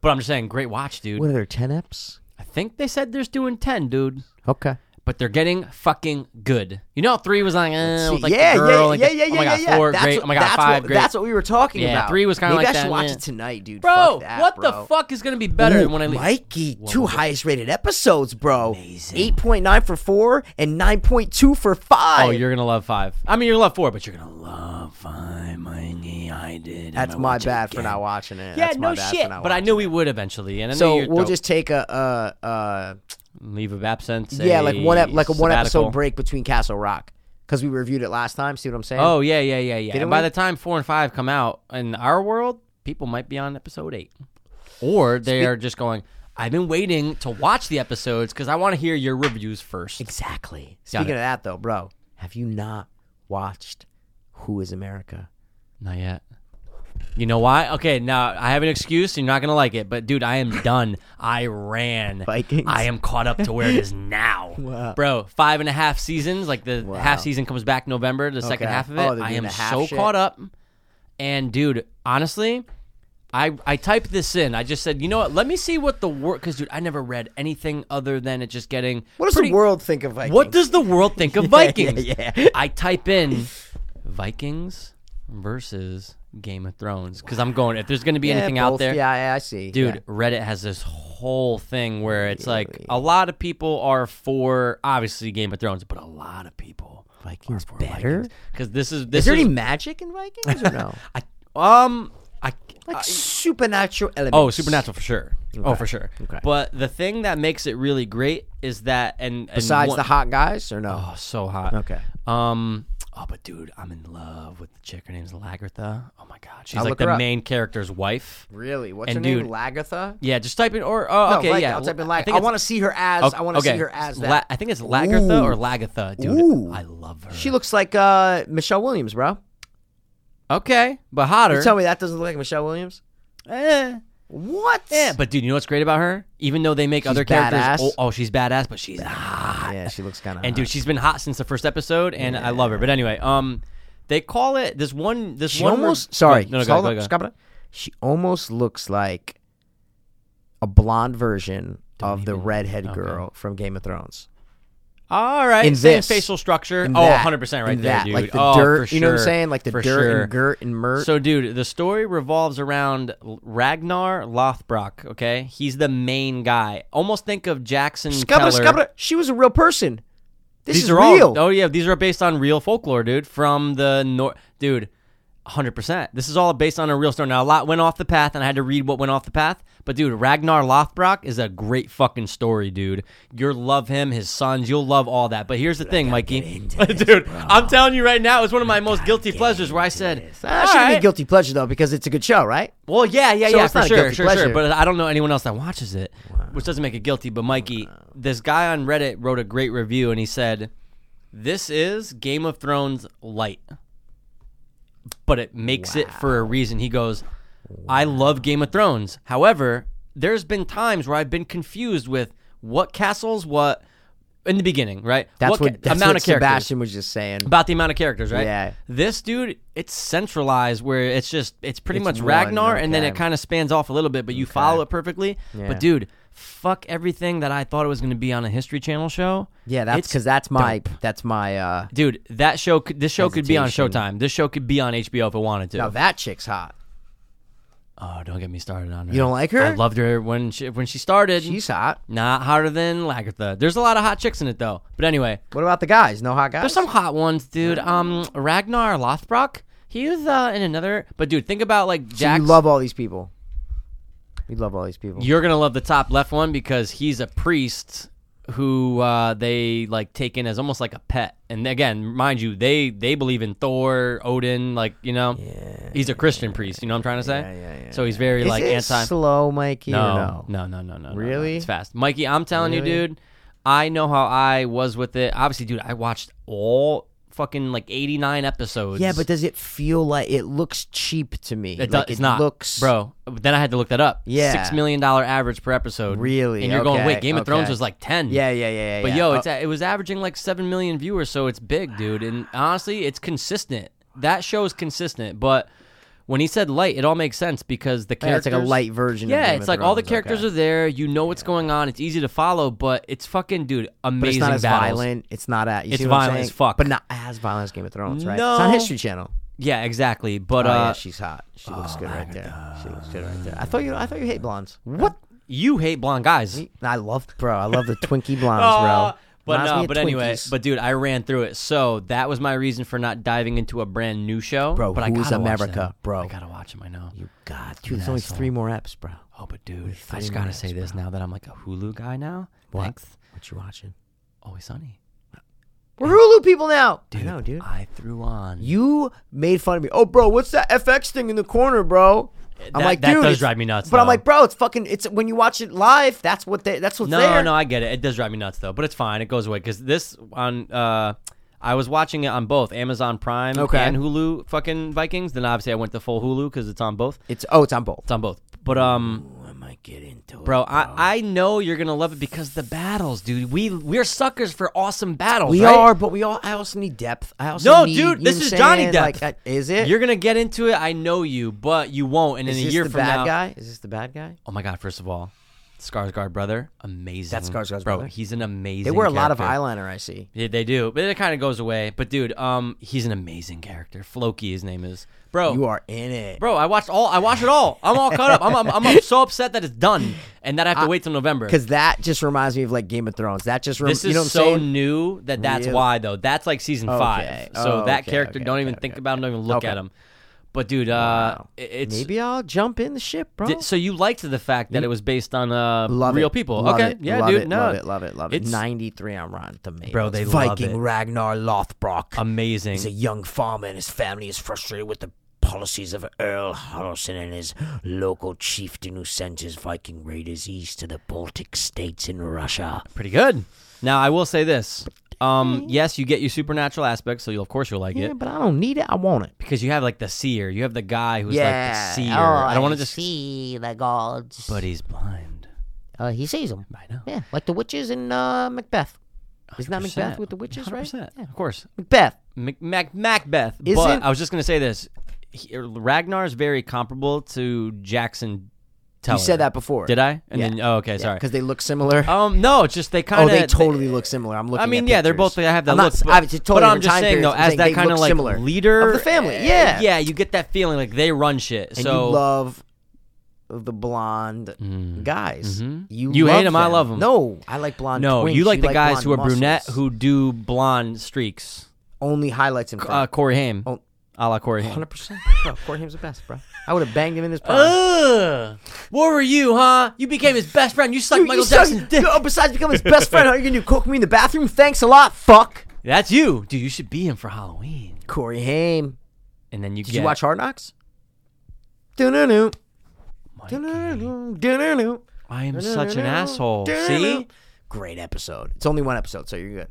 but I'm just saying, great watch, dude.
What are there? Ten eps?
I think they said there's doing ten, dude.
Okay.
but they're getting fucking good. You know, how three was like, eh, with like
yeah,
the girl,
yeah, yeah,
like,
yeah, yeah,
oh my
yeah,
god,
yeah.
four,
that's
great,
What,
oh my god,
that's
five,
what,
great.
That's what we were talking
Yeah,
about.
three was kinda
Maybe
like
I should
that,
watch
yeah.
it tonight, dude.
bro,
Fuck that,
what the
bro.
fuck is gonna be better
Ooh,
when I leave?
Mikey, two highest rated episodes, bro. Eight point nine for four and nine point two for five.
Oh, you're gonna love five. I mean, you're gonna love four, but you're gonna love five. Mikey, I did.
That's
I'm gonna
my
watch it
bad for
again.
not watching it.
Yeah,
That's my
no
bad
shit.
For not
But I
watching
knew
it.
we would eventually, and I
So
knew you'd
we'll
throw-
just take a uh uh
leave of absence.
yeah like one ep-
ep-
like a one
sabbatical.
episode break between Castle Rock because we reviewed it last time. See what I'm saying?
Oh yeah, yeah, yeah, yeah.
Didn't
And by
we?
the time four and five come out in our world, people might be on episode eight, or they are just going. I've been waiting to watch the episodes because I want to hear your reviews first.
exactly.
Got
Speaking
it.
of that though, bro, have you not watched Who Is America?
Not yet. You know why? Okay, now I have an excuse. You're not gonna like it, but dude, I am done. I ran.
Vikings.
I am caught up to where it is now,
Wow.
bro. Five and a half seasons. Like the
Wow.
half season comes back November. The second
Okay.
half of it.
Oh, they're
I
doing
am
the half
so
shit.
caught up. And dude, honestly, I I typed this in. I just said, you know what? Let me see what the world. Because dude, I never read anything other than it just getting.
What does
pretty-
the world think of Vikings?
What does the world think of Vikings?
yeah, yeah.
I type in Vikings versus Game of Thrones because I'm going. If there's going to be
Yeah,
anything out
both.
there,
Yeah, yeah, I see.
dude,
Yeah.
Reddit has this whole thing where it's like a lot of people are for obviously Game of Thrones, but a lot of people
Vikings
are for
better?
because this is
Is
this
there
is,
any magic in Vikings or no?
I, um I.
like Uh, supernatural elements.
Oh, supernatural for sure. Oh, for sure.
Okay.
But the thing that makes it really great is that, and, and
Besides
one-
the hot guys or no?
oh, so hot.
Okay.
Um. Oh, but dude, I'm in love with the chick. Her name's Lagartha. Oh my god, she's
I'll
like
look her
the
up.
main character's wife.
Really? What's
And
her name?
dude-
Lagatha?
Yeah, just type in or oh,
No,
okay,
like,
yeah.
I'll type in
I
Lag-
think
I
it's-
want to see her as. I want to see her as
La-
that.
I think it's Lagartha or
Ooh.
Lagatha, dude.
Ooh.
I love her.
she looks like uh, Michelle Williams, bro.
okay, but hotter.
You tell me that doesn't look like Michelle Williams?
Eh.
What?
Yeah, but dude, you know what's great about her? Even though they make other characters,
badass.
Oh, oh, she's badass, but she's hot.
yeah, she looks kind of.
And dude, she's been hot since the first episode, and I love her. But anyway, um, they call it this one. This
she
one
almost.
no,
sorry,
no, no, go,
hold
go,
on,
go.
just gotta- She almost looks like a blonde version of the redhead girl from Game of Thrones.
All right.
In
same
this.
facial structure.
In
oh,
that,
100% right
in
there,
that,
dude.
Like the
Oh,
dirt,
for
you know what I'm
sure,
saying? Like the
for
dirt
sure.
and gert and mert.
So, dude, the story revolves around L- Ragnar Lothbrok, okay? He's the main guy. Almost think of Jackson
Scabba,
Keller.
scabba. She was a real person. This
These
is
are all,
real.
Oh, yeah. These are based on real folklore, dude, from the North. Dude, 100%. This is all based on a real story. Now, a lot went off the path, and I had to read what went off the path. But, dude, Ragnar Lothbrok is a great fucking story, dude. You'll love him, his sons. You'll love all that. But here's the thing, Mikey. dude, I'm telling you right now, it's one of my most guilty pleasures where I said,
Ah,
"All
shouldn't be
right."
guilty pleasure though because it's a good show, right?
Well, yeah, yeah,
So
yeah,
it's
for
not a
sure,
guilty
sure, sure.
pleasure.
But I don't know anyone else that watches it, which doesn't make it guilty. But Mikey, this guy on Reddit wrote a great review, and he said, "This is Game of Thrones light, but it makes it for a reason." He goes, "I love Game of Thrones. However, there's been times where I've been confused with what castles what." In the beginning, right?
That's
what,
what,
ca-
that's
amount
what
of characters
Sebastian was just saying.
about the amount of characters, right?
Yeah.
This dude, it's centralized where it's just it's pretty
It's
much
one,
Ragnar, and then
okay.
it kind of spans off a little bit, but you follow it perfectly.
Yeah.
But dude, fuck everything that I thought it was going to be on a History Channel show.
yeah, that's
It's
because that's my
dope.
that's my. uh
dude. That show, could- this show could be on
Hesitation.
Showtime. This show could be on HBO if it wanted to.
Now that chick's hot.
oh, don't get me started on her.
You don't like her?
I loved her when she when she started.
She's hot.
not hotter than Lagartha. There's a lot of hot chicks in it though. But anyway,
What about the guys? No hot guys.
There's some hot ones, dude. Um, Ragnar Lothbrok. He was uh, in another. But dude, think about like
So
Jack.
you love all these people. You love all these people.
You're gonna love the top left one because he's a priest who uh, they like take in as almost like a pet. And again, mind you, they they believe in Thor, Odin. Like you know, he's a Christian priest. You know what I'm trying to say?
yeah, yeah,
so he's very
Is
like
it
anti.
slow, Mikey. or
No,
no.
no, no, no, no. no,
Really?
No. It's fast. Mikey, I'm telling you,
Really?
dude, I know how I was with it. Obviously, dude, I watched all fucking like 89 episodes.
Yeah, but does it feel like it looks cheap to me?
it, do-
like
it's not.
looks
Bro, then I had to look that up.
Yeah.
$6 million average per episode.
Really?
And you're going,
Okay,
wait, Game of Thrones
okay.
was like 10.
Yeah, yeah, yeah, yeah.
But
yeah.
yo,
Oh,
it's, it was averaging like 7 million viewers, so it's big, dude. And honestly, it's consistent. That show is consistent, but When he said light, it all makes sense because the
oh, Yeah, it's
characters
like a light version. of
Yeah,
Game
it's
of
like all the
Thrones,
characters
okay.
are there. You know what's going on. It's easy to follow, but it's fucking dude amazing
But it's not as
battles.
violent. It's not at. You
It's
see what I'm
violent as
saying?
fuck.
but not as violent as Game of Thrones, right? It's
No.
on History Channel.
Yeah, exactly. But
oh,
uh,
yeah, she's hot. She looks good right there. She looks good right there. I thought you. I thought you hate blondes. What?
you hate blonde guys.
I love, bro. I love the Twinkie blondes,
Uh,
bro.
But
Reminds me
no,
of
but anyway,
Twinkies.
but dude, I ran through it. So that was my reason for not diving into a brand new show.
Bro,
but I
who's
gotta watch
America,
them.
bro?
I gotta watch them. I know.
God, dude, there's only
asshole.
three more eps, bro.
Oh, but dude, I just gotta say this now that I'm like a Hulu guy now.
What?
Thanks.
What you watching?
Always sunny.
We're Hulu people now. Dude, I know, dude.
I threw on.
You made fun of me. Oh, bro, what's that FX thing in the corner, bro? I'm
That-
like,
that
dude,
does
it's-
drive me nuts,
But I'm
though.
like, bro, it's fucking. It's when you watch it live. That's what they. That's what's
no,
there.
no, I get it. It does drive me nuts though, but it's fine. It goes away because this on. uh I was watching it on both Amazon Prime
Okay.
and Hulu. Fucking Vikings. Then obviously I went to full Hulu because it's on both.
It's oh, it's on both.
It's on both. But um,
I might get into it,
bro, I, I know you're gonna love it because the battles, dude. We we're suckers for awesome battles.
We
right?
are, but we all. I also need depth. I also
No,
need,
dude,
you
this
know
is
what I'm
Johnny
saying?
Depp.
Like, I- is it?
You're gonna get into it. I know you, but you won't. And
is
in a
this
year
the
from
bad
now,
guy? Is this the bad guy?
oh my god! First of all, Skarsgård brother, amazing.
That's Skarsgård's
bro.
brother?
He's an amazing.
They wear a lot of
character.
eyeliner. I see.
Yeah, they do, but it kind of goes away. But dude, um, he's an amazing character. Floki, his name is, bro.
You are in it.
Oh. Bro, I watched all. I watched it all. I'm all caught up. I'm, I'm, I'm so upset that it's done and that I have to wait till November.
Because that just reminds me of like Game of Thrones. That just rem-
This
you
is
know what I'm
so
saying?
new that that's
Really?
why though. That's like season
Okay.
five. So
Oh,
that
okay,
character,
okay,
don't
okay,
even
okay,
think about him. Don't even look
Okay.
at him. But dude, uh, i- it's
Maybe I'll jump in the ship, bro.
di- so you liked the fact that it was based on uh
love
real
it.
people.
Love
okay,
it.
yeah,
love
dude,
it,
no,
love it, love it, love it.
It's
93 on Rotten Tomatoes.
Bro, they love
Viking
it.
Ragnar Lothbrok
amazing.
is a young farmer, and his family is frustrated with the policies of Earl Harrelson and his local chieftain who sends his Viking raiders east to the Baltic states in Russia.
Pretty good. Now I will say this. Um, yes, you get your supernatural aspects, so you'll of course you'll like
Yeah,
it
but I don't need it. I want it.
because you have like the seer. You have the guy who's
yeah.
like the seer.
Oh,
I don't want to just,
see the gods.
but he's blind.
uh, he sees them.
I know.
Yeah, like the witches in uh, Macbeth. Isn't that
100%.
Macbeth with the witches, right?
100%.
Yeah.
Of course.
Macbeth.
Mac- Mac- Macbeth.
Isn't-
But I was just gonna say this. He, Ragnar is very comparable to Jackson. Teller.
You said that before.
Did I? And
Yeah.
then oh, okay, sorry.
Because they look similar.
Um, no, it's just they
oh,
kind of.
they totally look similar. I'm looking.
I mean,
at
yeah, they're both.
pictures.
They have that
I'm
look.
Not,
but,
I, it's a totally
but I'm
different
just
time
saying
periods.
though,
I'm
as
saying
that
they
kind of
look
like
similar
leader
of the family.
eh,
Yeah,
yeah, you get that feeling like they run shit.
And
so Mm-hmm. Mm.
you love the blonde guys. You
You hate
love
'em, I love 'em.
No, I like blonde.
no,
twinks.
you like the guys
blonde
who are brunette
muscles.
who do blonde streaks.
only highlights him.
Uh, Corey Haim,
Oh.
a la Corey Haim.
Hundred percent, bro. Corey Haim's the best, bro. I would have banged him
Uh,
in his prime.
Ugh. Where were you, huh? You became his best friend. You sucked
You- you
Michael
suck.
Jackson's dick.
Oh, besides becoming his best friend, how are you gonna do? Cook me in the bathroom? Thanks a lot. Fuck,
That's you, dude. You should be him for Halloween.
Corey Haim.
And then you
Did
get
you watch Hard Knocks? Do-do-do.
Mikey.
Do-do-do. Do-do-do.
I am such an asshole. See?
Great episode. It's only one episode, so you're good.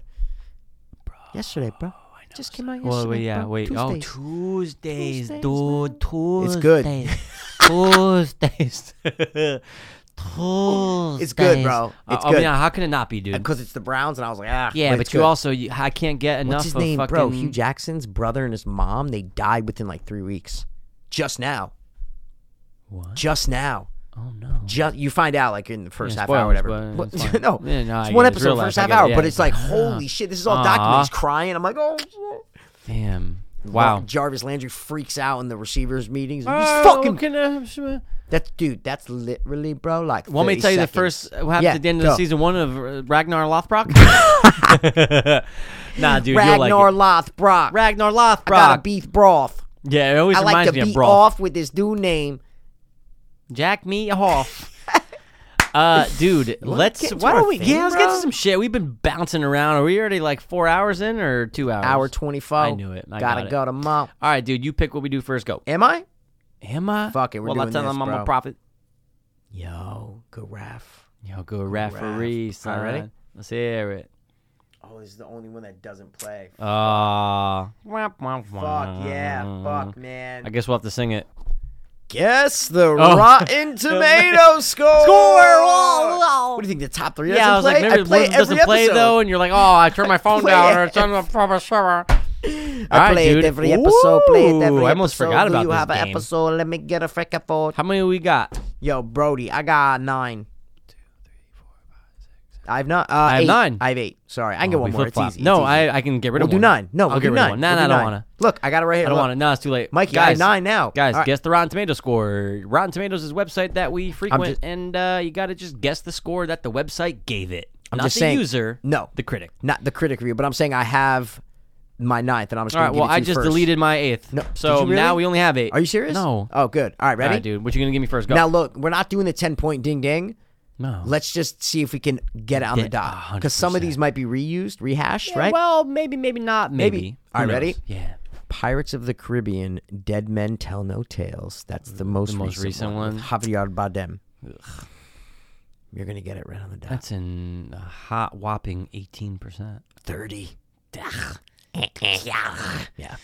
Yesterday, bro. Just came out yesterday.
Well, wait, yeah,
bro.
wait. Oh,
Tuesdays.
Tuesdays,
Tuesdays,
dude. Tuesdays.
It's good.
Tuesdays. Tuesdays.
Oh, It's good, bro.
I-
It's
I
good.
mean, how can it not Uh, be, dude?
Because it's the Browns, and I was like, ah.
Yeah, but
it's
you
good.
also, you, I can't get enough
What's his
of
name,
fucking.
bro? Hugh Jackson's brother and his mom, they died within like three weeks. Just now.
What?
Just now.
Oh no.
Just you find out like in the first
Yeah,
half hour, or
spoilers,
whatever.
but
What-
it's fine.
no,
Yeah, no, I
it's
get
one
it. It's
episode,
real
first
life, I
half
get it,
hour,
yeah.
but it's like, holy shit, this is all documented. He's
Aw.
crying. I'm like, oh.
Damn. Wow.
Jarvis Landry freaks out in the receivers meetings. He's
Oh,
fucking.
fucking.
That's dude. That's literally, bro. Like,
Want me to
30
tell you the
seconds.
first what happened
Yeah,
at the end of
go.
the season one of uh, Ragnar Lothbrok? nah, dude, you'll
Ragnar
like it.
Lothbrok.
Ragnar
I gotta
Lothbrok.
beef broth.
yeah, it always
I like
reminds
to
me of
beat
broth.
off with this dude name.
Jack me off. Uh, dude, let's.
get into
Why
our
don't we?
theme,
yeah, let's get
bro?
to some shit. We've been bouncing around. Are we already like four hours in or two hours?
Hour twenty four.
I knew it. I
gotta
got it.
go to mom.
All right, dude, you pick what we do first. Go.
Am I?
Am I?
Fuck it, we're
well,
doing
I'm telling
this,
him I'm
bro.
a prophet.
Yo, giraffe.
Yo, go referee,
All
son.
right, ready?
Let's hear it.
Oh, this is the only one that doesn't play.
Ah.
Fuck yeah, fuck man.
I guess we'll have to sing it.
guess Oh. the Rotten Tomato score. What do you think the top three?
Yeah, I was
doesn't
like,
play?
maybe
play
it doesn't
every
play
episode.
though, and you're like, oh, I turned my phone
play
down,
it.
or it's on the proper server.
I
right,
play
dude.
it every episode. Play it
Ooh,
every
I almost
episode.
forgot
Do
about
you
this
have an
game.
episode? Let me get a freaking phone.
How many we got?
Yo, Brody, I got nine. I have not. Uh,
have
eight.
nine. Oh,
I have eight. Sorry, I can get one
We
more. It's
flip-flop.
easy.
No,
it's easy.
I I can get rid
We'll
of
do
one.
nine. No,
I'll
we'll
get
do
rid of
nine.
one. Nah,
We'll
nah, I
do
don't
nine.
want to.
Look, I got it right here.
I don't
Look.
want to. No, it's too late.
Mikey, I
guys,
got nine now.
Guys,
All right.
guess the Rotten Tomato score. Rotten Tomatoes is a website that we frequent,
just-
and uh, you got to just guess the score that the website gave it.
I'm
Not
just
the
saying-
user.
No.
the critic.
Not the critic review, but I'm saying I have my ninth, and I'm just
All
going
right. Well, I just deleted my eighth.
No,
so
did you really?
now we only have eight.
Are you serious?
No.
Oh, good. All right,
All
ready,
right, dude. What you gonna give me first? Go.
Now look, we're not doing the ten point ding ding.
no.
Let's just see if we can get it on
Yeah,
the dot because some of
100%.
these might be reused, rehashed,
Yeah,
right?
Well, maybe, maybe not. Maybe.
Maybe.
Who
All right,
knows?
ready?
Yeah.
Pirates of the Caribbean: Dead Men Tell No Tales. That's the most
most recent
with
one.
Javier Bardem. You're gonna get it right on the dot.
That's in a hot whopping eighteen percent.
Thirty. yeah.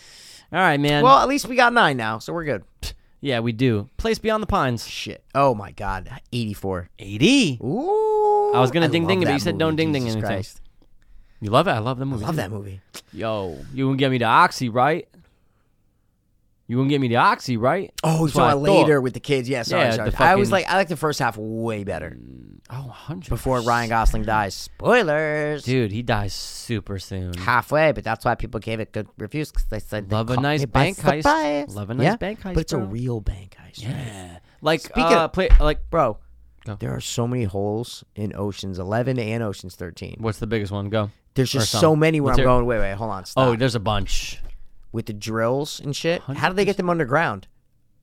All right, man.
Well, at least we got nine now, so we're good.
yeah, we do. Place Beyond the Pines.
Shit. Oh my God. Eighty-four.
Eighty.
Ooh.
I was gonna ding
love
ding it, but
that
you said
movie,
don't ding ding
Jesus
anything.
Christ.
You love it. I love the movie.
Love that movie.
Yo, you gonna get me the oxy, right? You gonna get me the oxy, right?
Oh, you
That's what I
saw it
thought.
later with the kids. Yeah, sorry,
Yeah,
sorry.
the
I was
fucking-
like, I like the first half way better
Oh, 100
before Ryan Gosling dies. Spoilers.
Dude, he dies super soon.
Halfway, but that's why people gave it good reviews because they said they
Love a
caught
nice
me by
bank heist.
surprise.
Love a nice
Yeah,
bank heist,
but it's
bro.
a real bank heist. right?
Yeah. Like
Speaking
uh,
of-
play like
bro.
Go.
There are so many holes in Oceans 11 and Oceans 13.
what's the biggest one? Go.
There's
Or
just
some.
so many where
Let's
I'm
hear-
going. Wait, wait, hold on. Stop.
Oh, there's a bunch.
with the drills and shit. How do they get them underground?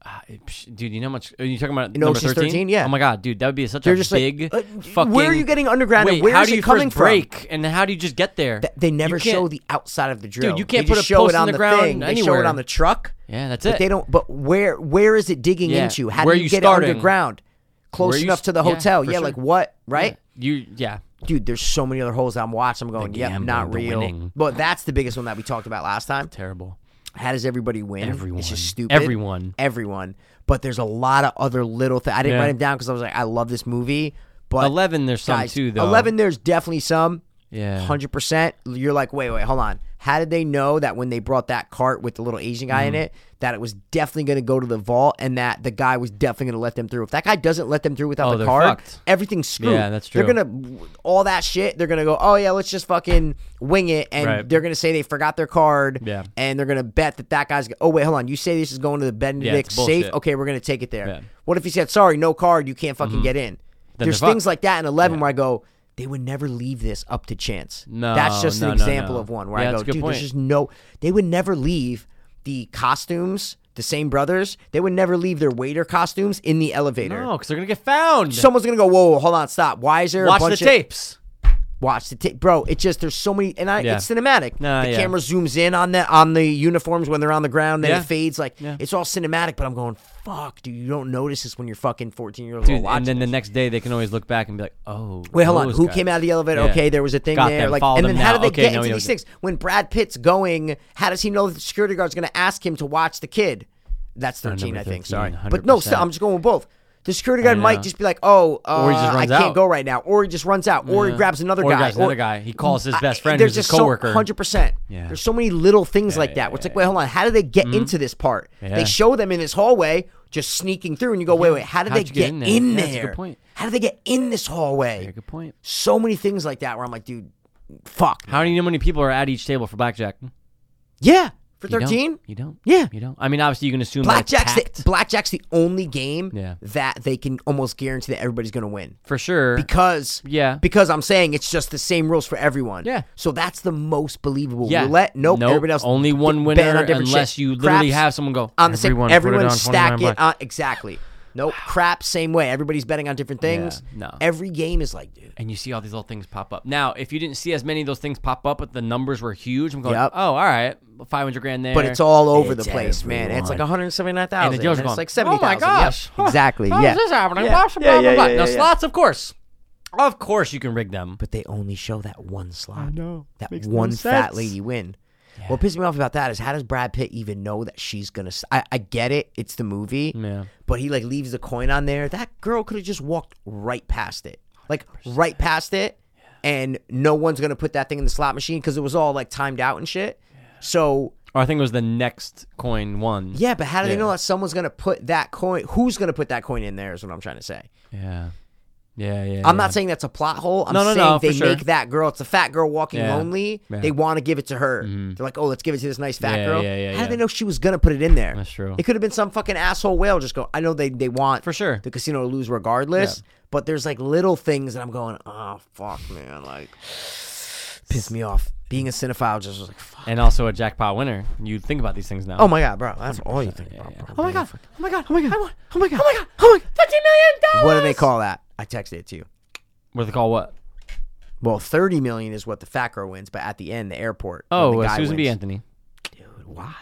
Ah, it- psh, Dude, you know how much are you talking about
In
number
Ocean's 13? Yeah.
Oh my god, dude, that would be such
They're
a
just like,
big
uh,
fucking
where are you getting underground and
Wait,
where
how
is
do
it
you
coming
first
from?
break and how do you just get there?
Th- They never
You can't-
show the outside of the drill.
you can't
They
put a
just show
post
it
in
on
the
the,
ground
thing. They show
anywhere.
it on the truck.
Yeah, that's
but
it.
They don't. But where where is it digging
Yeah,
into? How
where
do
are
you
you
get
starting?
it underground? Close
you
enough
s-
to the
yeah,
hotel.
for
Yeah,
sure.
like what? Right,
You yeah.
dude. There's so many other holes I'm watching. I'm going, yep,
gambling,
not
the
real.
winning.
But that's the biggest one that we talked about last time.
Terrible.
How does everybody win?
Everyone.
It's just stupid.
Everyone.
Everyone. But there's a lot of other little things. I didn't
Yeah.
write them down because I was like, I love this movie. But
11 there's some
guys,
too though.
11, there's definitely some.
Yeah.
hundred percent. You're like, wait, wait, hold on. How did they know that when they brought that cart with the little Asian guy
Mm-hmm.
in it, that it was definitely going to go to the vault, and that the guy was definitely going to let them through? If that guy doesn't let them through without
Oh,
the
they're
cart,
fucked.
everything's screwed.
Yeah, that's
They're
true.
gonna all that shit. They're gonna go, oh yeah, let's just fucking wing it, and
Right.
they're gonna say they forgot their card.
Yeah.
and they're gonna bet that that guy's. Oh wait, hold on. You say this is going to the Benedict safe?
bullshit.
Okay, we're gonna take it there.
Yeah. Mm-hmm.
What if he said, sorry, no card, you can't fucking get in?
Then
There's
they're fucked.
things like that in 11 where I go, they would never leave this up to chance.
No,
that's just
no,
an
no,
example
no.
of one where
Yeah,
I
that's
go,
a good
dude,
point.
there's just no. They would never leave the costumes, the same brothers. They would never leave their waiter costumes in the elevator.
No, because Oh, they're gonna get found.
Someone's gonna go, whoa, whoa, hold on, stop. Why is there a
Watch the
bunch of
tapes.
watch the tape, bro? It just there's so many, and I,
Yeah.
it's cinematic.
Nah,
the
yeah.
camera zooms in on the on the uniforms when they're on the ground, then
Yeah.
it fades. Like
Yeah.
it's all cinematic, but I'm going, fuck, dude, you don't notice this when you're fucking 14 years old
Dude,
watching.
and then
this.
the next day they can always look back and be like, oh.
Wait, hold on.
those
Who
guys.
came out of the elevator?
Yeah.
Okay, there was a thing
Got
there.
them.
Like,
Follow
and
them
then how
now.
do they
Okay,
get
now we
into
know
these
what
things? When Brad Pitt's going, how does he know the security guard's going to ask him to watch the kid? That's thirteen,
number
I
13,
think. Sorry, but no, still,
100%.
I'm just going with both. The security guard
know.
might just be like, "Oh, uh,
he just
I
runs
can't
out.
go right now," or he just runs out, or he grabs another
Or he
guy,
grabs another guy. He calls his best friend
There's
who's his
just so-
coworker.
100%.
Yeah. Mm-hmm.
There's so many little things like that. Where it's like, wait, hold on. How did they get into this part?
Yeah.
They show them in this hallway, just sneaking through, and you go, wait, wait. How did
How'd
they
you
get,
get in
in
there? Yeah,
there?
that's a good point.
How did they get in this hallway?
Very good point.
so many things like that where I'm like, dude, fuck.
How do you know how many people are at each table for blackjack? You
yeah, for
don't.
thirteen,
You don't.
Yeah.
You don't. I mean, obviously you can assume that it's
blackjack's
packed.
the, blackjack's the only game
Yeah.
that they can almost guarantee that everybody's gonna win
for sure.
because
Yeah.
because I'm saying it's just the same rules for everyone.
Yeah.
so that's the most believable
yeah.
roulette. Nope, everybody else
Only one
bet
winner,
on different
unless
shit.
you literally
Craps,
have someone go
on the same.
Everyone,
Everyone,
put it on,
stack
29
it
bucks."
on exactly. Nope, crap, same way. Everybody's betting on different things.
no.
every game is like, dude.
and you see all these little things pop up. Now, if you didn't see as many of those things pop up, but the numbers were huge, I'm going,
Yep.
oh, all right, 500 grand there.
But it's all over
It's
the place, man. It's like
everyone.
179,000.
And the dealer's
and
going,
it's like
Oh
70,000.
my
Yep,
gosh.
Exactly.
How
yeah.
Oh, is this happening?
Yeah.
Blah, blah, blah,
Yeah, yeah,
blah,
yeah,
blah.
yeah,
now,
yeah.
slots, of course. Of course you can rig them.
But they only show that one slot.
know.
That
Makes no
one fat
sense.
lady win. What pissed me off about that is how does Brad Pitt even know that she's gonna? s- I, I get it, it's the movie,
Yeah.
but he like leaves the coin on there. That girl could have just walked right past it, like right past it, and no one's gonna put that thing in the slot machine because it was all like timed out and shit. So
Or I think it was the next coin one.
yeah, but how do they
Yeah.
know that someone's gonna put that coin? Who's gonna put that coin in there? Is what I'm trying to say.
Yeah. Yeah, yeah. yeah.
I'm not saying that's a plot hole. I'm
No, no,
saying
no,
they
for sure.
make that girl. It's a fat girl walking
Yeah.
lonely.
Yeah. Mm-hmm.
They want to give it to her. They're like, oh, let's give it to this nice fat
Yeah,
girl.
yeah, yeah,
How do
yeah.
they know she was gonna put it in there?
That's true.
It could have been some fucking asshole whale just go. I know they they want
For sure.
the casino to lose regardless. But there's like little things that I'm going, oh fuck, man, like piss me off. Being a cinephile just was like, fuck.
And also a jackpot winner. You think about these things now.
Oh my god, bro, that's all you think about. Bro.
Oh my god. Oh my god. Oh my god. Oh my god. Oh my god. Oh my god. Fifty million dollars.
What do they call that? I texted it to you.
What do they call what?
Well, thirty million is what the fat girl wins, but at the end, the airport. when
Oh,
the
uh,
guy
Susan B.
wins.
Anthony.
Dude, why?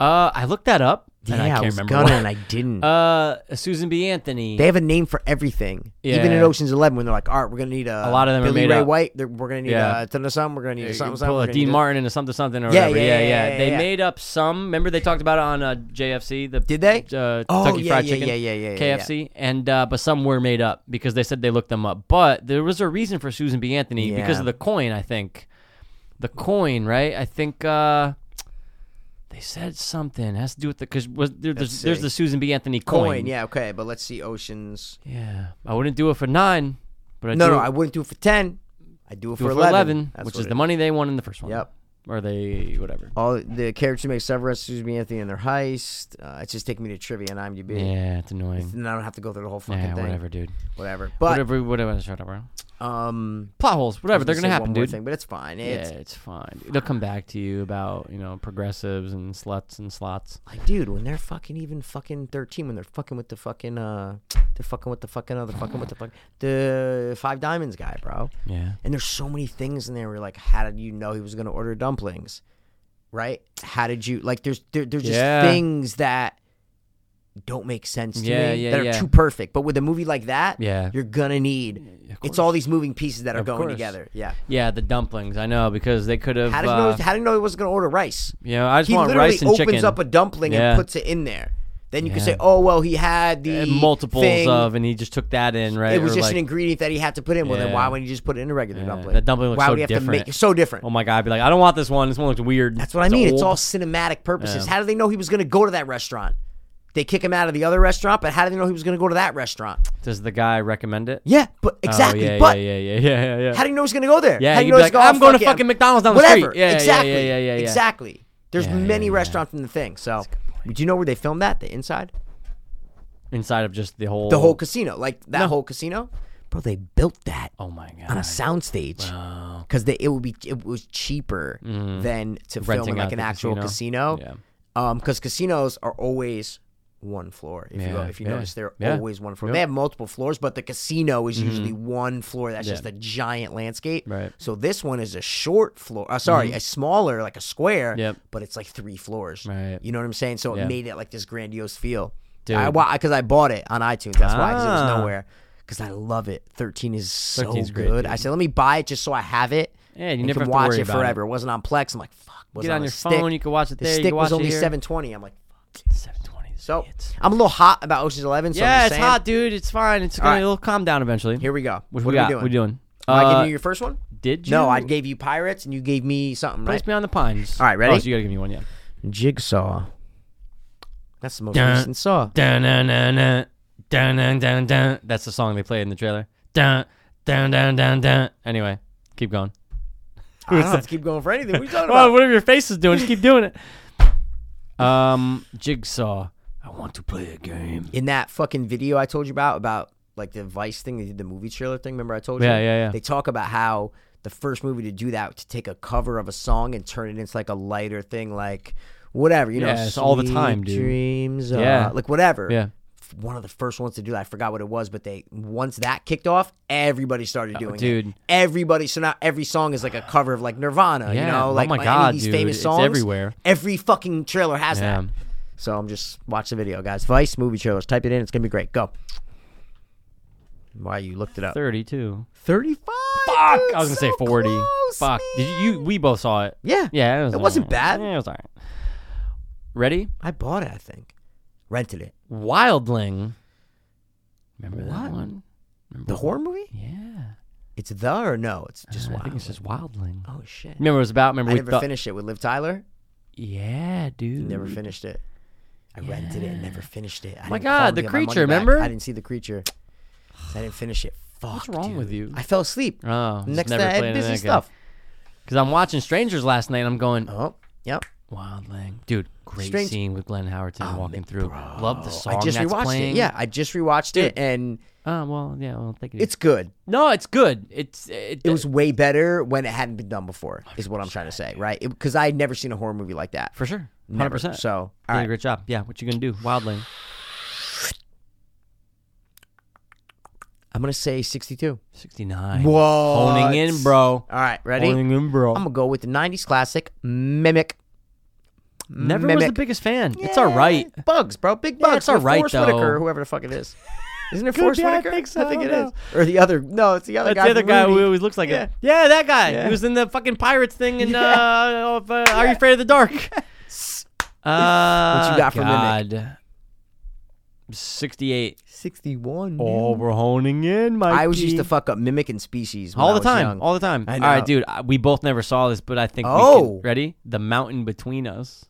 Uh, I looked that up.
Yeah,
and I
I,
can't
was
remember.
gonna
what-
and I didn't.
Uh, Susan B. Anthony.
they have a name for everything. Even
Yeah.
in Ocean's Eleven, when they're like, "All right, we're gonna need a,
A lot of them are
Billy
made
Ray
up.
White. they're- We're gonna need
Yeah.
a ton of something. We're gonna need a something.
You
something
pull
we're
a
gonna
Dean
need a-"
Martin into something something or
Yeah,
whatever.
yeah,
Yeah,
yeah,
yeah.
yeah,
They
yeah.
made up some. Remember they talked about it on uh, JFC. The
Did they?
Uh,
Oh,
Kentucky
yeah,
Fried
yeah,
Chicken.
yeah, yeah, yeah, yeah,
KFC. And uh, but some were made up because they said they looked them up. But there was a reason for Susan B. Anthony because
Yeah.
of the coin. I think the coin, right? I think. Uh, they said something It has to do with the because was there,
Let's
there's,
see.
there's the Susan B. Anthony coin.
Coin. Yeah. Okay, but let's see. Ocean's.
yeah. I wouldn't do it for nine, but I
No,
do
no,
it-
I wouldn't do it for ten. I do it
do
for
it
eleven, That's
which
what
is
it
the money they won in the first one.
Yep.
Or they whatever.
All the characters who make Severus, Susan B. Anthony, and their heist. Uh, it's just taking me to trivia and IMDb.
Yeah, it's annoying.
And I don't have to go through the whole fucking
Yeah,
thing.
whatever, dude.
Whatever. But
whatever, whatever. Shut up, bro.
um,
Plot holes, whatever. They're
just
gonna
say
happen,
one more
dude.
Thing, but it's fine.
yeah,
It's
it's, fine. dude. They'll come back to you about you know progressives and sluts and slots.
Like, dude, when they're fucking even fucking thirteen, when they're fucking with the fucking uh, they're fucking with the fucking other fucking with the fuck the Five Diamonds guy, bro.
Yeah.
And there's so many things in there. Where you're like, how did you know he was gonna order dumplings, right? How did you like? There's there, there's just
Yeah.
things that don't make sense to
Yeah,
me
yeah,
that are
yeah.
too perfect. But with a movie like that,
Yeah.
you're gonna need. It's all these moving pieces that are
Of
going
course.
together. Yeah.
Yeah, the dumplings. I know because they could have.
How did you
Uh,
know? How did you know he wasn't gonna order rice?
you know, I just
he
want
literally
rice and
opens
chicken.
up a dumpling
Yeah.
and puts it in there. Then you can
Yeah.
say, "Oh well, he had the
And multiples
thing.
of, and he just took that in, right?
It was
Or
just
like,
an ingredient that he had to put in. Well, then
Yeah.
why wouldn't he just put it in a regular
Yeah,
dumpling?
that dumpling looks
why
so
would he have To
different.
make, so different.
Oh my god! I'd be like, I don't want this one. This one looks weird.
That's what I mean. It's
old.
all cinematic purposes.
Yeah.
How do they know he was going to go to that restaurant? They kick him out of the other restaurant, but how do they know he was going to go to that restaurant?
Does the guy recommend it?
Yeah, but exactly.
Oh, yeah,
but
yeah, yeah, yeah, yeah, yeah.
how do you know he's going to go there?
Yeah,
how do
you'd
you know
be
he's
like, I'm
"Oh,
going to
fuck yeah,
fucking McDonald's down the
whatever.
street. Yeah, yeah,
exactly.
yeah, yeah, yeah, yeah.
Exactly. There's
Yeah, yeah,
many
yeah.
restaurants in the thing. So, do you know where they filmed that? The inside.
Inside of just the whole
The whole casino, like that whole casino, bro. They built that
Oh my god.
on a soundstage because it would be it was cheaper than to film in
Mm. Renting
like
out
an
the
actual casino.
casino.
because Um, casinos are always one floor. If you
Yeah,
if you
yeah,
notice, they're
yeah. Mm-hmm.
always one floor. They have multiple floors, but the casino is usually one floor. That's just a giant landscape.
Right. Mm-hmm.
So this one is a short floor. Uh, sorry, a smaller like a square.
Yep.
But it's like three floors.
Right.
You know what I'm saying? So it
Yeah.
made it like this grandiose feel.
Dude.
I because I bought it on iTunes. That's why 'cause it was
Ah.
nowhere. Because I love it. Thirteen is so
13 's
good.
great, dude.
I said, let me buy it just so I have it.
Yeah, you
and
never
can
have to
watch
worry
it
about it.
forever. It. wasn't on Plex. I'm like, fuck. It
Get
wasn't
on
the
your
stick.
phone. You can watch it
The
there. you
stick
can watch
was only
it here.
720. I'm like,
Seven twenty.
so I'm a little hot about Ocean's Eleven. So I'm
yeah,
just
it's
saying,
hot, dude. It's fine. It's gonna
right.
it'll calm down eventually.
Here we go.
What
what
we got?
are we doing?
What doing?
Am I
Uh,
giving you your first one?
Did you?
No, I gave you Pirates, and you gave me something, right?
Place me on the pines.
All right, ready?
Oh, so you gotta give me one. Yeah.
Jigsaw. That's the most
Dun.
recent Saw.
Dun dun dun dun dun dun dun dun. That's the song they play in the trailer. Dun dun dun dun dun. Anyway, keep going.
I don't have to keep going for anything. What are you talking
Well,
about?
whatever your face is doing, just keep doing it. Um, Jigsaw. I want to play a game.
In that fucking video I told you about, about like the Vice thing, they did the movie trailer thing. Remember I told you?
Yeah, yeah, yeah.
They talk about how the first movie to do that to take a cover of a song and turn it into like a lighter thing, like whatever you know.
Yeah, it's all the
sweet
time, dude.
Dreams, yeah,
Yeah.
like whatever.
Yeah.
F- One of the first ones to do that. I forgot what it was, but they once that kicked off, everybody started doing it.
Oh, dude.
Everybody. So now every song is like a cover of like Nirvana.
Yeah.
You know,
Oh
like
my
any
God,
E
of these
dude.
famous
It's
songs
everywhere.
Every fucking trailer has
Yeah.
that. So I'm just watch the video, guys. Vice movie trailers. Type it in. It's gonna be great. Go. Why you looked it
uh,
up?
Thirty-two.
Thirty-five.
Fuck!
dude,
I was gonna
so
say forty.
close,
Fuck! Did you, you? We both saw it.
Yeah.
Yeah, it, was
It wasn't
alright.
bad.
Yeah, it was alright. Ready?
I bought it. I think rented it.
Wildling. Remember
What?
that Uh-huh. one?
The horror movie?
Yeah.
It's the or no? It's just
I think
wild.
it's just wildling.
Oh shit!
Remember what it was about? Remember
I
we
never
thought?
finished it with Liv Tyler.
Yeah, dude.
Never finished it. I rented it and never finished it. I
Oh My
didn't call
God,
to
the
get my money
creature,
back.
remember?
I didn't see the creature. I didn't finish it. Fuck.
What's wrong
dude.
with you?
I fell asleep.
Oh,
Next
never
to that, I
played
had
it,
busy
okay.
stuff.
Because I'm watching Strangers last night. and I'm going
Oh, yep.
Wildling, dude. Great
Strange-
scene with Glenn Howerton walking through. Love the song
Um, I just
that's
rewatched
playing.
it. Yeah, I just rewatched it, and
Oh well, yeah. Well, thank you.
it's good.
no, it's good. It's it,
It was way better when it hadn't been done before. Is what I'm trying to say, right? Because I had never seen a horror movie like that.
for sure, hundred
Never.
percent.
So, all
did
right.
a great job. Yeah, what you gonna do, Wildling?
I'm gonna say 62.
Sixty nine.
What?
Honing in, bro.
All right, ready?
Honing in, bro.
I'm gonna go with the 90s classic Mimic.
Never was the
Mimic.
biggest fan. It's all right.
Bugs, bro. Big
Yeah,
bugs.
it's all
with
right,
Forrest
though.
Whitaker, or whoever the fuck it is. Isn't it Forrest
be, I
Whitaker?
think so,
I think
I
it
don't
is. Or the other. No, it's the other
oh, That's
guy.
the other
from
guy
Rudy.
who always looks like
Yeah.
it. Yeah, that guy.
Yeah.
He was in the fucking pirates thing and uh, of, uh, Are You Afraid of the Dark? Uh,
What you got for
God.
Mimic?
Sixty-eight.
61.
Oh,
dude.
we're honing in, Mike.
I always used to fuck up Mimic and Species when
all
I
the
was
time,
young.
all the time.
I
All right,
know.
dude. I- We both never saw this, but I think. we
Oh.
can, ready? The mountain between us.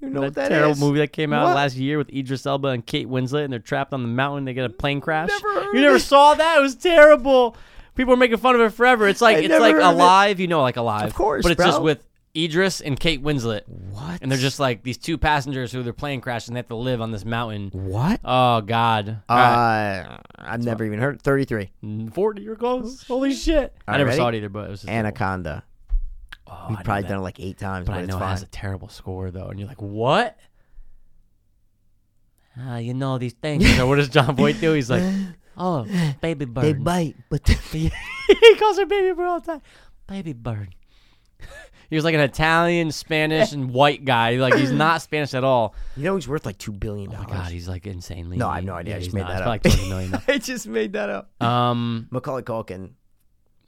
you know
that,
what that
terrible
is?
movie that came out
What?
last year with Idris Elba and Kate Winslet, and they're trapped on the mountain. They get a plane crash.
Never heard
you never
it.
saw that? It was terrible. People were making fun of it forever. It's like
I
it's
never
like
heard it.
alive, you know, like alive,
Of course,
But it's just
bro.
with Idris and Kate Winslet,
What?
and they're just like these two passengers who their plane crashed and they have to live on this mountain.
What?
Oh God!
Uh,
All right.
I've never even heard. 33.
Forty, you're close. Holy shit! I never
ready?
saw it either, but it was just
Anaconda.
Oh, I
We've
know
probably
that.
done it like eight times,
but
but,
I
it's
know it
fine.
has a terrible score though, and you're like, what? Ah, you know these things. so what does John Boyd do? He's like, oh, baby bird.
they bite, but they
he calls her baby bird all the time. Baby bird. he was like an Italian, Spanish, and white guy. Like he's not Spanish at all.
You know he's worth like two billion
Oh
dollars.
my god, he's like insanely.
Oh no, I have
mean.
no idea.
Yeah,
I
he's
just made
not.
that
It's
up.
probably like 20 million.
I just made that up.
um,
Macaulay Culkin.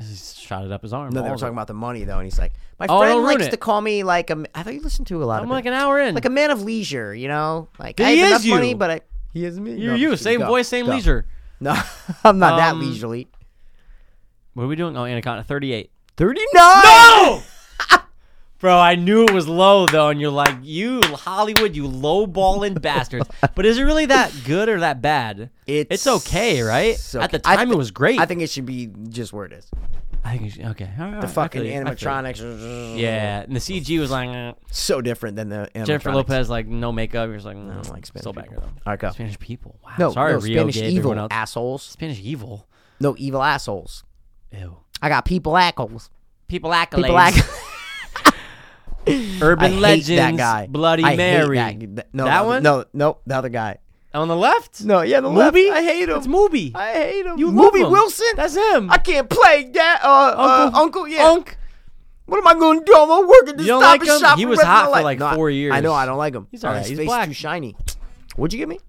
he shot it up his arm.
No, they
all
were
of it.
talking about the money though, and he's like, my
Oh, don't
friend
ruin
likes
it.
to call me like a. I thought you listened to a lot
I'm
of
like
it.
an hour in.
like a man of leisure, you know. Like
He
I have
is
enough
you.
money, but I he is me.
you, you, same voice, same leisure.
No, I'm not that
Um,
leisurely.
What are we doing? Oh, Anaconda, 38.
Thirty nine.
No! Bro, I knew it was low though, and you're like, you Hollywood, you lowballing bastards. But is it really that good or that bad?
It's,
okay, right?
so-
At the
I
time,
thi-
it was great.
I think it should be just where it is.
I think it's- okay. all right,
The fucking
I feel you, I feel you.
animatronics. are
Yeah, and the CG was like eh.
so different than the animatronics.
Jennifer Lopez, like no makeup. You're just like, mm,
I don't like Spanish
still
people.
banger though.
All right, go.
Spanish people. Wow.
No,
Sorry,
no,
Rio
Spanish
Gabe, everyone
evil
else.
assholes.
Spanish evil.
No evil assholes.
Ew.
I got people assholes.
People accolades.
People acc- I
Urban
hate
legends.
that guy.
Bloody
I hate
Mary.
that- th- no,
That
the-
one?
No, no, the other guy.
On the left.
No, yeah, the
Movie.
left. I hate him.
It's movie.
I hate him.
You love
movie
him.
Wilson.
That's him.
I can't play that. Uh,
Uncle-
Uncle, uh, Uncle yeah.
Unk.
What am I going to do? I'm going to work at this
You don't
stop
like
and
him?
shop.
He
the
was
rest of
hot
my
for
life.
like
No, I-
four
I know.
years.
I don't like him.
He's
Oh,
alright.
His
He's
face
black.
too shiny. What'd you give me?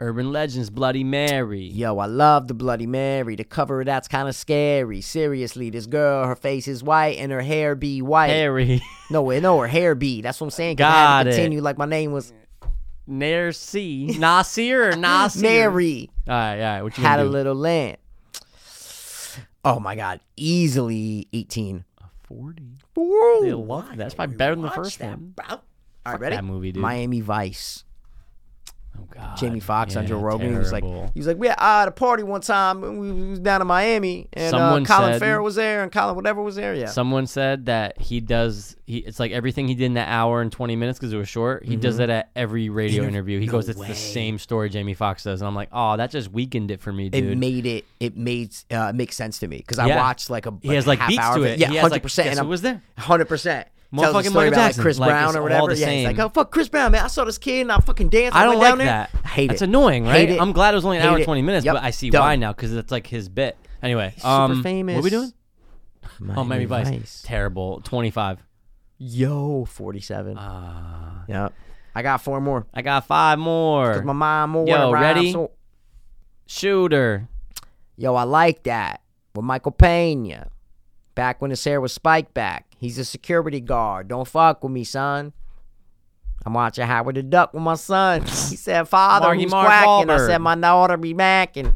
Urban Legends, Bloody Mary.
Yo, I love the Bloody Mary. The cover of that's kind of scary. Seriously, this girl, her face is white and her hair be white.
Harry.
No, wait, no, her hair be. That's what I'm saying. 'cause I had to
Got it.
Continue like my name was
Nair C. Nasir or Nasir?
Mary.
All right, all right. What you
Had
gonna
a
do?
little lamb. Oh my God, easily 18.
40.
Ooh,
They love that. That's probably better than the first one.
All right, ready?
that movie, dude.
Miami Vice.
Oh, God.
Jamie Foxx on
Yeah,
Joe Rogan. He was like,
terrible.
he was like, we had I had a party one time. And we was down in Miami, and uh,
Someone
Colin
said-
Farrell was there, and Colin whatever was there. Yeah,
Someone said that he does. He, it's like everything he did in that hour and twenty minutes because it was short. He
Mm-hmm.
does that at every radio interview. He goes, "It's the same story Jamie Foxx does," and I'm like, "Oh, that just weakened it for me,
it
dude."
made it. It made uh, it makes sense to me because I
Yeah.
watched like a
he has like
half
beats
hour
to
of
it.
Yeah,
He has,
hundred
like, guess
percent.
who was there?
Hundred percent. Tells a
Motherfucking
story
Michael
about like
Jackson.
Chris
Like,
Brown
it's
or
all
whatever.
the
yeah, he's
same.
like, oh fuck, Chris Brown, man. I saw this kid and I fucking danced.
I
when went
don't like
down there.
that.
I hate it.
That's annoying, right?
Hate it.
I'm glad it was only an
Hate
hour and
it.
twenty minutes,
Yep.
but I see
Dumb.
why now because it's like his bit. Anyway,
super
um,
famous.
What are we doing? oh, Miami
Miami
Vice.
Vice.
Terrible. Twenty five.
Yo, forty-seven.
Uh,
yep. I got four more.
I got five more.
Cause my mom more.
Yo,
rhymes,
ready?
so-
Shooter.
Yo, I like that. With Michael Pena. Back when his hair was spiked back. He's a security guard. Don't fuck with me, son. I'm watching Howard the Duck with my son. He said, Father,
Marky
who's
Mark
quacking? I
Wahlberg.
said, my daughter be macking.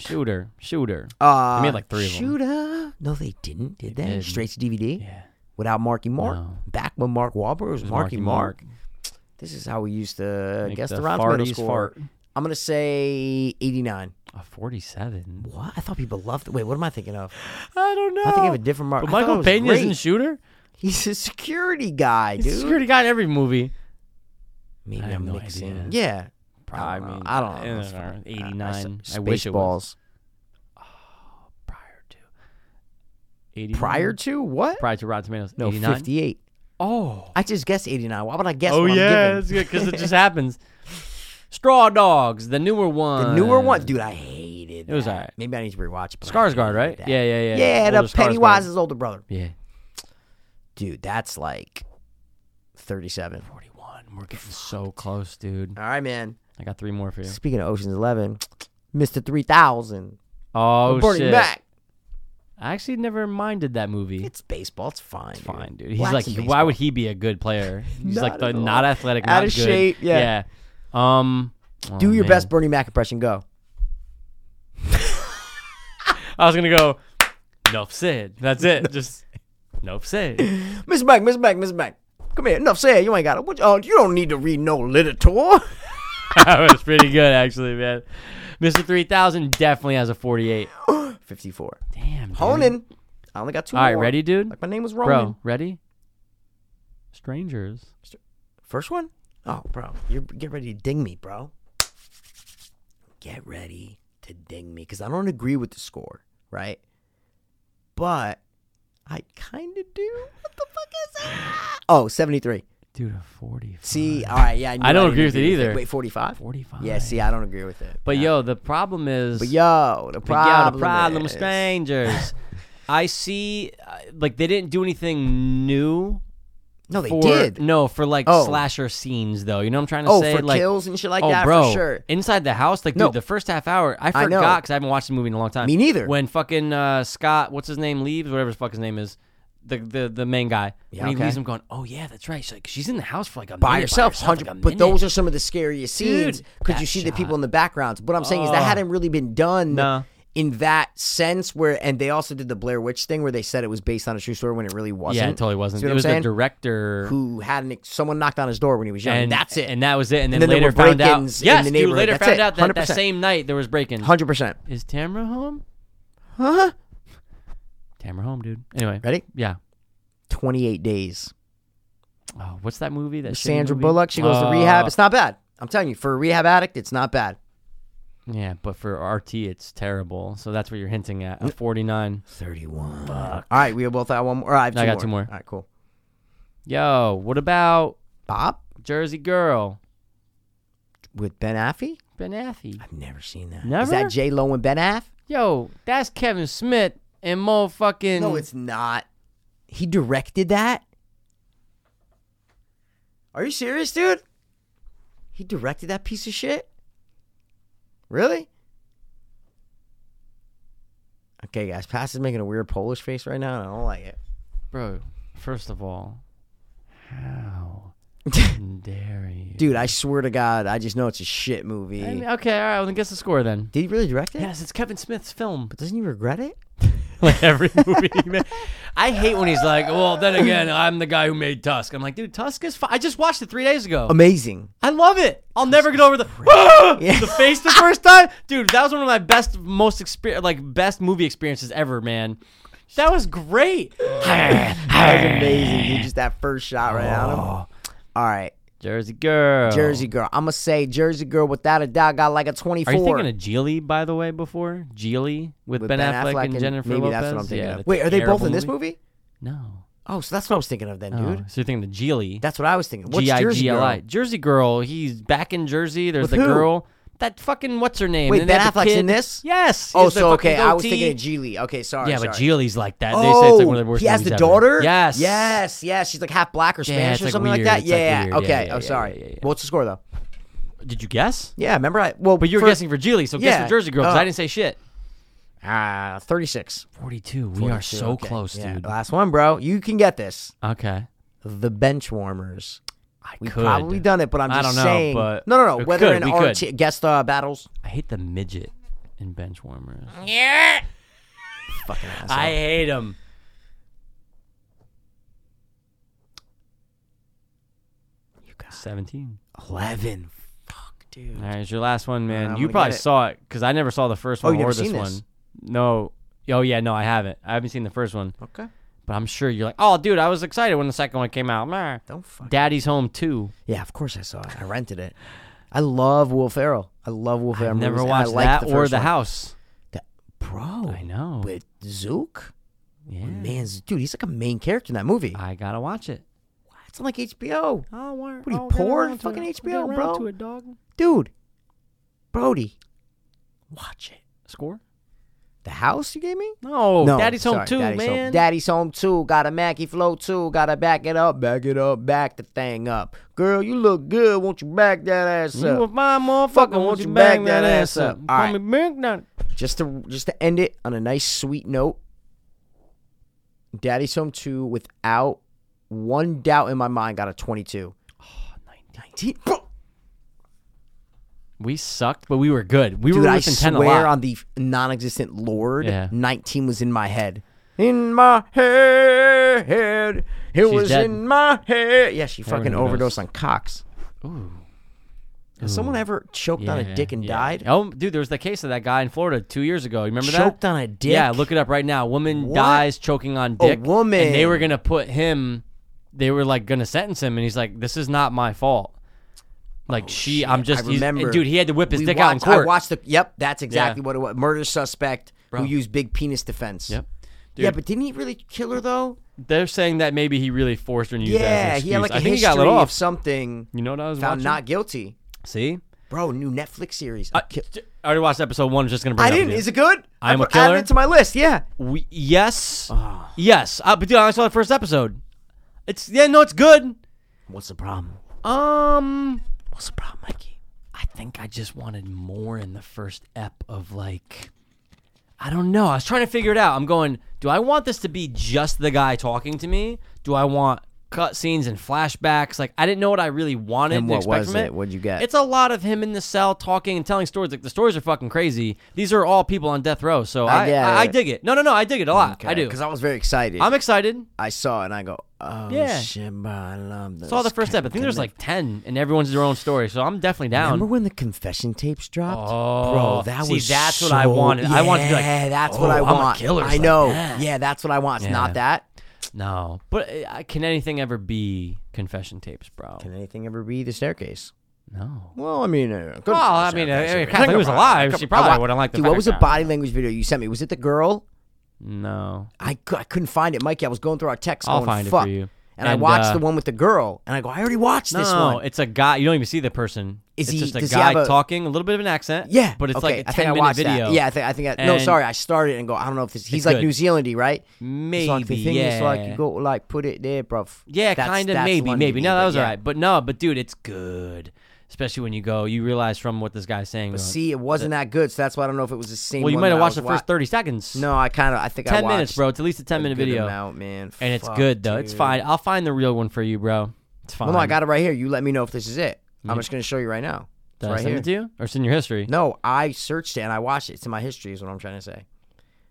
Shooter, shooter.
Uh,
They made like three of 'em.
shooter. No, they didn't. Did they?
didn't.
Straight to DVD.
Yeah.
Without Marky Mark.
No.
Back when Mark Wahlberg was Marky,
Marky
Mark. This is how we used to
Make
guess the,
the
Rotten Tomato
farties
score.
fart.
I'm gonna say 89.
A forty-seven.
What? I thought people loved it. Wait, what am I thinking of?
I don't know.
I think of a different Mark.
But
I thought it
Michael
was
Pena isn't
great.
shooter.
He's a security guy, dude.
He's a security guy in every movie.
Maybe
I have
I'm
no
mixing.
idea.
Yeah.
Probably. Eh,
I don't know. I don't know. It's fine.
Eighty-nine.
Spaceballs.
I wish it was prior to. 89?
Prior to what?
prior to Rotten Tomatoes.
no,
89?
58.
Oh.
I just guessed 89. Why would I guess?
oh
what I'm
yeah,
giving?
that's good because it just happens. Straw Dogs, the newer one.
The newer one, dude, I hated.
Uh, It was
that.
alright.
Maybe I need to rewatch. it, but I
Skarsgård,
hated
right?
that.
Yeah, yeah, yeah.
Yeah,
Older
the
Skarsgård.
Pennywise's older brother,
Yeah.
dude. That's like thirty-seven.
Forty-one. We're getting so close, dude.
All right, man.
I got three more for you.
Speaking of Ocean's Eleven, Mister Three Thousand,
Oh
Bernie
shit!
Mac.
I actually never minded that movie.
It's baseball. It's fine. It's
fine, dude. He's
Blacks
like,
in
he- why
baseball.
would he be a good player? He's
Not
like the
at all.
not athletic,
Out
not
of
good.
shape, yeah.
Yeah. Um. oh,
Do your
man.
best Bernie Mac impression. Go.
I was gonna go. Nope said. That's it. Just nope said.
Miss Mac, Miss Mac, Miss Mac. Come here. Enough said. You ain't got it. What, oh, you don't need to read no literature.
that was pretty good, actually, man. Mr. 3000 definitely has a 48.
54.
Damn. Dude.
Honan. I only got two
Mm-hmm. All right,
more.
ready, dude?
Like my name was Ronan.
Bro, ready? Strangers.
First one? Oh, bro. You're get ready to ding me, bro. Get ready to ding me. Because I don't agree with the score, right? But I kinda do. What the fuck is that? Oh, 73.
Dude, a 45.
See, all right, yeah, I, knew
I don't
didn't
agree with it either.
Wait, 45?
45.
Yeah, see, I don't agree with it.
But yo, the problem is.
But yo, the
but yo,
problem,
the problem
is,
strangers. I see, uh, like, they didn't do anything new.
No, they
for,
did.
No, for like
Oh.
slasher scenes, though. You know what I'm trying to
Oh,
say?
for
like,
kills and shit like
oh,
that,
bro,
for sure.
Inside the house, like, dude,
No.
the first half hour, I
I know.
forgot because I, haven't watched the movie in a long time.
Me neither.
When fucking uh, Scott, what's his name, leaves, whatever his fuck his name is, the the, the main guy,
Yeah,
when he
okay.
leaves, I'm going, oh yeah, that's right. She's like, she's in the house for like a minute
by yourself,
like, a
hundred. but
minute.
those are some of the scariest scenes because you
that
see the people
shot.
in the backgrounds. What I'm saying is that
Oh.
hadn't really been done
Nah.
in that sense. Where and they also did the Blair Witch thing where they said it was based on a true story when it really wasn't.
yeah, it totally wasn't.
See what
It
I'm
was the
saying?
director
who had an, someone knocked on his door when he was young.
and
that's it.
and that was it. And then,
then there
later
were
found out,
break-ins in
yes,
the
dude,
neighborhood.
later
That's
found
it,
out that that
100%.
same night there was break-ins.
hundred percent.
Is Tamara home?
Huh?
Tamara home, dude. Anyway,
Ready?
yeah.
Twenty eight days.
Oh, what's that movie? That shitty
Sandra
movie?
Bullock. She goes
Uh,
to rehab. It's not bad. I'm telling you, for a rehab addict, it's not bad.
Yeah, but for RT, it's terrible. So that's what you're hinting at. A 49.
Thirty one. All right, we both have one more. All right, I, have
No, I got two more.
All right, cool.
Yo, what about
Bob
Jersey Girl?
with Ben Affy.
Ben Affy.
I've never seen that. Is
Never?
that J Lo and Ben Affy?
Yo, that's Kevin Smith and Mo fucking.
No, it's not. He directed that? Are you serious, dude? He directed that piece of shit? Really? Okay, guys, Pass is making a weird Polish face right now, and I don't like it.
Bro, first of all, how dare you?
Dude, I swear to God, I just know it's a shit movie.
I mean, okay, all right, well, then guess the score then.
Did he really direct it?
Yes, it's Kevin Smith's film.
But doesn't he regret it?
like every movie he made. I hate when he's like, well, then again, I'm the guy who made Tusk. I'm like, dude, Tusk is fi- I just watched it three days ago.
Amazing.
I love it. I'll never get over the
Yeah.
the face the first time, dude. That was one of my best, most exper- like best movie experiences ever, man. That was great.
That was amazing, dude. Just that first shot right at him.
Oh.
All right.
Jersey girl.
Jersey girl. I'm going to say Jersey girl without a doubt got like a 24.
Oh. Are you thinking of Geely, by the way? Before Geely with,
with
Ben, Affleck, and, Jennifer
maybe
Lopez.
that's what I'm thinking
Yeah,
of.
that's
Wait, are they both
terrible
in this movie?
No,
Oh, so that's what I was thinking of then,
Oh,
dude.
so you're thinking the Geely?
That's what I was thinking. What's
G I
Jersey
G L I.
Girl?
Jersey girl. He's back in Jersey. There's
With who?
the girl. That fucking what's her name?
Wait,
And they
Ben
had the
Affleck's in
kid.
this?
Yes. he
Oh,
has the
so
fucking
okay, I was
goatee.
thinking of Geely. Okay, sorry.
Yeah,
sorry.
but Geely's like that. They
Oh,
say it's like one of the worst.
he has
movies
a
ever.
daughter.
Yes.
yes, yes. She's like half black or
Yeah,
Spanish
it's,
or
like,
something
weird.
like that.
It's,
yeah,
like,
yeah.
weird.
Okay.
Yeah, yeah,
oh,
yeah,
sorry.
yeah, yeah, yeah.
What's the score though?
Did you guess?
Yeah, remember I well,
But you were
for-
guessing for Geely, so guess
Yeah.
for Jersey Girl because
Uh,
I didn't say shit.
ah thirty-six.
Forty-two. We are
42,
so
okay.
close,
Yeah,
dude.
Last one, bro. You can get this.
Okay.
The bench warmers.
I
We've
could.
probably done it, but I'm
I
just
don't know,
saying.
but
no, no, no.
we
Whether
could,
in
we
our
could.
t- guest uh, battles,
I hate the midget. and bench warmers.
Fucking asshole.
I hate him. You got 17.
11. Fuck, dude.
All right, it's your last one, man.
Uh, I'm
you
gonna
probably
get it.
saw it because I never saw the first
Oh,
one
you
or
never
this
seen
one.
this?
No. Oh, yeah, no, I haven't. I haven't seen the first one,
Okay.
but I'm sure you're like, oh, dude, I was excited when the second one came out. Meh.
Don't fuck.
Daddy's Home 2.
Yeah, of course I saw it. I rented it. I love Will Ferrell. I love Will Ferrell.
Never
movies, and
watched
I liked
that or
first
The
one.
House.
That- bro.
I know.
With Zook?
Yeah.
Oh, Man, dude, he's like a main character in that movie.
I got to watch it.
It's on like HBO.
Oh,
What
what
are you, poor? Fucking HBO, bro.
to it, dog.
Dude. Brody. Watch it.
Score?
The house you gave me?
No,
No,
Oh, Daddy's Home
sorry,
2,
Daddy's
man.
Home. Daddy's home too. Got a Mackie flow too. Gotta back it up, back it up, back the thing up. Girl, you look good. Won't you back that ass
You
up?
a fine motherfucker. Won't you bang that ass up?
All
Call
right.
me Big Daddy.
Just to just to end it on a nice sweet note. Daddy's home two without one doubt in my mind got a twenty two. Oh, 19. Bro,
We sucked, but we were good. We
Dude,
were
I
within ten a lot.
swear on the non existent Lord,
Yeah.
19 was in my head. In my head. It was
dead.
in my head. Yeah, she fucking
overdosed.
overdosed on Cox. Ooh. Has someone ever choked on a
Yeah,
dick and
yeah.
died?
Oh, dude, there was the case of that guy in Florida two years ago. You remember that?
Choked on a dick?
Yeah, look it up right now. Woman
What?
dies choking on dick.
woman.
And they were gonna put him. They were like gonna sentence him, and he's like, "This is not my fault." Like she, I'm just.
Oh, I
he's- and
remember.
dude. He had to whip his
We
dick out in
watched, I
court.
watched the. Yep, that's exactly what it was. Murder suspect
Bro.
who used big penis defense.
Yep.
Yeah,
Dude.
but didn't he really kill her though?
They're saying that maybe he really forced her and used that as an
yeah, he had
excuse.
like a
I think he
history
got let off.
of something.
you know what I was
found
watching?
not guilty.
See,
Bro, new Netflix series.
I, I already watched episode one. I'm just gonna bring.
I
it up
didn't.
again.
Is it good?
I Am a
put- added
Killer?
it to my list. Yeah.
We, yes,
Ah.
yes. Uh, but dude, I saw the first episode. It's yeah, no, it's good.
What's the problem?
Um,
What's the problem, Mikey?
I think I just wanted more in the first ep of like, I don't know. I was trying to figure it out. I'm going. Do I want this to be just the guy talking to me? Do I want cutscenes and flashbacks? Like, I didn't know what I really wanted.
And
to
what
expect
was
from
it? What'd you get?
It's a lot of him in the cell talking and telling stories. Like the stories are fucking crazy. These are all people on death row. So
I
I,
get
I, I
it.
dig it. No, no, no. I dig it a lot. I do.
Because I was very excited.
I'm excited.
I saw it and I go, oh,
Yeah.
shit, bro, I love this.
saw the first step. I think there's like ten, and everyone's their own story. So I'm definitely down.
Remember when the confession tapes dropped?
Oh,
bro, that
see,
was
that's what I
so-
wanted.
Yeah,
I wanted to be like,
that's
"Oh,
what I
I'm a
want.
killer,"
I
like
know.
that.
yeah, that's what I want. It's
Yeah.
not that.
no, but uh, can anything ever be confession tapes, bro?
Can anything ever be the staircase?
no.
Well, I mean, uh, good
Well, I mean, uh, if Kathleen was alive, she probably wouldn't like the
Dude, what was the
background.
body language video you sent me? Was it the girl?
No.
I, cou- I couldn't find it, Mikey. I was going through our text.
I'll
going,
find it
Fuck.
for you.
And, I
And,
watched
uh,
the one with the girl, and I go, I already watched this
no,
one.
it's a guy. You don't even see the person.
Is
it's
he-
just a
does he
guy
have a-
talking, a little bit of an accent.
yeah,
but it's
okay,
like a
I
ten
think I
minute
watched
video.
That. Yeah, I think I think I, no,
And-
sorry, I started and go. I don't know if this, he's
It's
like
good.
New Zealandy, right?
maybe.
it's like the thing
yeah.
is like you go like put it there, bruv.
Yeah,
That's-
kind of,
that's
maybe,
one
maybe.
you
No,
need,
that
but
was
yeah.
all right. But no, but dude, it's good. Especially when you go, you realize from what this guy's saying. you're like,
See, it wasn't that good, so that's why I don't know if it was the same.
well, you
one
might
that
have
I
watched the
was
first
wa-
thirty seconds.
No, I kind of. I think I
ten
watched
minutes, bro. It's at least a ten
a
minute
good
video,
amount, man.
and it's
Fuck,
good though. It's
dude.
fine. I'll find the real one for you, bro. It's fine.
Well, no, I got it right here. You let me know if this is it. I'm just gonna show you right now. It's
Did I
right
send
here.
it to you, or it's in your history.
No, I searched it and I watched it. It's in my history, is what I'm trying to say.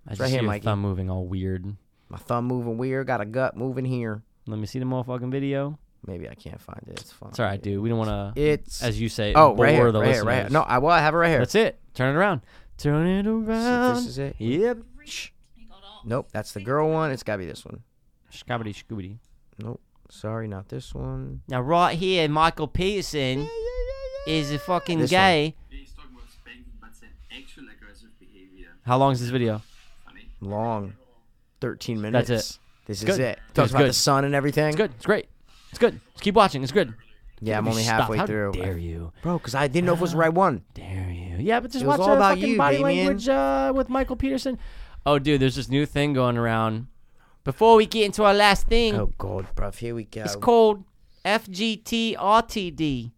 I just
right
see
here,
your
Mikey.
thumb moving all weird.
My thumb moving weird, got a gut moving here.
Let me see the motherfucking video.
Maybe I can't find it. It's fine.
It's all right, dude. We don't want to,
It's
as you say,
oh
bore
right here,
the
right here, right here.
listeners.
No, I well, I have it right here.
that's it. Turn it around. Turn it around.
this is it.
Yep.
Shh. Nope, that's the girl one. It's gotta be this one.
Scobbity scoobity.
Nope, sorry, not this one.
Now, right here, Michael Peterson is a fucking
This
gay.
He's talking about spanking, but it's an actual aggressive behavior.
How long is this video?
Long, thirteen minutes.
That's it.
This
good.
is it.
Dude,
Talks
it's
about
good.
the sun and everything.
It's good. It's great. It's good. Just keep watching. It's good.
Yeah, I'm only
Stop.
halfway
How
through,
Dare you?
bro. Because I didn't know if it was the right one.
Dare you? Yeah, but just
It was
watch
all
uh,
about
fucking
you,
body
Damien.
language uh, with Michael Peterson. Oh, dude, there's this new thing going around. Before we get into our last thing,
Oh god, bro. Here we go.
it's called FGTRTD.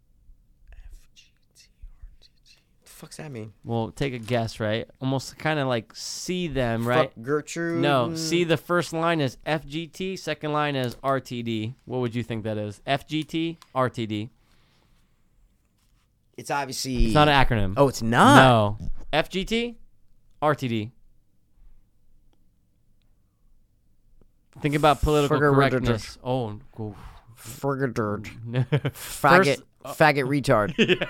the fuck's that mean?
Well, take a guess, right? Almost kind of like see them, right?
Fuck Gertrude.
Mm.
No, see the first line is FGT, second line is RTD. What would you think that is? FGT, RTD.
It's obviously.
It's not an acronym.
oh, it's not.
no. FGT, RTD. Think about political
Forget what they're
correctness. Oh, oof.
Frigaderd.
First- uh,
Faggot. Faggot retard.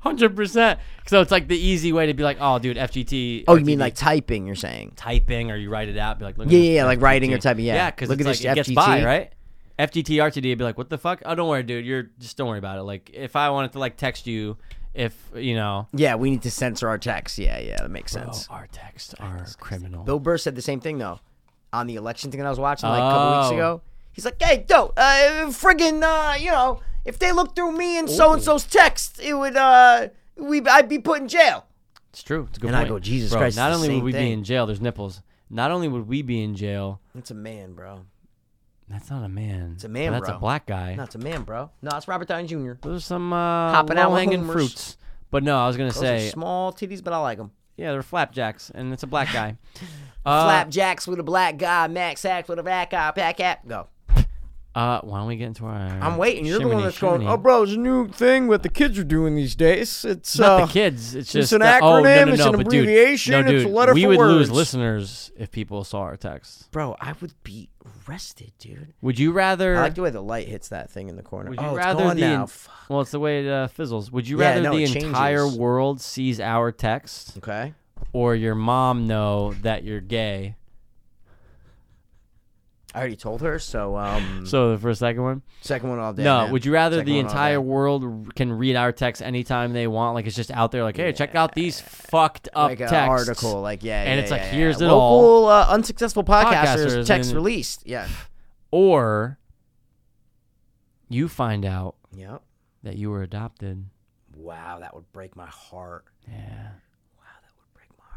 Hundred percent. So it's like the easy way to be like, oh, dude, FGT.
Oh, you
RTD,
mean like typing, you're saying?
typing, or you write it out? Be like, look at
Yeah,
this
yeah, yeah, like writing or
FGT.
typing, yeah.
yeah, because
Look
it's
at
like
this
it gets
FGT.
by, right? FGT RTD, would be like, what the fuck? Oh, don't worry, dude. You're just don't worry about it. Like, if I wanted to like text you, if you know,
Yeah, we need to censor our text. Yeah, yeah, that makes
oh,
sense.
our texts are criminal.
Bill Burr said the same thing though on the election thing that I was watching like a couple
Oh.
weeks ago. He's like, "Hey, yo, uh, friggin', uh, you know, if they looked through me and so and so's text, it would, uh, we, I'd be put in jail."
It's true. It's a good
And I
point.
go, Jesus
Bro,
Christ,
Not
it's the
only would
same
we be
thing.
in jail, there's nipples. Not only would we be in jail,
That's a man, bro.
that's not a man. It's
a man,
That's
bro.
a black guy.
No, it's a man, bro. No, it's Robert Downey Jr.
Those are some uh,
Hopping out with
low-hanging
homers.
fruits. But no, I was gonna
Those
say,
are small titties, but I like them.
yeah, they're flapjacks, and it's a black guy. uh,
Flapjacks with a black guy, Max Axe with a black guy, pack cap. Go.
Uh, why don't we get into our?
I'm waiting. You're the one
shiminy,
that's
shiminy.
going, oh, bro, it's a new thing what the kids are doing these days. It's,
It's not
uh,
the kids. It's
it's
just
an
the- oh, no,
acronym,
no,
it's
no,
an
but dude,
abbreviation,
No,
it's a
dude,
letter
we
for
would lose
words.
listeners if people saw our text.
Bro, I would be arrested, dude.
Would you rather?
I like the way the light hits that thing in the corner.
Would you
oh, it's
rather
gone
the
now.
en-
Fuck.
well, it's the way it uh, fizzles. Would you
Yeah,
rather
no,
the
it
entire
changes.
world sees our text,
Okay.
or your mom know that you're gay?
I already told her, so um,
So the first second one.
second one all day.
no.
man.
Would you rather
Second
the
one all
entire
day.
world r- can read our text anytime they want? Like it's just out there. Like, hey, check out these fucked up
like
texts.
an article, like yeah,
And
yeah,
it's like,
yeah,
here's
yeah.
it
Local,
all.
uh, unsuccessful podcasters,
Podcasters
text
and-
released. Yeah.
or you find out
Yep.
that you were adopted.
Wow, that would break my heart.
Yeah.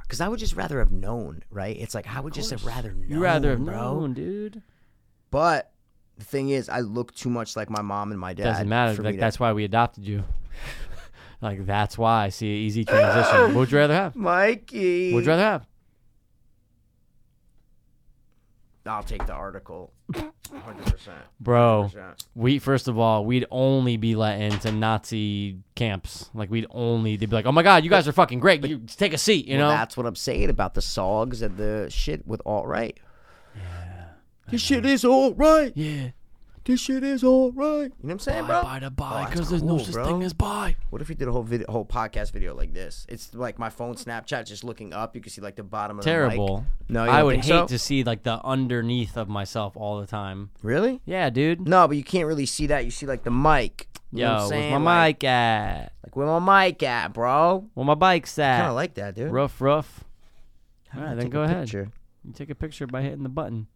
Because I would just rather have known, right? It's like I would just have rather known,
You rather have
bro.
known, dude.
But the thing is, I look too much like my mom and my dad.
Doesn't matter.
for me
Like
to-
that's why we adopted you. like that's why. See, easy transition. what would you rather have? What
Mikey.
would you rather have?
I'll take the article. 100%.
Bro,
100%.
we first of all, we'd only be let into Nazi camps. Like we'd only they'd be like, "Oh my god, you guys are fucking great. you take a seat, you
Well,
know."
that's what I'm saying about the songs and the shit with alt right. Yeah. This shit is all right.
Yeah.
This shit is all right. You know what I'm saying, bro? Oh,
Buy to buy
that's
cuz there's no
cool,
such
bro.
thing as buy.
What if we did a whole video, whole podcast video like this? It's like my phone Snapchat just looking up. You can see like the bottom of the
Terrible.
mic. No, you
I
don't
would
think
hate
so?
to see like the underneath of myself all the time.
Really?
Yeah, dude.
No, but you can't really see that. You see like the mic. You know
Yo,
what I'm
where's
saying?
my
like,
mic at?
Like where my mic at, bro?
Where my bike's at?
Kind of like that, dude.
rough, rough.
How
All
do I
right, then
take a
go ahead.
picture?
You take a picture by hitting the button.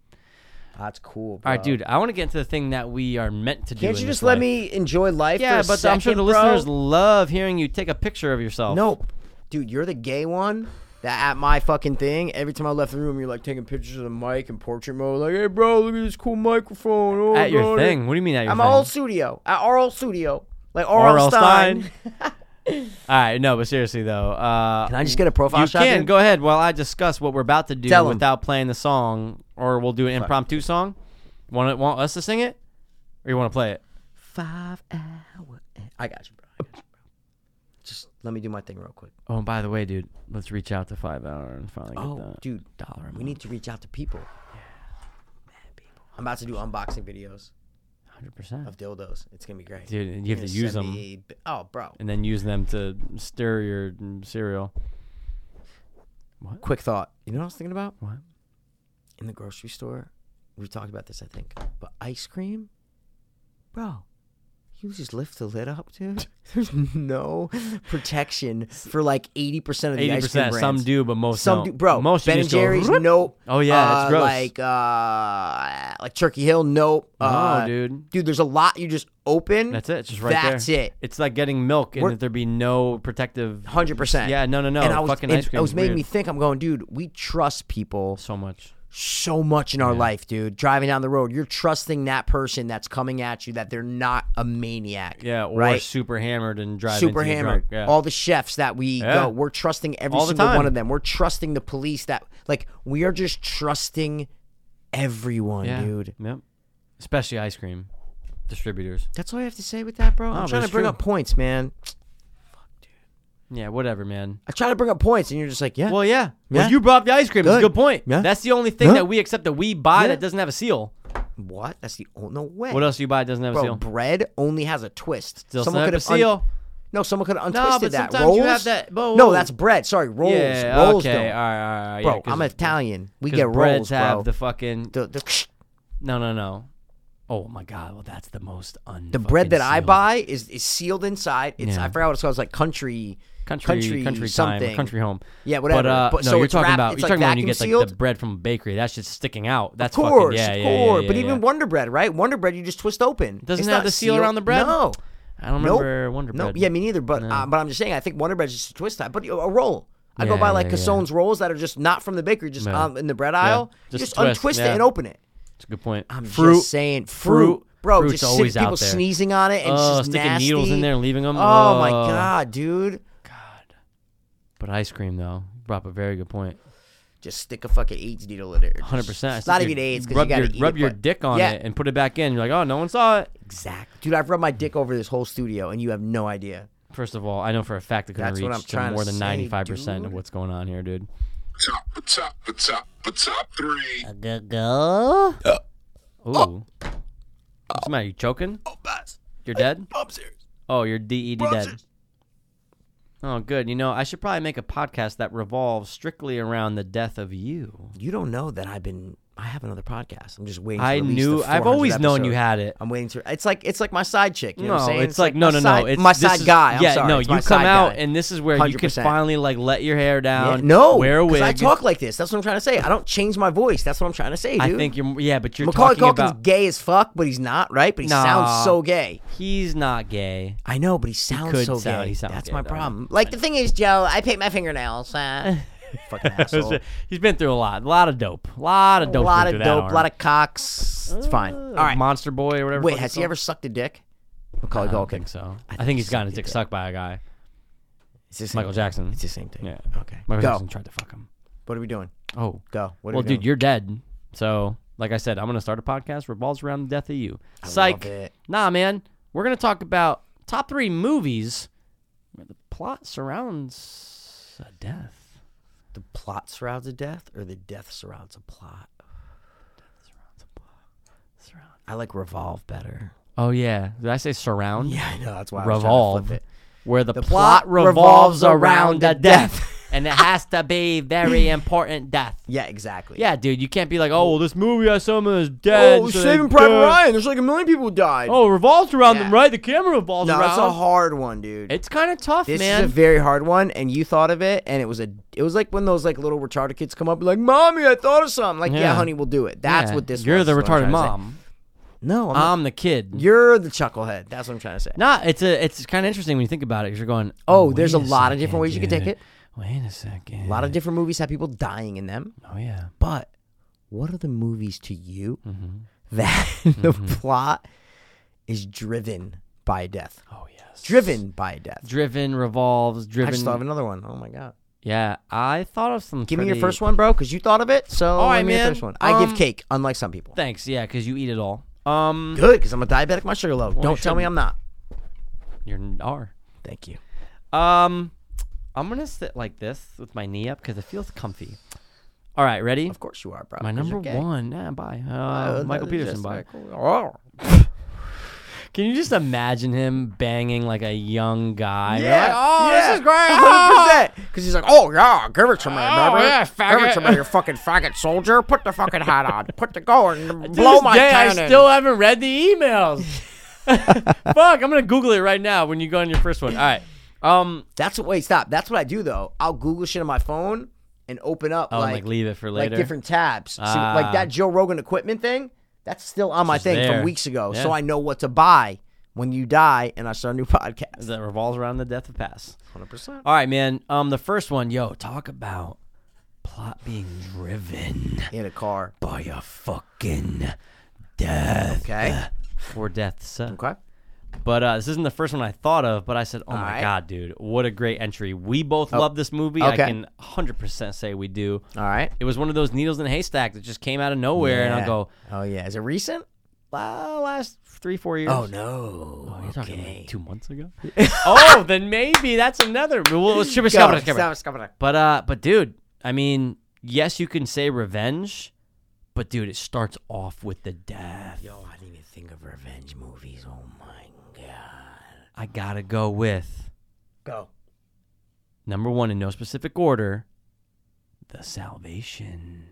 That's cool. Bro.
All right, dude. I want to get into the thing that we are meant to do.
Can't
in
you
this
just let
life.
me enjoy life?
Yeah,
for a
but I'm sure the
second, bro?
listeners love hearing you take a picture of yourself.
Nope. Dude, you're the gay one that at my fucking thing, every time I left the room, you're like taking pictures of the mic in portrait mode. Like, hey, bro, look at this cool microphone. Oh,
At your
God."
thing. What do you mean at your thing?
At my old studio. At RL Studio. Like
R.L.
RL Stein.
All right, no, but seriously though, uh,
Can I just get a profile
you
shot?
can
dude?
go ahead while I discuss what we're about to do
Tell 'em.
without playing the song, or we'll do an impromptu song. Want want us to sing it, or you want to play it?
Five hour. I got you, bro. I got you, bro. Just let me do my thing real quick.
Oh, and by the way, dude, let's reach out to Five Hour and finally get
Oh,
that.
dude,
dollar
we need to reach out to people. I'm about to do unboxing videos
hundred percent,
of dildos. It's gonna be great,
dude. and You have to
You're
use
gonna
them
send me- Oh, bro.
and then use them to stir your mm, cereal.
Quick thought. You know what I was thinking about?
What?
In the grocery store, we talked about this, I think. But ice cream, bro, you just lift the lid up, dude. There's no protection for like eighty percent of the
Eighty
ice cream
percent,
brands.
some do, but most
Some
don't.
do, bro.
Most you
ben and
just go,
Jerry's,
"Roop."
nope.
Oh, yeah, it's
Uh,
gross.
Like, uh, like Turkey Hill, nope.
No,
Uh,
dude.
Dude, there's a lot you just open.
That's it. It's just right there.
That's it.
It's like getting milk and
We're-
that there be no protective.
Hundred percent.
Yeah, no, no, no.
And I was,
Fucking
and
ice cream.
it was making me think. I'm going, dude. We trust people
so much.
so much in our life, dude. Driving down the road, you're trusting that person that's coming at you that they're not a maniac.
Yeah, or
right.
super hammered and driving.
Super hammered.
Yeah.
All the chefs that we
Yeah.
go, we're trusting every
All the
single
time.
one of them. We're trusting the police. That like we are just trusting everyone,
yeah.
dude.
Yep. Especially ice cream distributors.
That's all I have to say with that, bro.
No,
I'm
but
trying to
it's
bring
true.
up points, man.
Yeah, whatever, man.
I try to bring up points, and you're just like, yeah.
Well, yeah.
Yeah.
Well, you brought up the ice cream. That's a
Good.
good point.
Yeah.
That's the only thing
Yeah.
that we accept that we buy
Yeah.
that doesn't have a seal.
what? That's the oh no way.
What else do you buy that doesn't have a
Bro,
seal?
bread only has a twist.
Still
someone could
snap a
have un-
seal.
no, someone could have
No,
untwisted
but
that.
sometimes
Rolls?
you have that- whoa,
No,
whoa.
that's bread. Sorry, rolls.
yeah.
rolls
okay.
don't.
All right. All right.
Bro,
yeah, 'cause-
I'm Italian. We
'cause
get rolls,
breads
bro.
have the fucking
the, the,
no, no, no. Oh my god. Well, that's the most un.
the bread that I buy is, is sealed inside. It's
Yeah.
I forgot what it's called. It's like country,
Country, country, time,
something,
country home.
Yeah, whatever.
But, uh,
But-
no,
so
you're
it's
talking
wrapped-
about
it's
you're
like
talking about when you
vacuum
get like the
sealed?
bread from a bakery. That's just sticking out. That's
Of course,
fucking yeah,
of
yeah, yeah,
course.
yeah,
but
yeah.
even Wonder Bread, right? Wonder Bread, you just twist open.
Doesn't
It's
it have
not
the seal around the bread?
No,
I don't
Nope.
remember Wonder
no.
Bread.
Yeah, me neither. But
No.
uh, but I'm just saying, I think Wonder Bread is just a twist type. But uh, a roll, I go
Yeah,
buy like
yeah, yeah.
Cassone's rolls that are just not from the bakery, just
Yeah.
um, in the bread aisle.
Just
Just,
twist,
untwist it
yeah.
and open it.
It's a good point.
I'm
fruit,
just saying, fruit, bro.
Fruit's
just sit-
always out
people
there.
sneezing on it and it's
Oh,
just
sticking needles in
nasty.
there and leaving 'em?
Oh my
Oh.
god, dude.
but ice cream though. You Brought up a very good point.
just stick a fucking AIDS needle in it. or just-
Hundred percent.
It's not even AIDS because
rub
you gotta
your
eat
rub
it,
your
but-
dick on
yeah,
it and put it back in. You're like, oh, no one saw it.
exactly, dude. I've rubbed my dick over this whole studio, and you have no idea.
First of all, I know for a fact I couldn't
That's
reach
what I'm
to
trying to
more than
say,
ninety five percent of
dude.
what's going on here, dude.
Top, top, top, top three.
Ooh.
Oh.
What's the matter? You choking? You're dead? Oh, you're DED dead. Oh, good. You know, I should probably make a podcast that revolves strictly around the death of you.
You don't know that I've been. I have another podcast. I'm just waiting. To
I
release the
knew.
400th
I've always known you
episode.
had it.
I'm waiting to. It's like it's like my side chick. You know
no,
what I'm saying?
it's like no,
my
no, no.
side-
It's
my
this
side
is-
guy. I'm
yeah,
sorry.
no,
it's
you
my
come
side
out,
guy.
and this is where you can
100%.
finally like let your hair
Yeah,
down.
no,
wear a
'cause
wig.
I talk like this. That's what I'm trying to say. I don't change my voice. That's what I'm trying to say, dude.
I think you're. Yeah, but you're
Macaulay
talking
Culkin's
about.
gay as fuck, but he's not right. But he sounds
Nah.
so gay.
He's not gay.
I know, but he sounds
could
so
sound-
gay.
he sounds
That's
gay,
my
though.
problem. Like the thing is, Joe, I paint my fingernails. Uh, fucking asshole.
He's been through a lot. A lot of dope. A lot of
A
dope.
lot
went
of
through that Oh,
dope, a
arm.
lot of cocks. It's fine. All right.
Monster Boy or whatever.
Wait,
fuck
has
it's
he
called.
ever sucked a dick? Macaulay
I don't
Culkin.
think so. I think,
think
he's
he
gotten his
sucked a
dick
dick.
sucked by a guy.
It's the same
Michael
thing.
Jackson.
It's the same thing.
Yeah.
Okay.
Michael
Go.
Jackson tried to fuck him.
What are we doing?
Oh.
Go. What are
well,
we
dude,
doing?
you're dead. So, like I said, I'm gonna start a podcast revolves around the death of you. Psych.
it.
Nah, man. We're gonna talk about top three movies. where The plot surrounds a death.
the plot surrounds a death, or the death surrounds a plot. I like revolve better.
Oh yeah. Did I say surround?
Yeah, I know. That's why I was trying to
revolve
flip it.
where the,
The
plot,
plot
revolves
revolves
around
around
a
a
death
death.
and it has to be very important death
Yeah, exactly. Oh,
yeah dude you can't be like oh well this movie i saw him is dead so they died."
There's like a million people who died.
oh it revolves around them
Yeah.
right the camera revolves
no,
around
it's a hard one, dude.
it's kind of tough
This
man
is a very hard one, and you thought of it, and it was a it was like when those like little retarded kids come up, and like, "Mommy, I thought of something." Like, yeah,
Yeah.
honey, we'll do it. That's
Yeah,
what this.
you're
was,
the
is what I'm
retarded
trying to say.
mom Uh,
No, I'm not.
i'm the kid
you're the chucklehead. That's what I'm trying to say.
Nah, it's a it's kind of interesting when you think about it. 'cause You're going,
Oh, there's
wait
a lot of different
second,
ways you can take
dude.
it.
Wait a second.
A lot of different movies have people dying in them,
Oh yeah.
but what are the movies to you
Mm-hmm.
that the plot is driven by death?
Oh yes.
Driven by death.
Driven revolves.
I
Driven.
just thought of another one. Oh my god.
Yeah, I thought of some.
Give me your
pretty-
first one, bro, because you thought of it. So
All right,
give me your
man.
first one. I
Um,
give cake, unlike some people.
Thanks. Yeah, because you eat it all. Um,
Good, because I'm a diabetic. My sugar low.
you
Don't tell me I'm
shouldn't.
not.
you're an R.
Thank you.
Um, I'm gonna sit like this with my knee up because it feels comfy. All right, ready?
Of course you are, bro.
My
'cause
number
you're gay.
one. Nah, bye. Uh,
Uh,
Michael
that's
Peterson.
just
Bye.
like, oh.
Can you just imagine him banging like a young guy? You're
Yeah.
like, oh,
yeah.
this is great. Oh,
100%. Because he's like, oh, yeah, give it to me, brother.
yeah,
give
faggot."
it to me, you fucking faggot soldier. Put the fucking hat on. Put the go and blow
this
my
day, I
cannon.
still haven't read the emails. Fuck, I'm gonna Google it right now when you go on your first one. All right. Um.
That's what, wait, stop. That's what I do, though. I'll Google shit on my phone and open up
Oh, like,
like,
leave it for
like
later.
different tabs. So,
Ah.
like that Joe Rogan equipment thing, that's still on my
Just
thing
there.
from weeks ago. So
Yeah.
I know what to buy when you die and I start a new podcast.
that revolves around the death of Pass.
100%.
All right, man. Um, the first one, yo, talk about plot being driven
In a car.
by a fucking death
Okay.
for death's sake.
Okay.
But uh, this isn't the first one I thought of. But I said, oh my
right.
god, dude, what a great entry. We both love this movie. I
Oh. okay.
can 100 percent say we do.
All right.
It was one of those needles in a haystack that just came out of nowhere, and I
Yeah.
go,
Oh yeah, is it recent?
la- last three, four years.
Oh no.
Oh, You're talking
okay.
like two months ago. oh, then maybe that's another. Well, it's super
Go,
scabba- scabba.
stop, scabba.
But uh, but dude, I mean, yes, you can say revenge, but dude, it starts off with the death.
Yo, I didn't even think of revenge movies. Oh my god.
I gotta go with
Go.
number one in no specific order, The Salvation.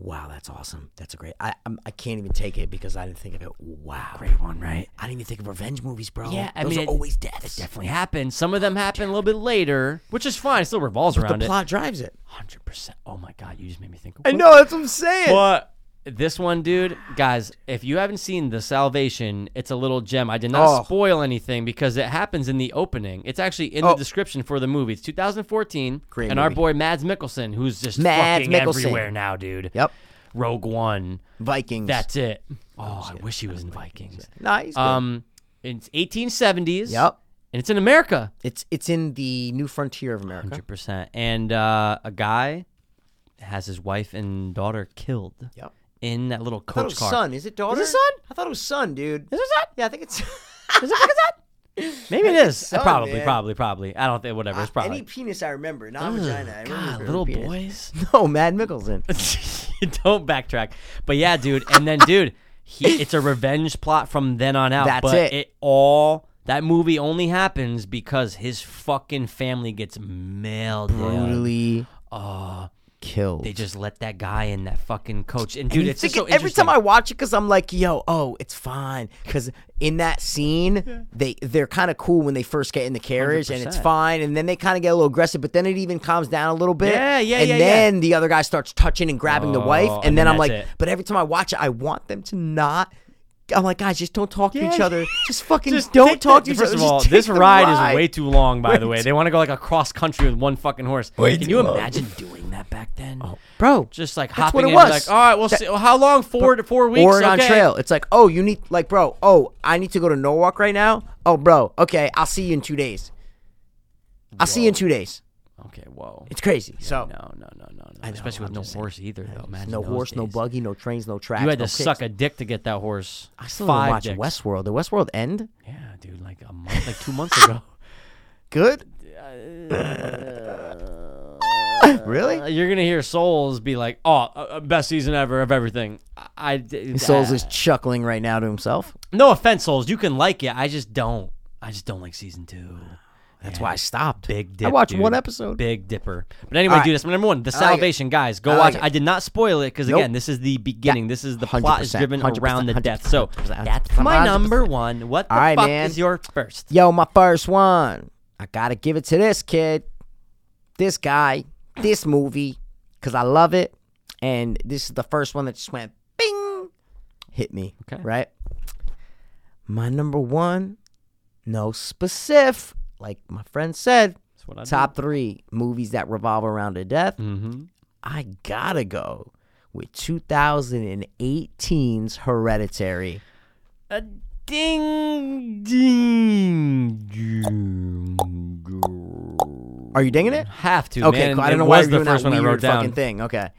Wow, that's awesome. That's a great. I I'm, I can't even take it because I didn't think of it. Wow.
Great one, right?
I didn't even think of revenge movies, bro.
Yeah, I
Oh, those
mean, Oh,
are
it-
always
It
deaths.
definitely happened. Some of them happen a little bit later, which is fine. It still revolves
the
around it.
plot drives it.
Hundred percent. Oh my god, you just made me think. Of
that's what I'm saying.
But this one, dude, guys, if you haven't seen The Salvation, it's a little gem. I did not
Oh.
spoil anything because it happens in the opening. It's actually in the
Oh.
description for the movie. It's 2014,
Great
and our
movie.
boy Mads Mikkelsen, who's just
Mads
fucking
Mikkelsen.
everywhere now, dude.
Yep.
Rogue One.
Vikings.
That's it. Oh, I wish he was in Vikings.
nice.
Um, it's 1870s.
Yep.
and it's in America.
It's it's in the new frontier of America.
Hundred percent. And uh, a guy has his wife and daughter killed.
Yep.
In that little
I thought it
coach
was
car.
son. Is it daughter?
Is it son?
I thought it was son, dude.
Is it son?
Yeah, I think it's.
Is it fucking son? Maybe it is.
son,
probably,
man. Ah,
probably, probably. I don't think. Whatever. It's probably.
Any penis I remember, not vagina. I remember
God,
the
little
penis.
boys.
Oh,
No, Mad Mickelson.
don't backtrack. But yeah, dude. And then, dude, he, it's a revenge plot from then on out.
That's
but
it.
all that movie only happens because his fucking family gets mailed. in.
Brutally
Oh,
killed.
they just let that guy in that fucking coach. And
And
dude,
you
it's just so
think it- every
interesting.
time I watch it, because I'm like, yo, oh, it's fine. Because in that scene, they they're kind of cool when they first get in the carriage, and it's
100%.
fine. And then they kind of get a little aggressive, but then it even calms down a little bit.
Yeah, yeah,
And
yeah, yeah.
then the other guy starts touching and grabbing the wife,
Oh,
and,
and
then,
then
I'm
that's
like,
it.
but every time I watch it, I want them to not. I'm like, guys, just don't talk to each other. Just fucking don't
take
talk
the-
to each other.
First of
Just
all,
take
this
the
ride,
ride.
is way too long. By the
Way
way,
too-
they want to go like across country with one fucking horse. Can you imagine doing that back then?
bro.
Just like
Oh. That's
hopping
what it
in, and be
was.
like, all right, well,
That-
see, how long? Four to four weeks.
Oregon
okay.
Trail. It's like, oh, you need like, bro. Oh, I need to go to Norwalk right now. Oh, bro. Okay, I'll see you in two days. I'll see you in two days.
Okay, whoa.
It's crazy. so
no, no, no, no, no. Especially with
I'm
no
just
horse either, though. Imagine
no
those
horse, no
days.
buggy, no trains, no tracks.
You had
no
to
kicks.
suck a dick to get that horse.
I still
Five
didn't watch
dicks.
Westworld. The Westworld end
Yeah, dude, like a month, like two months ago.
good. really?
Uh, You're gonna hear Souls be like, "Oh, uh, uh, best season ever of everything." I, I d-
Souls
uh,
is chuckling right now to himself.
No offense, Souls. You can like it. I just don't. I just don't like season two.
That's why I stopped.
Big Dip.
I watched
dude.
one episode.
Big Dipper. But anyway,
All right.
dude, that's my number one. The
I like it.
Salvation, guys. Go
I like
watch.
it.
it. I did not spoil it because
Nope.
again, this is the beginning. This is the plot is
100%,
driven
100%,
around the death. So
100%,
that's my
100%.
number one. What the
All right,
fuck
man.
is your first?
Yo, my first one. I gotta give it to this kid, this guy, this movie, because I love it. And this is the first one that just went bing, hit me.
Okay.
Right? My number one, no specific, like my friend said,
That's what I
top three movies that revolve around a death.
Mm-hmm.
I gotta go with 2018's Hereditary.
A ding, ding, ding.
Are you digging it?
Have to.
Okay,
man.
cool. I
It
don't know why
was
we're
the
doing
first
that
one I
weird
wrote down.
fucking thing. Okay.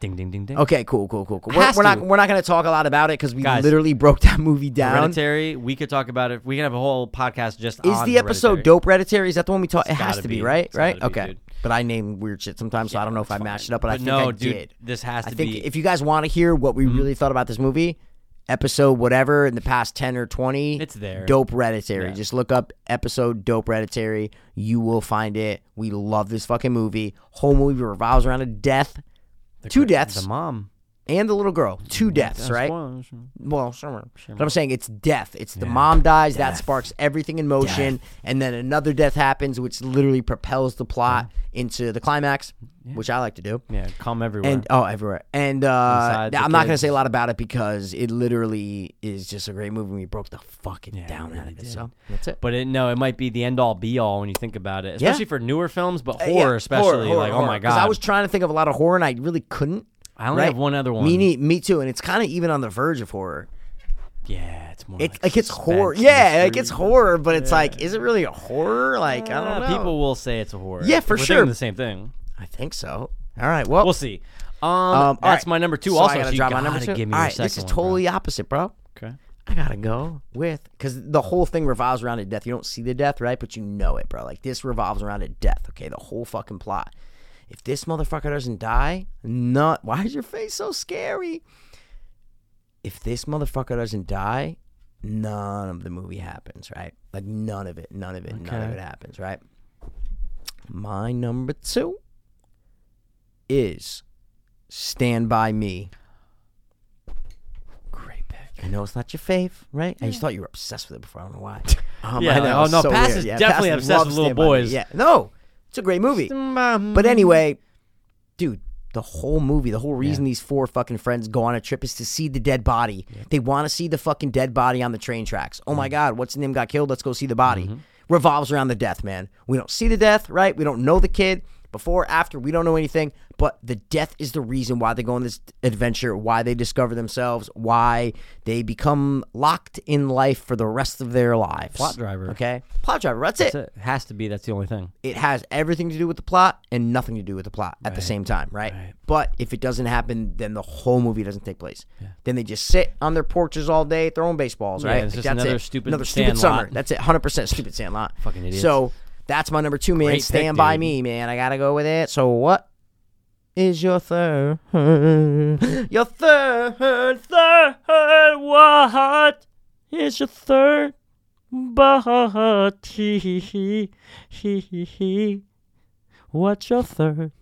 Ding, ding, ding, ding.
Um, Okay, cool, cool, cool, cool. We're,
Has
we're not
to.
we're not going to talk a lot about it because we
Guys.
literally broke that movie down.
Hereditary. We could talk about it. We could have a whole podcast just
Is
on
the episode
Hereditary.
dope? Hereditary? Is that the one we talked? It
It's
has
gotta
to be,
be.
right?
It's
right?
gotta be,
Okay.
dude.
But I name weird shit sometimes, so I don't know if I mashed it up. But, I
But
think
no,
I
dude, Mm-hmm.
did.
this has
I
to
think
be-
if you guys want to hear what we really thought about this movie, episode whatever in the past ten or twenty,
It's there.
Dope Hereditary.
Yeah.
Just look up episode Dope Hereditary. You will find it. We love this fucking movie. Whole movie revolves around a death, two deaths,
The mom.
and the little girl.
Mm,
Two deaths, right?
Spoilers.
Well, sure. But I'm saying it's death. It's the mom dies, that sparks everything in motion, and then another death happens, which literally propels the plot into the climax, which I like to do.
Yeah, come everywhere.
And oh, everywhere. And uh,
Inside the
I'm not gonna
kids.
say a lot about it because it literally is just a great movie. We broke the fucking down out of it. So that's it.
But it, no, it might be the end all be all when you think about it,
Yeah. Uh,
especially for newer films, but
Yeah,
horror, especially. like, oh my
'Cause
god,
I was trying to think of a lot of horror, and I really couldn't.
I only
right?
have one other one.
Me, ne- me too. And it's kind of even on the verge of horror.
yeah, it's more.
It's like,
like
it's
suspense,
horror. Yeah, like
mystery.
it's horror, but it's like, is it really a horror? Like I
Uh,
don't know.
People will say it's a horror.
Yeah, for
We're
sure.
Thinking the same thing.
I think so. All right. Uh. Well,
We'll see. Um,
Um, all
that's
right.
my number two.
So
also,
I gotta
so you
drop
gotta
my number two.
give me
All
your
right,
second
this is
one, bro.
totally opposite, bro.
Okay.
I gotta go with because the whole thing revolves around a death. You don't see the death, right? But you know it, bro. Like this revolves around a death. Okay, the whole fucking plot. If this motherfucker doesn't die, not why is your face so scary? If this motherfucker doesn't die, none of the movie happens, right? Like none of it, none of it, none of
Okay.
it happens, right? My number two is Stand By Me.
Great pick.
I know it's not your fave, right? I just thought you were obsessed with it before. I don't know why. Um,
Yeah,
I know,
oh,
it's
no, Pass is definitely
Pass
obsessed
loves
with little
Stand By Me.
boys.
Yeah, no, it's a great movie. But anyway, dude, the whole movie, the whole reason these four fucking friends go on a trip is to see the dead body. They want to see the fucking dead body on the train tracks. Oh
Mm-hmm.
my god, what's his name got killed? Let's go see the body. Revolves around the death, man. We don't see the death, right? We don't know the kid before, after. We don't know anything. But the death is the reason why they go on this adventure, why they discover themselves, why they become locked in life for the rest of their lives.
Plot driver.
Okay, plot driver. That's, it
That's it. Has to be. That's the only thing.
it has everything to do with the plot and nothing to do with the plot at the same time, right? But if it doesn't happen, then the whole movie doesn't take place. Then they just sit on their porches all day throwing baseballs,
Yeah,
right?
it's
Like,
just another
it.
stupid
another stupid
Sandlot.
summer. That's it. Hundred percent stupid Sandlot.
Fucking idiots.
So that's my number two, man.
Great
Stand
pick,
by
dude.
me, man. I gotta go with it. So what is your third? Your third, third what?
Here's your third but What's your third?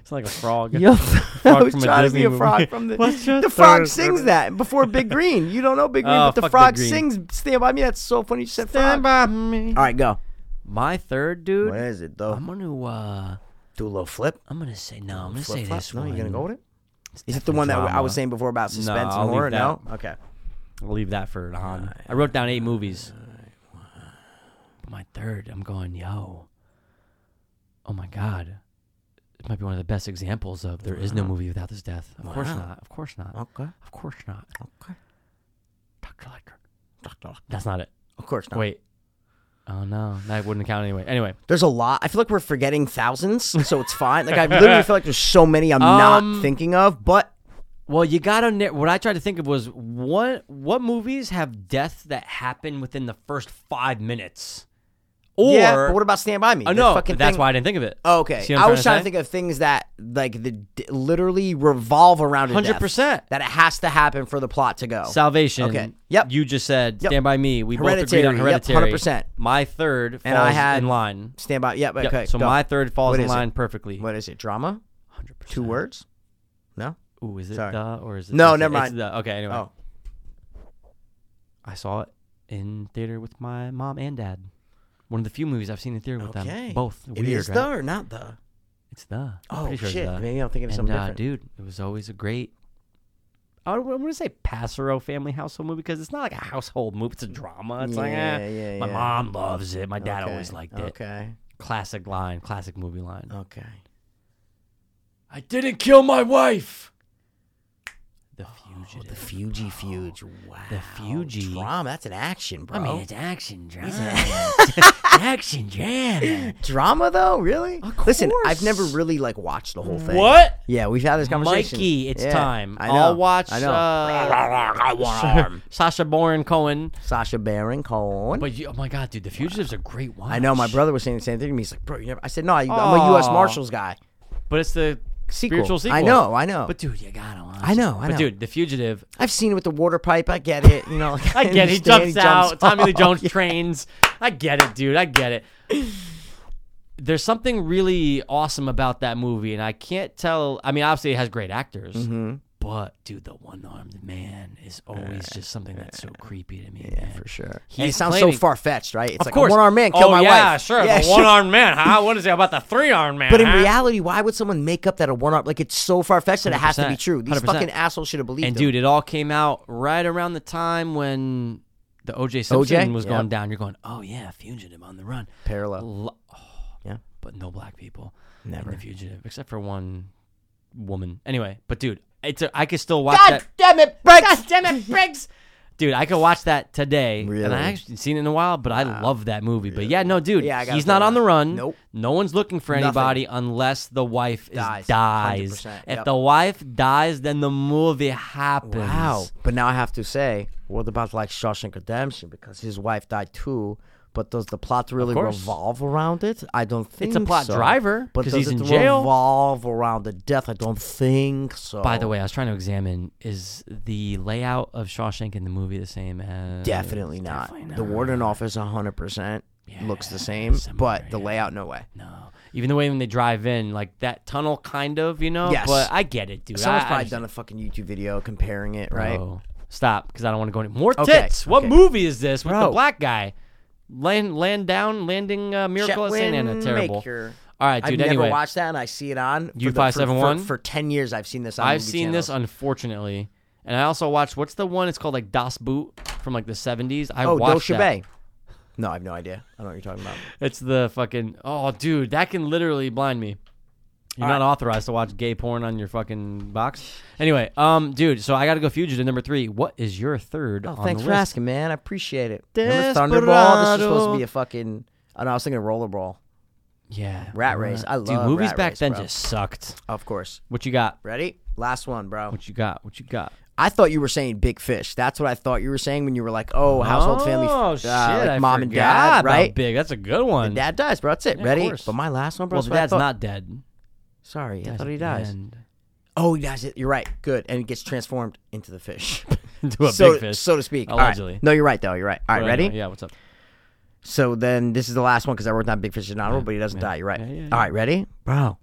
It's like a frog.
Yo, I
Frog
was
from a
trying to
Disney
be a
movie.
frog from the.
What's your
the frog
third
sings
favorite?
that before Big Green. You don't know Big Green,
Oh,
but the
fuck Big
frog
Green.
sings "Stand by Me." That's so funny. You said frog.
by me.
All right, go.
My third dude.
is it though?
I'm gonna uh,
Do a little flip.
I'm gonna say no. I'm gonna
Flip,
say
flip.
this
No,
one.
you gonna go with it?
It's
Is it the one that
definitely
I was
drama.
saying before about suspense
I'll
and
leave
horror?
that.
No. Okay.
I'll leave that for on. I wrote down eight movies. But my third, I'm going, yo. Oh my God. It might be one of the best examples of there is no movie without this death. Of course not. Of course not.
Okay.
Of course not.
Okay.
Dr. Lecter. That's not it.
Of course not.
Wait. Oh no. That wouldn't count anyway. Anyway.
There's a lot. I feel like we're forgetting thousands, so it's fine. Like I literally feel like there's so many I'm
Um,
not thinking of, but
Well, you gotta. na- What I tried to think of was what what movies have death that happen within the first five minutes, or
yeah. But what about "Stand by Me"?
Oh,
The
no,
fucking
that's
thing-
why I didn't think of it.
Oh, okay.
See what I'm
I was trying to
say?
think of things that like the d- literally revolve around a death.
100%.
that it has to happen for the plot to go.
Oh. Salvation.
Okay. Yep.
You just said
Yep.
Stand by Me. We both agreed on
Hereditary. Yep,
Hereditary.
100%.
My third falls
And I had-
in line.
Stand by. Yep.
Yep,
Okay.
so
go.
my third falls
What
in
is it?
line perfectly.
What is it? Drama.
100%.
Two words. No.
Ooh, is it
Sorry.
the or is it?
No,
is it-
never
it's
mind.
The, okay. Anyway,
Oh.
I saw it in theater with my mom and dad. One of the few movies I've seen in theater with
Okay.
them. Both weird.
It is
right?
the or not the.
It's the. I'm
Oh
pretty sure it's
shit!
the.
Maybe I'm thinking of
and,
something
uh,
different.
dude, it was always a great. I would, I'm gonna say Passero family household movie because it's not like a household movie; it's a drama. It's like,
Yeah,
eh,
yeah,
my
yeah.
mom loves it. My dad
okay.
always liked it.
Okay. Oh.
Classic line, classic movie line.
Okay.
I didn't kill my wife. The fugitive.
Oh, The Fuji Fuge. Wow.
The Fuji.
Oh, Drama. Oh. That's an action, bro.
Oh. I mean, it's action drama. action drama.
drama though, really?
Of
Listen, I've
course.
never really like watched the whole thing.
What?
Yeah, we've had this conversation.
Mikey, it's
Yeah,
time.
I know.
will watch.
I know.
Uh, Sasha Baron Cohen.
Sasha Baron Cohen.
But you, oh my god, dude, The Fugitive's a great one.
I know my brother was saying the same thing to me. He's like, "Bro, you never." I said, "No, I, I'm a U.S.
Aw.
Marshals guy."
But it's the
Sequel.
spiritual sequel.
I know, I know.
But dude, you gotta watch.
I know,
it.
I
but
know.
dude, The Fugitive.
I've seen it with the water pipe. I get it. You know, like,
I get it. He
understand,
jumps, out. Tommy Lee
off.
Jones trains. I get it, dude. I get it. There's something really awesome about that movie, and I can't tell. I mean, obviously, it has great actors,
Mm-hmm.
but dude, the one-armed man is always just something that's so creepy to me. man.
for sure.
He's
And it sounds
claiming-
so far fetched, right? It's
Of
like
course,
a one-armed man killed
oh,
my
yeah,
wife.
Sure,
yeah,
the one-armed man. Huh? What is it about the three-armed man?
But in
huh?
reality, why would someone make up that a one-armed like it's so far fetched that it has to be
100%.
true? These
100%.
fucking assholes should have believed.
And
him.
dude, it all came out right around the time when the OJ Simpson was
Yep.
going down. You're going, oh yeah, fugitive on the run.
parallel.
Lo-
Yeah.
but no black people. In
Never.
the fugitive, except for one woman. Anyway, but dude, it's a, I could still watch
God
that.
damn it, Briggs!
damn it, Briggs! Dude, I could watch that today. And
Really?
I actually seen it in a while, but I love that movie. But yeah, no, dude,
Yeah, I gotta
he's not
throw
on the
that.
run.
Nope.
No one's looking for
Nothing.
anybody unless the wife is, dies.
Dies. 100%,
If
yep.
the wife dies, then the movie happens.
Wow. But now I have to say, what about like Shawshank Redemption? Because his wife died too. But does the plot really
course.
revolve around it? I don't think
plot
so.
driver,
But
'cause
does it
he's in jail.
revolve around the death? I don't think so.
By the way, I was trying to examine is the layout of Shawshank in the movie the same as
definitely not. The warden office, hundred percent, looks the same. But the layout, no way.
No. Even the way when they drive in, like that tunnel, kind of, you know.
Yes.
But I get it, dude.
Someone's
I- I
probably
understand.
done a fucking YouTube video comparing it, right?
Bro, stop, because I don't want to go any more tits.
Oh. Okay,
What
okay.
movie is this with the
Bro.
black guy? Land, land down, landing, uh, miracle at Santa Ana. Terrible. All right,
I've
dude.
never
anyway,
watched that, and I see it on for the-
U571?
for, for, for ten years. I've seen this. on
I've
movie
seen this,
channels.
unfortunately, and I also watched what's the one? It's called like Das Boot from like the seventies. I
Oh,
watched
Dolce
that.
Bay. No, I have no idea. I don't know what you're talking about.
It's the fucking oh, dude, that can literally blind me. You're not authorized to watch gay porn on your fucking box. Anyway, um, dude, so I got to go fugitive number three. What is your third?
Oh,
on
thanks
the
for
list?
asking, man. I appreciate it. Remember Thunderball? This was supposed to be a fucking. I know. I was thinking Rollerball.
Yeah,
Rat
we're
Race.
not-
I
dude,
love
movies
Rat
back
Race,
then
bro.
just sucked.
Of course.
What you got?
Ready? Last one, bro.
What you got? What you got?
I thought you were saying Big Fish. That's what I thought you were saying when you were like, "Oh, household family, f-
Oh
uh,
shit!
like
I
mom and
forgot
dad,
about
right?"
Big. That's a good one.
Dad dies, bro. That's it.
Yeah, of
Ready?
course.
But my last one, bro.
well,
that's
the
what I
dad's
thought.
not dead.
Sorry, I
That's
thought he
the
dies.
end.
Oh, he dies. You're right. Good, and he gets transformed into the fish,
Into a
so,
big fish.
so to speak. All right.
Allegedly.
No, you're right though. You're right. All right,
But
ready?
anyway, Yeah. What's up?
So then this is the last one because I wrote down Big Fish is an honorable, but he doesn't die. You're right. All right, ready? Bro.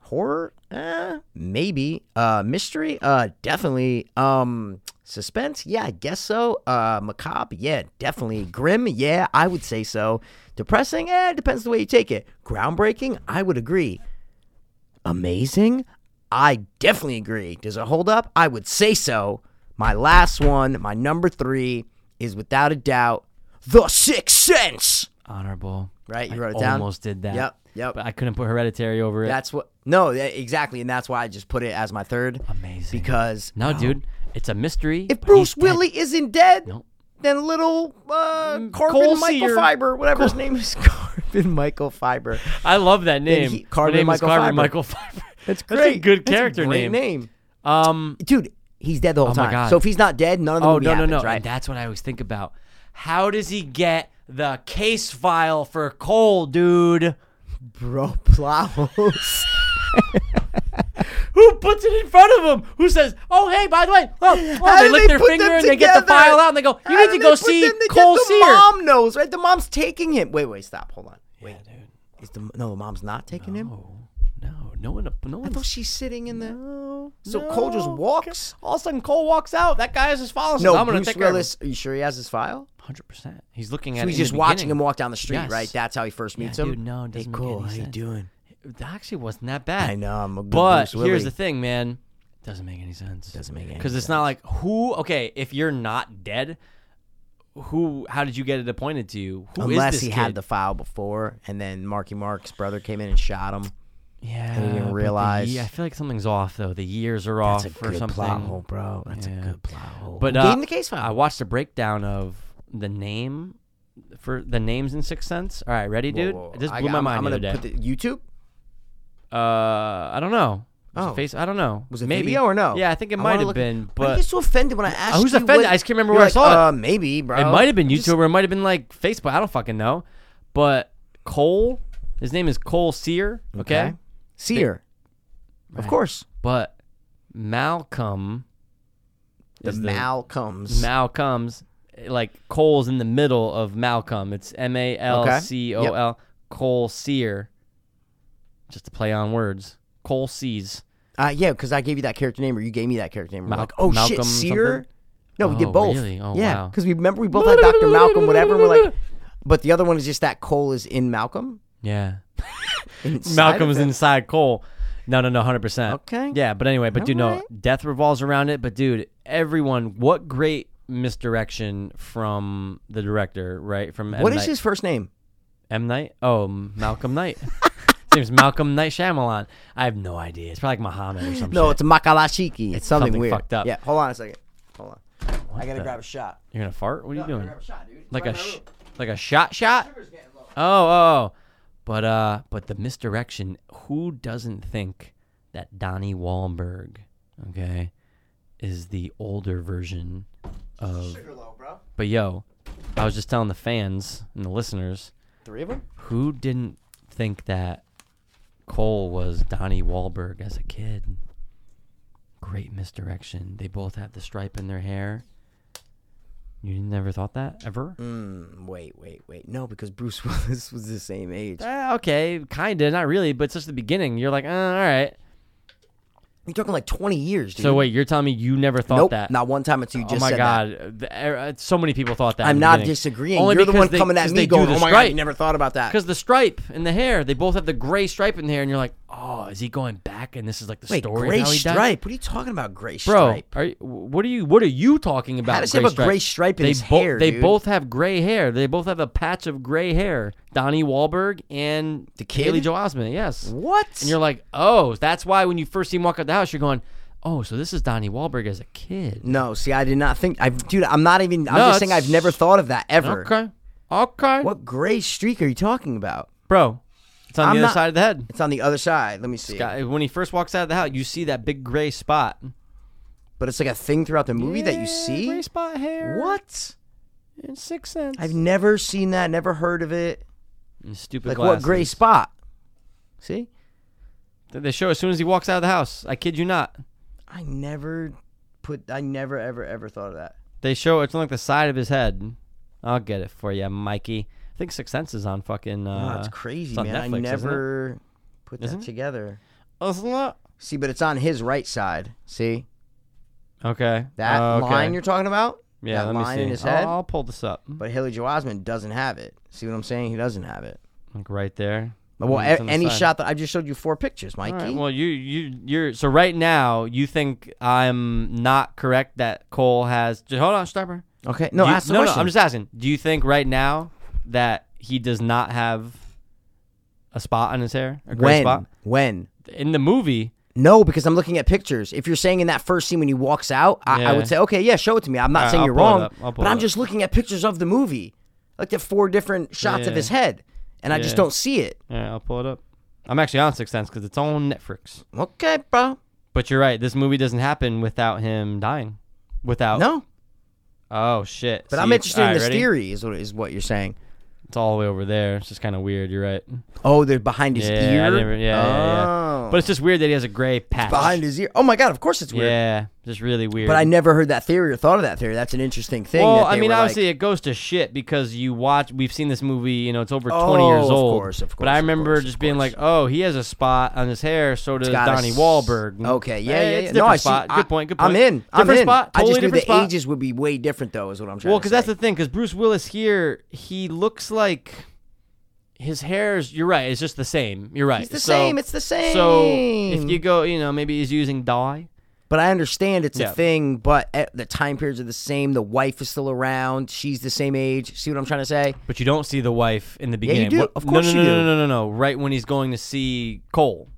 Horror? Eh, maybe. Uh mystery? Uh definitely. Um suspense? Yeah, I guess so. Uh macabre? Yeah, definitely. Grim? Yeah, I would say so. Depressing? Eh, depends the way you take it. Groundbreaking? I would agree. Amazing? I definitely agree. Does it hold up? I would say so. My last one, my number three, is without a doubt The Sixth Sense.
Honorable.
Right, you
I
wrote it down?
Almost did that.
Yep, yep.
But I couldn't put hereditary over it.
That's what. No, that- exactly, and that's why I just put it as my third.
amazing.
Because
no, dude, it's a mystery.
if
but
Bruce
he's dead.
Willie isn't dead,
Nope.
then little uh,
Cole
Carbon Michael
Sear.
Fiber, whatever his name is, Carbon Michael Fiber.
I love that name.
he-
My
Carver
name is
Michael
Carver
Fiber.
Michael Fiber.
That's
a
great.
good
That's a
character
great
name.
name,
Um.
dude. He's dead the whole
Oh my
time.
God.
So if he's not dead, none of the
Oh
movie
no no
happens,
no.
right?
And that's what I always think about. How does he get the case file for Cole, dude?
Bro,
Oh,
Plows.
Who puts it in front of him? Who says, "Oh, hey, by the way, oh, oh,"
How
they
do
lick
they
their
put
finger
them
and they get the
together?
file out and they go, "You
How do
need to
they
go
put
see
them together?
Cole
the
Sear."
mom knows, right? The mom's taking him. Wait, wait, stop. Hold on. Wait, dude. Is the no? The mom's not taking him.
Oh, no, no one, no
I
one.
thought she's sitting in the. So Cole just
No.
walks.
All of a sudden, Cole walks out. That guy is just following. him.
No,
I'm gonna
Bruce
take
Willis. Are you sure he has his file?
Hundred percent. He's looking at.
So
it
he's
in the
just watching
beginning.
him walk down the street,
Yes.
right? That's how he first meets
Yeah,
him.
dude, no, it
hey,
doesn't make
Cole,
any
how you
sense.
doing?
That actually wasn't that bad.
I know I'm a good Bruce
But here's
Willie.
the thing, man. Doesn't make any sense. Doesn't
make any
Because it's not like who. Okay, if you're not dead, who? How did you get it appointed to you? Who is
Unless
this
he
kid?
had the file before, and then Marky Mark's brother came in and shot him.
Yeah,
didn't even
but the
realize.
ye- I feel like something's off though. The years are
That's a
off or
good
something.
plot hole, bro. That's
Yeah.
a good plot hole.
But
Who
uh,
gave him the case
I
file.
watched a breakdown of the name for the names in Sixth Sense. All right, ready, dude?
Whoa, whoa,
It just
I
blew
got-
my
I'm-
mind
I'm
the other
gonna
day.
put the YouTube.
Uh, I don't know. Was
Oh.
it face? I don't know.
Was it
Maybe.
video or no?
Yeah, I think it
I
might
wanna
have
look-
been,
I
but Uh,
get so offended when I ask.
who's
you
offended?
what-
I just can't remember
You're
where I
like,
saw it.
uh, Maybe, bro.
it might have been
Just-
YouTube or it might have been like Facebook. I don't fucking know. But Cole, his name is Cole Sear. Okay,
Okay. Seer. Of course,
but Malcolm,
the
is
Malcolms.
Malcolm's like Cole's in the middle of Malcolm. It's M A L C O L. Cole Sear. Just to play on words. Cole sees.
Uh, yeah, because I gave you that character name, or you gave me that character name. We're
Mal-
like, oh
Malcolm
shit, Seer.
something?
No, we
Oh,
did both.
really? Oh,
yeah,
wow.
because we remember we both had Doctor Malcolm, whatever. and We're like, but the other one is just that Cole is in Malcolm.
Yeah.
Inside
Malcolm
of
is
him.
inside Cole. No, no, no, hundred percent.
Okay.
Yeah, but anyway, but dude, no,
Alright.
death revolves around it. But dude, everyone, what great misdirection from the director, right? From M.
What is
Night.
his first name?
M Night? Oh, M- Malcolm Knight. His name's Malcolm Knight Shyamalan. I have no idea. It's probably like Muhammad or something.
No, it's Oh, Makalashiki. It's something,
something
weird.
fucked up.
Yeah, hold on a second. Hold on. I gotta
the-
grab a shot.
You're gonna fart? What are you doing?
shot, dude.
Like a sh- like a shot shot? Oh, oh, oh. But uh but the misdirection, who doesn't think that Donnie Wahlberg, okay, is the older version of But yo, I was just telling the fans and the listeners,
Three of them?
who didn't think that Cole was Donnie Wahlberg as a kid? Great misdirection. They both have the stripe in their hair. You never thought that ever?
Wait, wait, wait. No, because Bruce Willis was the same age.
Eh, okay, kinda, not really, but it's just the beginning. You're like, uh, all right.
You're talking like 20 years, dude.
So wait, you're telling me you never thought
Mm-hmm. nope,
that?
not one time until you just
oh my
said that.
god, The- er, so many people thought that.
I'm
in the
not
beginning.
disagreeing.
Only
You're the
because
one
they-
coming at
'cause
me
they do
going,
the
oh my god,
stripe."
you never thought about that.
Because the stripe and the hair, they both have the gray stripe in the hair, and you're like, oh, is he going back? And this is like the
Wait,
story. of
gray
how he died?
stripe? What are you talking about, gray
bro.
stripe?
Are you, what are you? What are you talking about?
does he have a gray stripe in
they
his hair,
They
dude?
both have gray hair. They both have a patch of gray hair. Donnie Wahlberg and
The kid?
Kaylee Joe Osment. Yes.
What?
And you're like, oh, that's why when you first see him walk out the house, you're going, oh, so this is Donnie Wahlberg as a kid.
no, see, I did not think. I, dude, I'm not even. I'm
No,
just saying
it's-
I've never thought of that ever.
Okay. Okay.
What gray streak are you talking about?
bro? It's on
I'm
the other
not-
side of the head.
It's on the other side. Let me see.
Guy- When he first walks out of the house, you see that big gray spot.
But it's like a thing throughout the movie that you
Gray
see.
spot hair.
What?
In Six Sense.
I've never seen that. Never heard of it.
And stupid
Like what
glasses.
gray spot? See,
They show as soon as he walks out of the house. I kid you not.
I never put. I never ever ever thought of that.
They show it's on like the side of his head. I'll get it for you, Mikey. I think Sixth Sense is on fucking.
Oh,
Uh,
it's crazy,
it's on
man. I
Netflix, isn't it?
never put that
Isn't it?
together.
Isn't it?
See, but it's on his right side. See
Okay.
that
Oh, okay.
line you're talking about?
yeah,
that
let me
line
see. Oh.
in his
I'll-
head.
I'll, pull this up.
But Haley Joel Osment doesn't have it. See what I'm saying? He doesn't have it.
Like right there.
Well,
Mm, It's
a-
on the
any
side.
shot that I just showed you four pictures, Mikey.
All right, well, you you you're so right now. You think I'm not correct that Cole has? Just hold on, stopper.
okay, no,
Do you-
ask the
no, no.
question.
I'm just asking. Do you think right now that he does not have a spot on his hair? A gray
when?
spot
When?
in the movie?
No, because I'm looking at pictures. If you're saying in that first scene when he walks out, I, I
Yeah.
would say, okay, yeah, show it to me. I'm not
right,
saying
I'll
you're
pull it
wrong,
up. I'll pull
but
it
I'm
up.
just looking at pictures of the movie, like the four different shots of
Yeah.
his head, and I
Yeah.
just don't see it.
All right, I'll pull it up. I'm actually on Sixth Sense because it's on Netflix.
Okay, bro.
But you're right. This movie doesn't happen without him dying. Without
No,
Oh shit.
but
See,
I'm
it's-
interested
all right,
in this
ready?
theory. Is what is what you're saying?
It's all the way over there. It's just kind of weird. You're right.
Oh, they're behind his
yeah,
ear.
I never- yeah, yeah, yeah.
Oh.
But it's just weird that he has a gray patch
behind his ear. Oh my god, of course it's weird.
Yeah, just really weird.
But I never heard that theory or thought of that theory. That's an interesting thing.
Well,
that
I
they
mean,
were
obviously
like,
it goes to shit because you watch. We've seen this movie. You know, it's over 20 years
Oh, of
old.
course, of
but I
course, of
remember
course,
just
of
being
course.
like, "Oh, he has a spot on his hair." So does
gotta
Donnie
s-
Wahlberg.
Okay, yeah,
Eh,
yeah,
It's
yeah.
a
No,
different
I see.
spot.
I-
good point. Good point.
I'm in. I'm
Different
in.
spot. Totally
I just knew the
different spot.
ages would be way different, though. Is what I'm trying
Well,
to
because
say.
that's the thing. Because Bruce Willis here, he looks like his hair's. You're right. It's just the same. You're right.
It's the
So-
same. It's the same.
So if you go, you know, maybe he's using dye.
but I understand it's
Yeah.
a thing. But at, the time periods are the same. The wife is still around. She's the same age. See what I'm trying to say?
But you don't see the wife in the
you
beginning.
do.
What-
Of
no,
course
no,
you
no,
do.
No, no, no, no, Right when he's going to see Cole.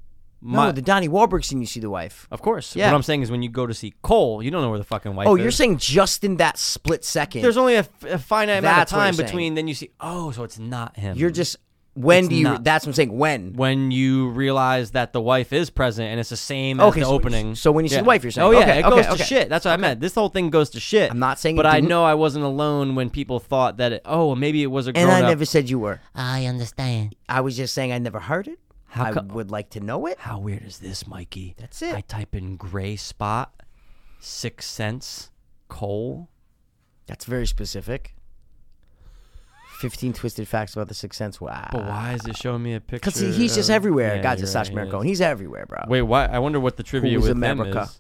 My-
no, the Donnie Wahlberg scene. You see the wife.
of course.
Yeah.
What I'm saying is when you go to see Cole, you don't know where the fucking wife
Oh,
is.
you're saying just in that split second?
there's only a, f- a finite amount of
That's what you're
time
saying.
between. Then you see, oh, so it's not him.
you're just when
It's
do you?
not.
That's what I'm saying. When?
when you realize that the wife is present and it's the same
Okay,
as the
so-
opening.
so when you see
Yeah.
the wife, you're saying,
oh yeah,
okay,
it
okay,
goes to
okay.
shit. That's what I meant. This whole thing goes to shit.
I'm not saying it
but I
didn't.
know I wasn't alone when people thought that. It, oh, maybe it was a grown
And I
up.
never said you were.
I understand.
I was just saying I never heard it.
How
I
co-
would like to know it.
How weird is this, Mikey?
That's it.
I type in gray spot, six cents, coal.
That's very specific. 15 twisted facts about the Sixth Sense. Wow.
But why is it showing me a picture?
Ah. Because he's just
of-
everywhere.
Yeah,
Guys,
you're
it's
right,
Sash
he
Miracle.
is.
He's everywhere, bro.
Wait, why? I wonder what the trivia
Who's
with them
America?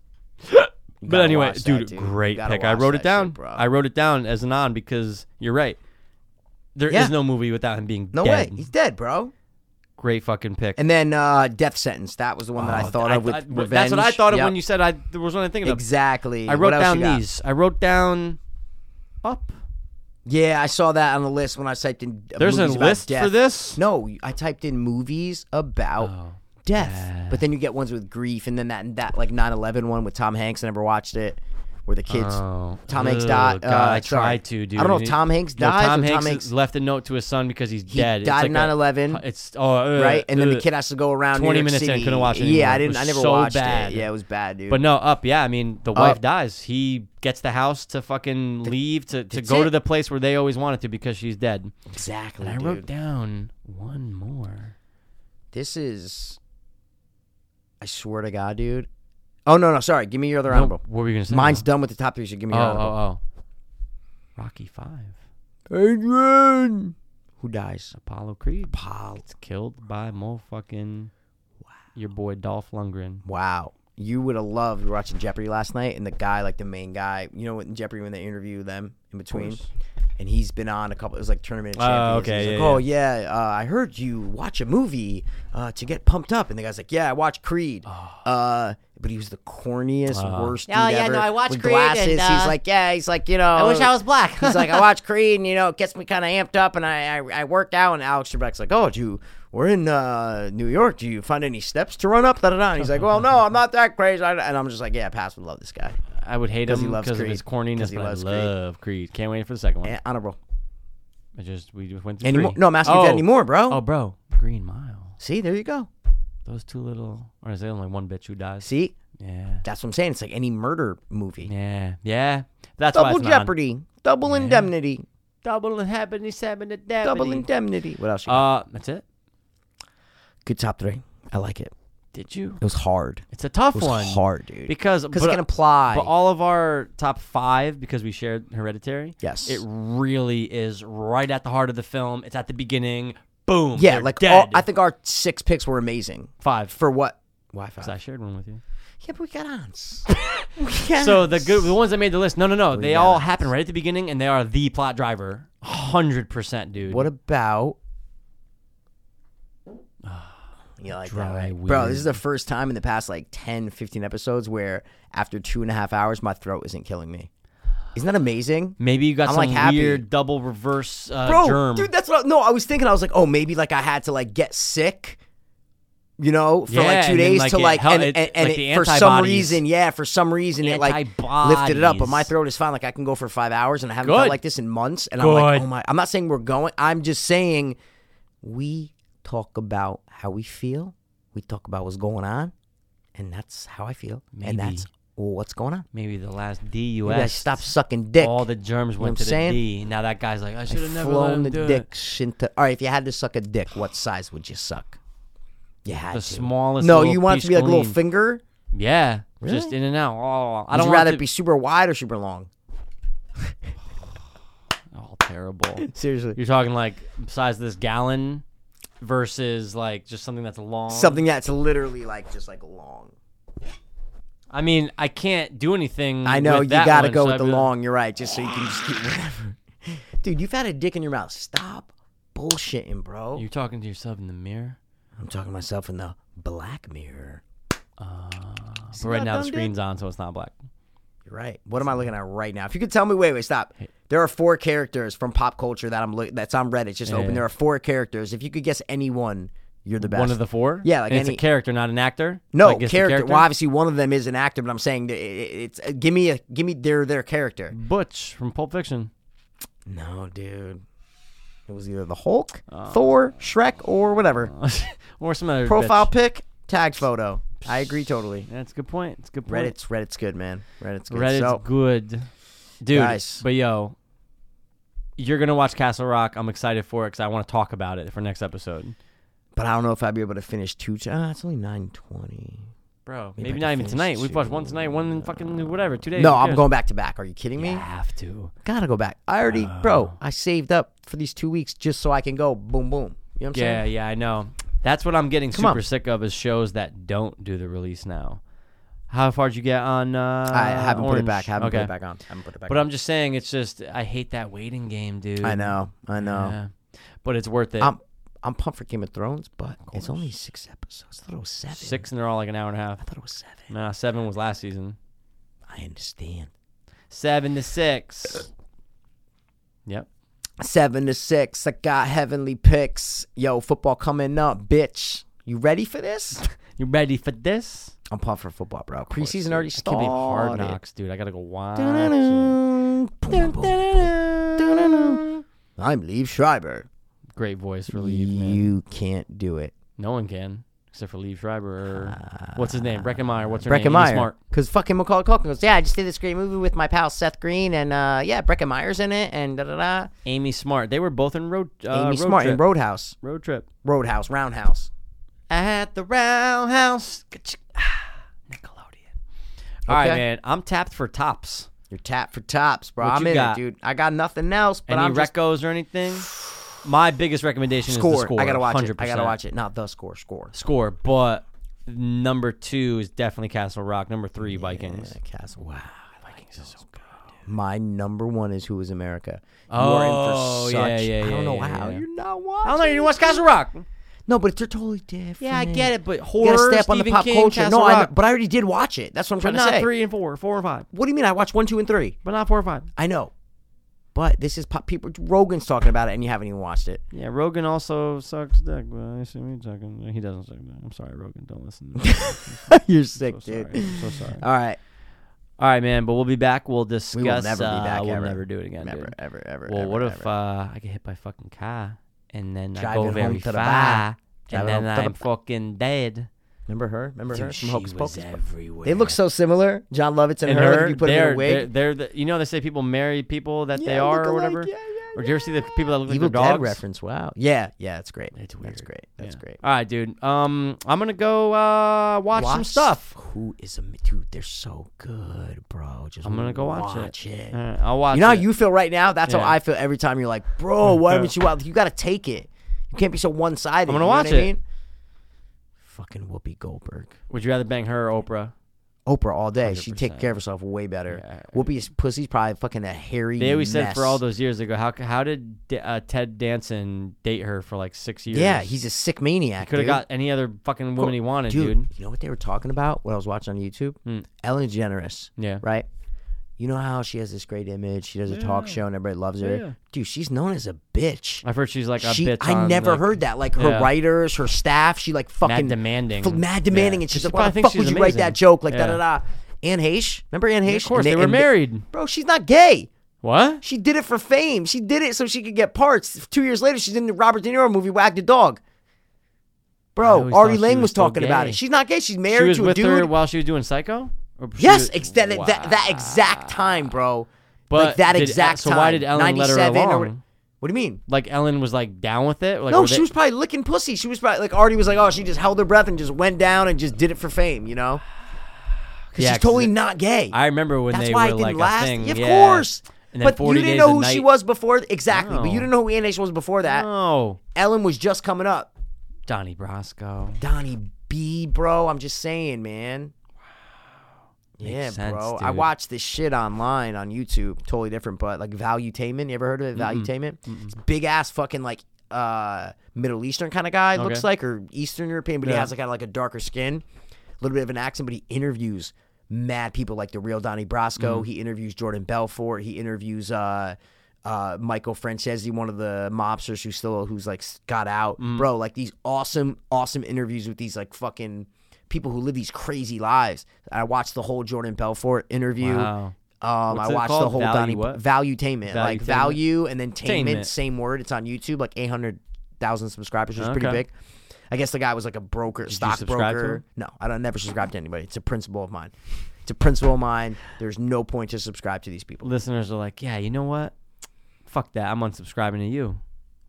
is.
You
But
gotta
anyway,
watch that,
dude, great
You gotta
pick. I
watch
wrote
that
it down.
shit, bro.
I wrote it down as an on because you're right. There is
Yeah.
no movie without him being
no
dead.
way. He's dead, bro.
Great fucking pick.
And then uh, Death Sentence. That was the one that I
Oh,
thought
I-
of with
I-
Revenge.
That's what I thought of
Yep.
when you said I there was one I thinking
Exactly.
of. I
What
wrote
else
down
you got?
these. I wrote down up.
Yeah, I saw that on the list when I typed in. uh,
There's a
movies about
list for
death.
this?
No, I typed in movies about
Oh,
death. But then you get ones with grief, and then that that like 9/11 one with Tom Hanks. I never watched it. where the kids
Oh,
Tom Hanks
Ugh,
died.
God,
uh, sorry.
I tried to, dude.
I don't know if
You-
Tom Hanks
No,
dies
Tom
or
Hanks,
Tom Hanks
left a note to his son because he's
he
dead. It's
died
like
in
a-
9/11,
It's oh uh,
right? And then the
ugh.
kid has to go around
20
New York
minutes in,
City.
couldn't watch it
Yeah,
anymore.
I
It
didn't. I
was
never
so
watched
bad.
it. Yeah, it was bad, dude.
But no, up. Yeah, I mean, the wife
Up.
dies. He gets the house to fucking leave to, to
that's
go
it.
to the place where they always wanted to because she's dead.
exactly,
And I
dude.
wrote down one more.
This is. I swear to God, dude. Oh no, no, sorry. Give me your other
No,
honorable.
what were you gonna say?
Mine's
now?
done with the top three, so give me your
Oh,
honorable.
oh, oh. Rocky Five.
Adrian, who dies?
Apollo Creed. Apollo. Killed by more fucking your boy Dolph Lundgren.
Wow. You would have loved watching Jeopardy last night, and the guy, like the main guy, you know, in Jeopardy when they interview them in between, and he's been on a couple. It was like tournament. Of
Oh,
champions.
okay,
He's
yeah,
like, oh yeah, uh, I heard you watch a movie uh, to get pumped up, and the guy's like, yeah, I watched Creed.
Oh.
Uh, but he was the corniest,
Uh-huh.
worst.
Oh,
dude
yeah,
ever,
no, I watched
with
Creed and,
Glasses.
uh,
he's like, yeah, he's like, you know,
I wish I was black.
He's like, I watch Creed, and you know, it gets me kind of amped up, and I, I I worked out. And Alex Trebek's like, Oh, do you, we're in uh, New York. Do you find any steps to run up? Da da da. And he's like, Well, no, I'm not that crazy. I- And I'm just like, Yeah, pass would love this guy.
I would hate
'Cause he
him
loves
because of his
Creed. 'Cause
corniness,
he
but I
loves Creed.
love Creed. Can't wait for the second one.
And honorable.
I just we just went through
Any
three.
more? No, I'm asking if you had any more, bro.
Oh, bro, Green Mile.
See, there you go.
Those two little, or is there only one bitch who dies?
See,
Yeah,
that's what I'm saying. It's like any murder movie.
yeah, yeah. That's why
Double
it's not on.
Jeopardy, Double Indemnity,
double happening, seven to death.
Double Indemnity. What else? You got?
Uh, that's it.
Good top three. I like it.
Did you?
It was hard.
It's a tough
It was
one
hard, dude.
because
because
but-
it can apply.
But all of our top five, because we shared Hereditary,
Yes.
it really is right at the heart of the film. It's at the beginning. Boom.
yeah,
they're
like
dead.
all, I think our six picks were amazing.
five.
For what? Wi-Fi.
'Cause I shared one with you.
Yeah, but we got ants.
So the good, the ones that made the list, no, no, no, they all happen right at the beginning, and they are the plot driver, hundred percent, dude.
What about? You like that,
Dry,
right? bro? This is
weird.
the first time in the past like 10, 15 episodes where after two and a half hours, my throat isn't killing me. Isn't that amazing?
Maybe you got
I'm,
some
like, happy.
weird double reverse uh,
bro,
germ.
dude, that's what. I, no, I was thinking. I was like, oh, maybe like I had to like get sick, you know, for
Yeah,
like two
and then,
days
like,
to
it
like,
hel-
and,
it-
and, and
like the
it, for some
antibodies.
reason, yeah, for some reason it like lifted it up. But my
Antibodies.
throat is fine. Like I can go for five hours, and I haven't felt
Good.
like this in months. And I'm like,
Good.
oh my. I'm not saying we're going. I'm just saying we talk about how we feel. We talk about what's going on, and that's how I feel,
Maybe.
and that's what's going on.
Maybe the last D you
You guys
asked.
stop sucking dick.
All the germs
what I'm
went to
saying?
the D. Now that guy's like, I should have never let
flown
him
the
do it.
dicks into. All right, if you had to suck a dick, what size would you suck? You had
The
to.
smallest.
no,
little
you want it to be like a little
piscone.
finger.
Yeah, just in and out. Oh, I
Would
don't
you
want
rather
to
it be super wide or super long?
Oh, terrible.
Seriously,
You're talking like size of this gallon versus like just something that's long.
something that's literally like just like long.
I mean, I can't do anything.
I know
with
you
that
got to
one,
go
so
with
I'd
the
be like,
long. You're right, just so you can just keep whatever. Dude, you've had a dick in your mouth. Stop bullshitting, bro.
You're talking to yourself in the mirror.
I'm talking to myself in the black mirror.
But right
how
now the
dumb, dude?
screen's on, so it's not black.
You're right. What am I looking at right now? If you could tell me, wait, wait, stop. There are four characters from pop culture that I'm look that's on Reddit. Just open.
Yeah.
There are four characters. If you could guess any one, you're the best.
One of the four.
Yeah, like
And
any-
it's a character, not an actor.
no
Like, it's the
character. Well, obviously one of them is an actor, but I'm saying that it- it- it's uh, give me a give me their their character.
Butch from Pulp Fiction.
No, dude. Uh, It was either the Hulk, Thor, Shrek, or whatever.
or some other
Profile
bitch.
pic, tag photo. I agree totally.
That's a good point. It's a good point.
Reddit's Reddit's good, man. Reddit's good.
Reddit's
so,
good, dude.
Guys.
But yo, you're gonna watch Castle Rock. I'm excited for it because I want to talk about it for next episode,
but I don't know if I'd be able to finish two. Ah, it's only nine twenty.
bro.
Maybe
Maybe,
I can
not even
finish
tonight. We've watched one
two,
tonight, one in fucking whatever. Two days.
No,
who
I'm
cares?
going back to back. Are you kidding me?
You have to.
Gotta go back. I already,
Oh.
bro, I saved up for these two weeks just so I can go boom, boom. You know what I'm
Yeah,
saying?
yeah, I know. That's what I'm getting
Come on.
super sick of is shows that don't do the release now. How far would you get on? Uh,
I haven't put
Orange?
it back. Haven't
okay.
put it back on. Haven't put it back
But
on.
I'm just saying, it's just I hate that waiting game, dude.
I know. I know.
Yeah. But it's worth it.
I'm I'm pumped for Game of Thrones, but it's only six episodes. I thought it was seven.
Six and they're all like an hour and a half.
I thought it was seven.
Nah, seven was last season.
I understand.
Seven to six. Yep.
Seven to six. I got heavenly picks. Yo, football coming up, bitch. You ready for this?
You ready for this?
I'm pumped for football, bro. Preseason already
I can't
started.
believe Hard Knocks, dude. I gotta go watch. it.
Dun-dun-dun. I'm Lee Schreiber.
Great voice for Lee, man.
You can't do it.
No one can except for Lee Schreiber. Or, what's his name? Breckenmeyer. What's her name? Amy
Breckenmeyer.
Smart.
Because fucking Macaulay Culkin goes, yeah, I just did this great movie with my pal Seth Green, and uh, yeah, Breckenmeyer's in it, and da da da.
Amy Smart. They were both in road. Uh,
Amy
road
Smart
Trip.
in Roadhouse.
road trip.
Roadhouse, Roundhouse.
At the roundhouse. Ka-chick. Ah, Nickelodeon. All right,
Okay.
man. I'm tapped for tops.
You're tapped for tops, bro.
What
I'm
you
in
got?
it, dude. I got nothing else, but
Any
I'm just
recos or anything? My biggest recommendation is the
score.
score.
I gotta watch it. I
100%.
gotta watch it. Not the score. Score.
Score, but number two is definitely Castle Rock. Number three, Vikings.
Castle. Wow. Vikings is so good. My number one is Who is America. You
Oh, yeah, yeah,
I don't
yeah,
know
yeah,
how.
yeah.
You're not watching.
I don't know. You didn't watch Castle Rock?
No, but they're totally different.
Yeah, I get it, but
You
horror,
gotta step on the pop culture. no, I know, but I already did watch it. That's what I'm
but
trying
not
to say.
three and four, four and five,
What do you mean? I watched one, two, and three.
but not four and five.
I know, but this is pop. People, Rogan's talking about it, and you haven't even watched it.
Yeah, Rogan also sucks dick. But I see me talking. He doesn't suck dick. I'm sorry, Rogan. Don't listen. To me.
You're sick,
I'm so
dude.
sorry. I'm so sorry.
All right,
All right, man. But we'll be back. We'll discuss.
we will never be
uh,
back.
We'll
ever.
never do it again.
Never,
dude.
ever, ever.
Well,
ever,
what if
ever.
uh, I get hit by a fucking car and then I
Driving
go
home
very
to the
far
bar.
and
Driving
then
home to the
I'm fucking dead?
remember her? Remember her
Dude,
from
she
Hocus
was
Pocus?
everywhere.
They look so similar, John Lovitz and,
and
her.
her,
if you put them
they're,
in a wig.
They're, they're the, you know they say people marry people that they
Yeah,
are or
look-alike.
whatever.
Yeah, yeah,
Or do you ever see the people that look like
Evil
their dogs?
Dead reference. Wow. Yeah, yeah, that's great.
It's
That's
weird.
great. That's
Yeah.
great.
All right, dude. Um, I'm gonna go uh watch, some stuff.
Who is a dude? They're so good, bro. Just
I'm gonna go watch,
watch
it.
it.
All right, I'll watch.
You know how
it.
you feel right now? That's
Yeah.
how I feel every time you're like, bro, why haven't you out? You got to take it. You can't be so one sided.
I'm gonna
you know
watch
what I
it.
mean? Fucking Whoopi Goldberg.
Would you rather bang her or Oprah?
Oprah all day. She'd take care of herself way better. Whoopi's pussy's probably fucking a hairy.
They always said
mess.
for all those years ago, how how did D- uh, Ted Danson date her for like six years?
Yeah, he's a sick maniac.
could have
dude.
got any other fucking woman he wanted,
dude,
dude. Hmm.
You know what they were talking about? What I was watching on YouTube? Ellen DeGeneres.
Yeah.
Right. You know how she has this great image. She does a talk show and everybody loves her.
Yeah.
Dude, she's known as a bitch.
I've heard she's like a
she,
bitch.
I
on,
never
like,
heard that. Like her
Yeah.
writers, her staff, she like fucking
demanding.
f- mad demanding,
Yeah.
and she's
She
like, "Why
probably
the
thinks
fuck would
she's
you write
amazing.
that joke?" Like
Yeah.
da da da. Anne Heche, remember Anne Heche?
Of course, they were married.
bro. She's not gay.
What?
She did it for fame. She did it so she could get parts. Two years later, she's in the Robert De Niro movie, Wag the Dog. Bro,
always
Ari
thought she
Lang was,
was still
talking about
gay.
it. She's not gay. She's
She
married
was
to a
with
dude.
her while she was doing Psycho. Or she
Yes,
was-
ex- that, that, that, that
Ah.
exact time, bro.
But
like that
did-
exact
so
time.
why did Ellen let her
97 or-
along?
what do you mean?
Like Ellen was like down with it. Like,
No,
were
she
they-
was probably licking pussy. She was probably like Artie was like, oh, she just held her breath and just went down and just did it for fame, you know? Because
Yeah,
she's
'cause
totally
it-
not gay.
I remember when
That's
they
why
were
it didn't
like
last.
a thing.
Yeah, of
yeah.
course.
And then
but
40
you didn't
days
know
a
who she
night- Oh.
was before exactly. But
No.
you didn't know who Anne H was before that.
No,
Ellen was just coming up.
Donnie Brasco.
Donnie B, bro. I'm just saying, man. yeah,
sense,
bro. I
dude.
watched this shit online on YouTube. Totally different, but like Valuetainment. You ever heard of it? Valuetainment. It's big ass fucking like uh Middle Eastern kind of guy
Okay.
looks like, or Eastern European, but he
Yeah.
has like kind of like a darker skin, a little bit of an accent, but he interviews mad people like the real Donnie Brasco. He interviews Jordan Belfort. He interviews uh uh, Michael Francesi, one of the mobsters who's still who's like got out, bro. Like these awesome, awesome interviews with these like fucking people who live these crazy lives. I watched the whole Jordan Belfort interview.
Wow.
Um,
What's
I
it
watched the
called?
whole
Value
Donnie
what?
Valuetainment, like
Valuetainment?
value and then tainment,
Tainment.
same word. It's on YouTube, like eight hundred thousand subscribers, which is pretty
Okay.
big. I guess the guy was like a broker,
subscribe to
stockbroker.
him?
No, I don't never subscribe to anybody. It's a principle of mine. It's a principle of mine. There's no point to subscribe to these people.
Listeners are like, yeah, you know what? Fuck that. I'm unsubscribing to you.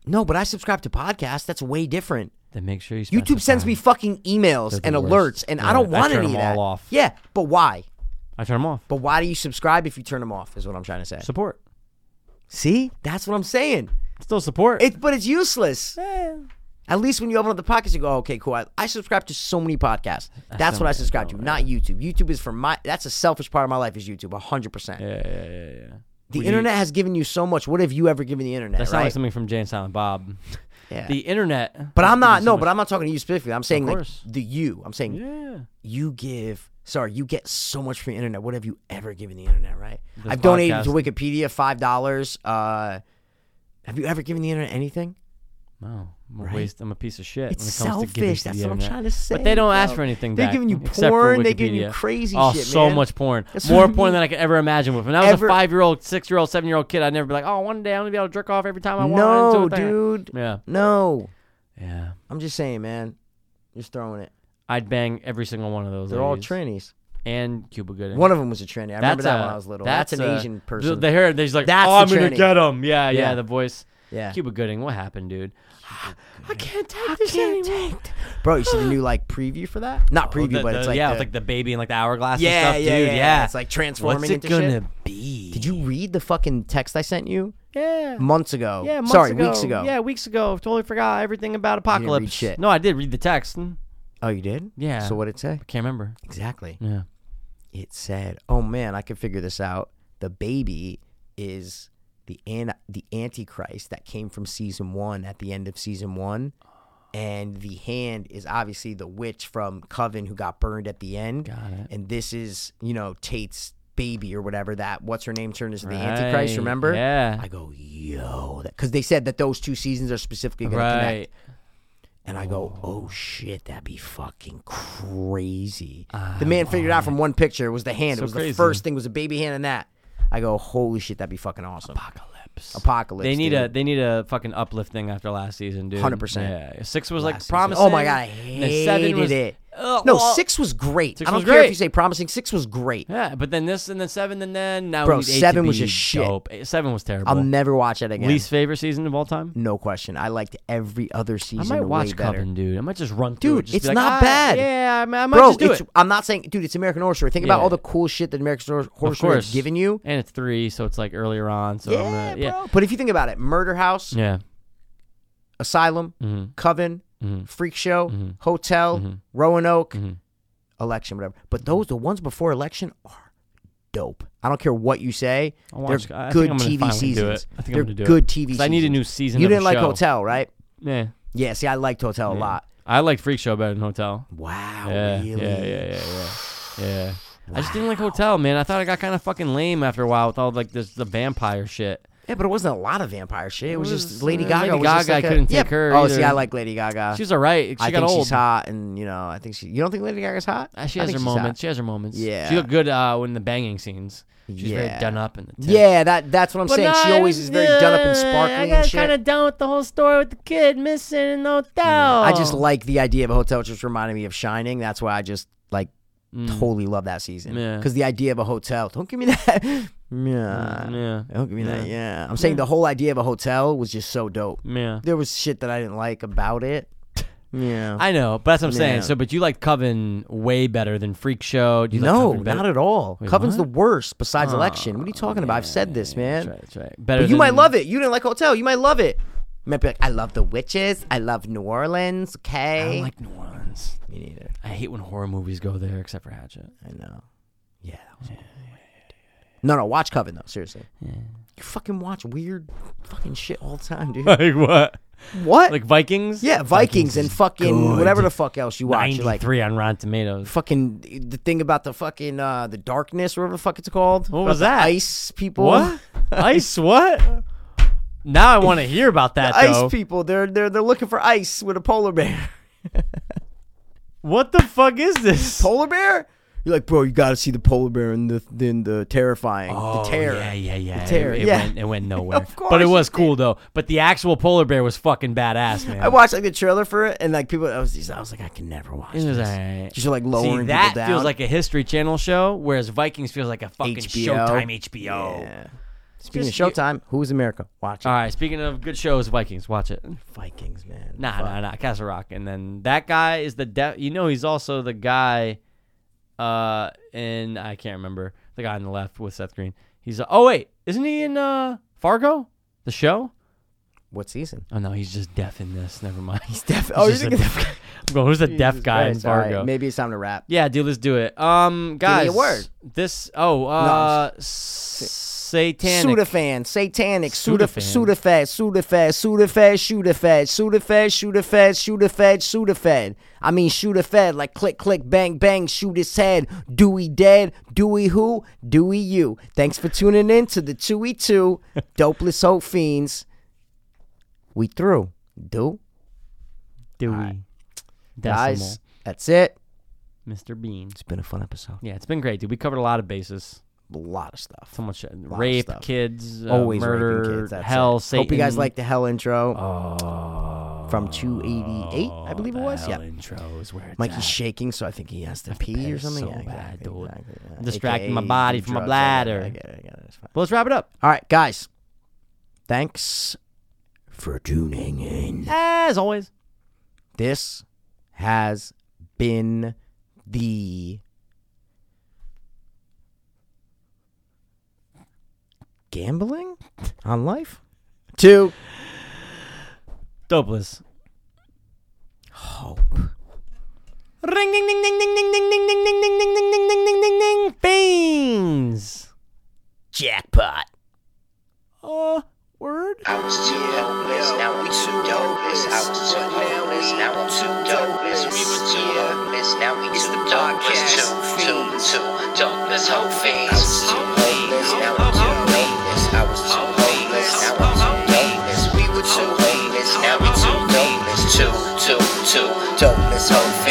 No, but I subscribe to podcasts. That's way different.
Then make sure you. spend
YouTube
some
sends
time-
me fucking emails
They're the
and
worst.
alerts, and
Yeah,
I don't
I
want
turn
any of
them
that.
all off.
Yeah, but why?
I turn them off.
But why do you subscribe if you turn them off? Is what I'm trying to say.
Support.
See, that's what I'm saying.
Still support.
It, but it's useless. At least when you open up the podcast, you go, "Oh, okay, cool. I, I subscribe to so many podcasts. That's what I subscribe
Oh,
to, not YouTube. YouTube is for my. That's a selfish part of my life is YouTube, hundred percent.
yeah, yeah, yeah, yeah.
The internet has given you so much. What have you ever given the internet?
That sounds
right?
like something from Jay and Silent Bob.
Yeah.
The internet.
but I'm not. No, but I'm not talking to you specifically. I'm saying like
course.
the you. I'm saying
Yeah.
you give sorry you get so much from the internet what have you ever given the internet right i've donated to wikipedia five dollars uh have you ever given the internet anything
Wow, I'm a waste. I'm a piece of shit.
It's
when it comes to giving
selfish.
to
That's
the
what I'm
internet.
trying to say.
But they don't ask
bro.
for anything.
They're
back,
giving you
except for
porn. They're giving you
Wikipedia.
crazy
Oh,
shit,
so
man.
much porn.
That's what
More
I
porn
mean.
than I could ever imagine. When I was
Ever-
a five-year-old, six-year-old, seven-year-old kid, I'd never be like, "Oh, one day I'm gonna be able to jerk off every time I want."
No,
into a thing."
dude.
Yeah,
No.
yeah.
I'm just saying, man. Just throwing it.
I'd bang every single one of those.
They're all
ladies.
trannies.
And Cuba Gooding.
One of them was a tranny. I remember that when
a-
I was little. That's, an
a-
Asian
th-
person.
They heard. They're just like,
That's
"Oh,
a
I'm gonna
tranny.
get him." Yeah, yeah,
Yeah.
The voice.
yeah.
Cuba Gooding. What happened, dude? I can't take this anymore.
Bro, you see the new like preview for that? Not
Oh,
preview,
the-
but it's
the-
like
yeah,
the,
it's like the baby and like the hourglass
yeah,
and stuff,
yeah,
dude.
yeah,
Yeah,
It's like transforming
what's it
into
gonna
shit.
be?
Did you read the fucking text I sent you
Yeah,
months ago?
yeah, months
sorry,
ago.
weeks ago.
Yeah, weeks ago. Totally forgot everything about apocalypse.
shit.
No, I did read the text. Mm,
Oh, you did?
Yeah.
So what did it say?
Can't remember.
Exactly.
Yeah.
It said, "Oh man, I can figure this out. The baby is the an- the antichrist that came from season 1 at the end of season 1." And the hand is obviously the witch from Coven who got burned at the end.
Got it.
And this is, you know, Tate's baby or whatever that what's her name turned into the Antichrist,
Right,
remember?
Yeah.
I go, yo, because they said that those two seasons are specifically going to
Right.
connect, and I go, oh shit, that'd be fucking crazy. the man figured it out from one picture it was the hand.
Uh, So
it was
crazy.
the first thing was a baby hand and that. I go, holy shit, that'd be fucking awesome.
Apocalypse.
Apocalypse.
They need
dude.
a they need a fucking uplifting after last season, dude.
100%.
Yeah, six was
Last
like
season.
promising.
Oh my god, I
and then seven
hated
was,
it.
Ugh,
no,
well,
six was great.
Six
I don't
was
care
great.
if you say promising. Six was great.
Yeah, but then this and then seven and then now
Bro,
we need eight to
seven was
be
just shit.
dope. Eight- Seven was terrible.
I'll never watch that again.
Least favorite season of all time.
no question. I liked every other season.
I might
way
watch
better.
Coven, dude. I might just run through.
Dude,
it, just be
it's
like,
not
"Ah,
bad."
Yeah, I, mi- I might
Bro,
just do
it's,
it.
I'm not saying, dude. It's American Horror Story. Think about
Yeah.
all the cool shit that American Horror Horror
Of
Story
course,
has given you.
and it's three, so it's like earlier on. So I'm
Yeah,
gonna- yeah,
bro. But if you think about it, Murder House,
yeah.
Asylum,
Mhm.
Coven,
Mhm.
Freak Show, Hotel, Roanoke, Election, whatever. But those, the ones before Election, are dope. I don't care what you say.
I'll watch-
They're
I think
good
I'm gonna
TV
finally do
seasons.
it. I think I'm
They're
gonna do it.
good TV.
'Cause
seasons.
I need a new season
You
of the
didn't like
show.
Hotel, right?
Yeah,
Yeah. See, I liked Hotel a lot.
I like Freak Show better than Hotel.
Wow.
Yeah,
really?
yeah, yeah, yeah, yeah. Yeah. I just didn't like Hotel, man. I thought it got kind of fucking lame after a while with all like this the vampire shit.
Yeah, but it wasn't a lot of vampire shit. It was,
was,
just Lady
uh,
Gaga.
Lady
was just
Gaga, I
like a-
couldn't
yeah.
take her
Oh,
either.
see, I like Lady Gaga.
She's all right. She
I
got
think
old.
she's hot, and you know, I think she. You don't think Lady Gaga's hot?
Uh, She
I
has
think
her
she's hot.
moments. She has her moments.
Yeah.
She looked good uh, in the banging scenes. She's
Yeah.
very done up in the tent.
Yeah, that that's what I'm
But
saying.
no,
she
I
always
was-
is very done up and
uh,
sparkly
I
and
got
shit.
kind of done with the whole story with the kid missing in the hotel.
I just like the idea of a hotel. Just reminded me of Shining. That's why I just like totally love that season.
Mm. Yeah. Mm-hmm.
Because the idea of a hotel. Don't give me that. yeah.
yeah.
Don't give me that. Yeah. I'm saying the whole idea of a hotel was just so dope.
Yeah.
There was shit that I didn't like about it. Yeah.
I know, but that's what I'm
Yeah.
saying. So, but you like Coven way better than Freak Show. Do you like
no,
Coven better?
not at all.
Wait,
Coven's
what?
the worst besides election. What are you talking about? I've said this, man.
That's right. That's right. Better.
But you
than-
might love it. You didn't like Hotel. You might love it. You might be like, I love the witches. I love New Orleans.
I
Okay.
don't like New Orleans.
Me neither.
I hate when horror movies go there, except for Hatchet.
I know. Yeah. That was No, no. Watch Coven though. Seriously. You fucking watch weird fucking shit all the time, dude.
Like what?
what?
Like Vikings?
yeah, Vikings, and fucking
good.
whatever the fuck else you watch. You're like
Ninety-three on Rotten Tomatoes.
fucking the thing about the fucking uh the darkness, whatever the fuck it's called.
What
About
was
the
that?
Ice people.
What? ice? What? Now I want to hear about that though.
Ice people. They're they're they're looking for ice with a polar bear.
what the fuck is this?
polar bear? You're like, bro, you got to see the polar bear and the then the terrifying, the terror.
Oh, Yeah, yeah, yeah. It-
terror,
It,
yeah.
Went, it went nowhere.
Of course
but it
it
was cool though. But the actual polar bear was fucking badass, man.
I watched like the trailer for it, and like people, I was, I was like, I can never watch
It was
this.
alright.
Just like
See,
lowering
that
people down.
feels like a History Channel show, whereas Vikings feels like a fucking
HBO.
Showtime HBO.
Yeah. Speaking
oh. Just you-
of Showtime, who's America? Watch it.
All right. Speaking of good shows, Vikings, watch it.
Vikings, man.
Nah,
Fuck.
nah, nah. Castle Rock, and then that guy is the de- you know he's also the guy, uh, in I can't remember the guy on the left with Seth Green. He's oh wait, isn't he in uh Fargo, the show?
What season?
Oh no, he's just deaf in this. Never mind. He's
deaf- oh,
just
you're
a
thinking
deaf guy. I'm going, who's the deaf
Jesus
guy in
Christ. All right,
Fargo?
Maybe it's time to wrap.
yeah, dude, let's do it. Um, guys,
word.
This oh uh, satanic.
Sudafan, satanic, Sudafed,
Sudafed.
Sudafed, Sudafed, Sudafed, Sudafed, Sudafed, Sudafed, Sudafed, Sudafed. I mean, Sudafed, like click, click, bang, bang, shoot his head. Dewey dead, Dewey who, Dewey you. Thanks for tuning in to the 2E2 Dopeless Hope Fiends. We through. Do
Dewey. Decimal.
guys, that's it.
Mr. Bean.
It's been a fun episode.
Yeah, it's been great, dude. We covered a lot of bases.
A lot of stuff.
So much uh,
of
rape,
stuff.
kids, uh,
Always
murder,
raping kids. That's
hell,
it.
Satan.
Hope you guys like the hell intro
Oh,
from 288, I believe it
the
was.
Hell
Yeah.
intro is where it's
Mikey's
at.
shaking, so I think he has to pee or
pissed
something.
so
yeah,
bad,
exactly,
dude.
exactly, yeah.
Distracting
AKA
my body from my
drugs. I get it,
bladder.
I get it. I get it. It's fine.
Well, let's wrap it up.
All right, guys. Thanks for tuning in.
As always,
This has been the gambling on life. Two
dopeless.
hope.
Ring ding ding ding ding ding ding ding ding ding ding ding ding ding ding ding ding ding fiends.
jackpot.
Uh, word.
I was too hopeless, now I'm too dopeless. I was too hopeless, now I'm too dopeless. We were too hopeless, now we too dopeless. Two, two, two, dopeless, whole fiends. I was too hopeless, now I'm too hopeless. I was too hopeless, now I'm too hopeless. We were too hopeless, now we too dopeless. Two, two, two, dopeless, whole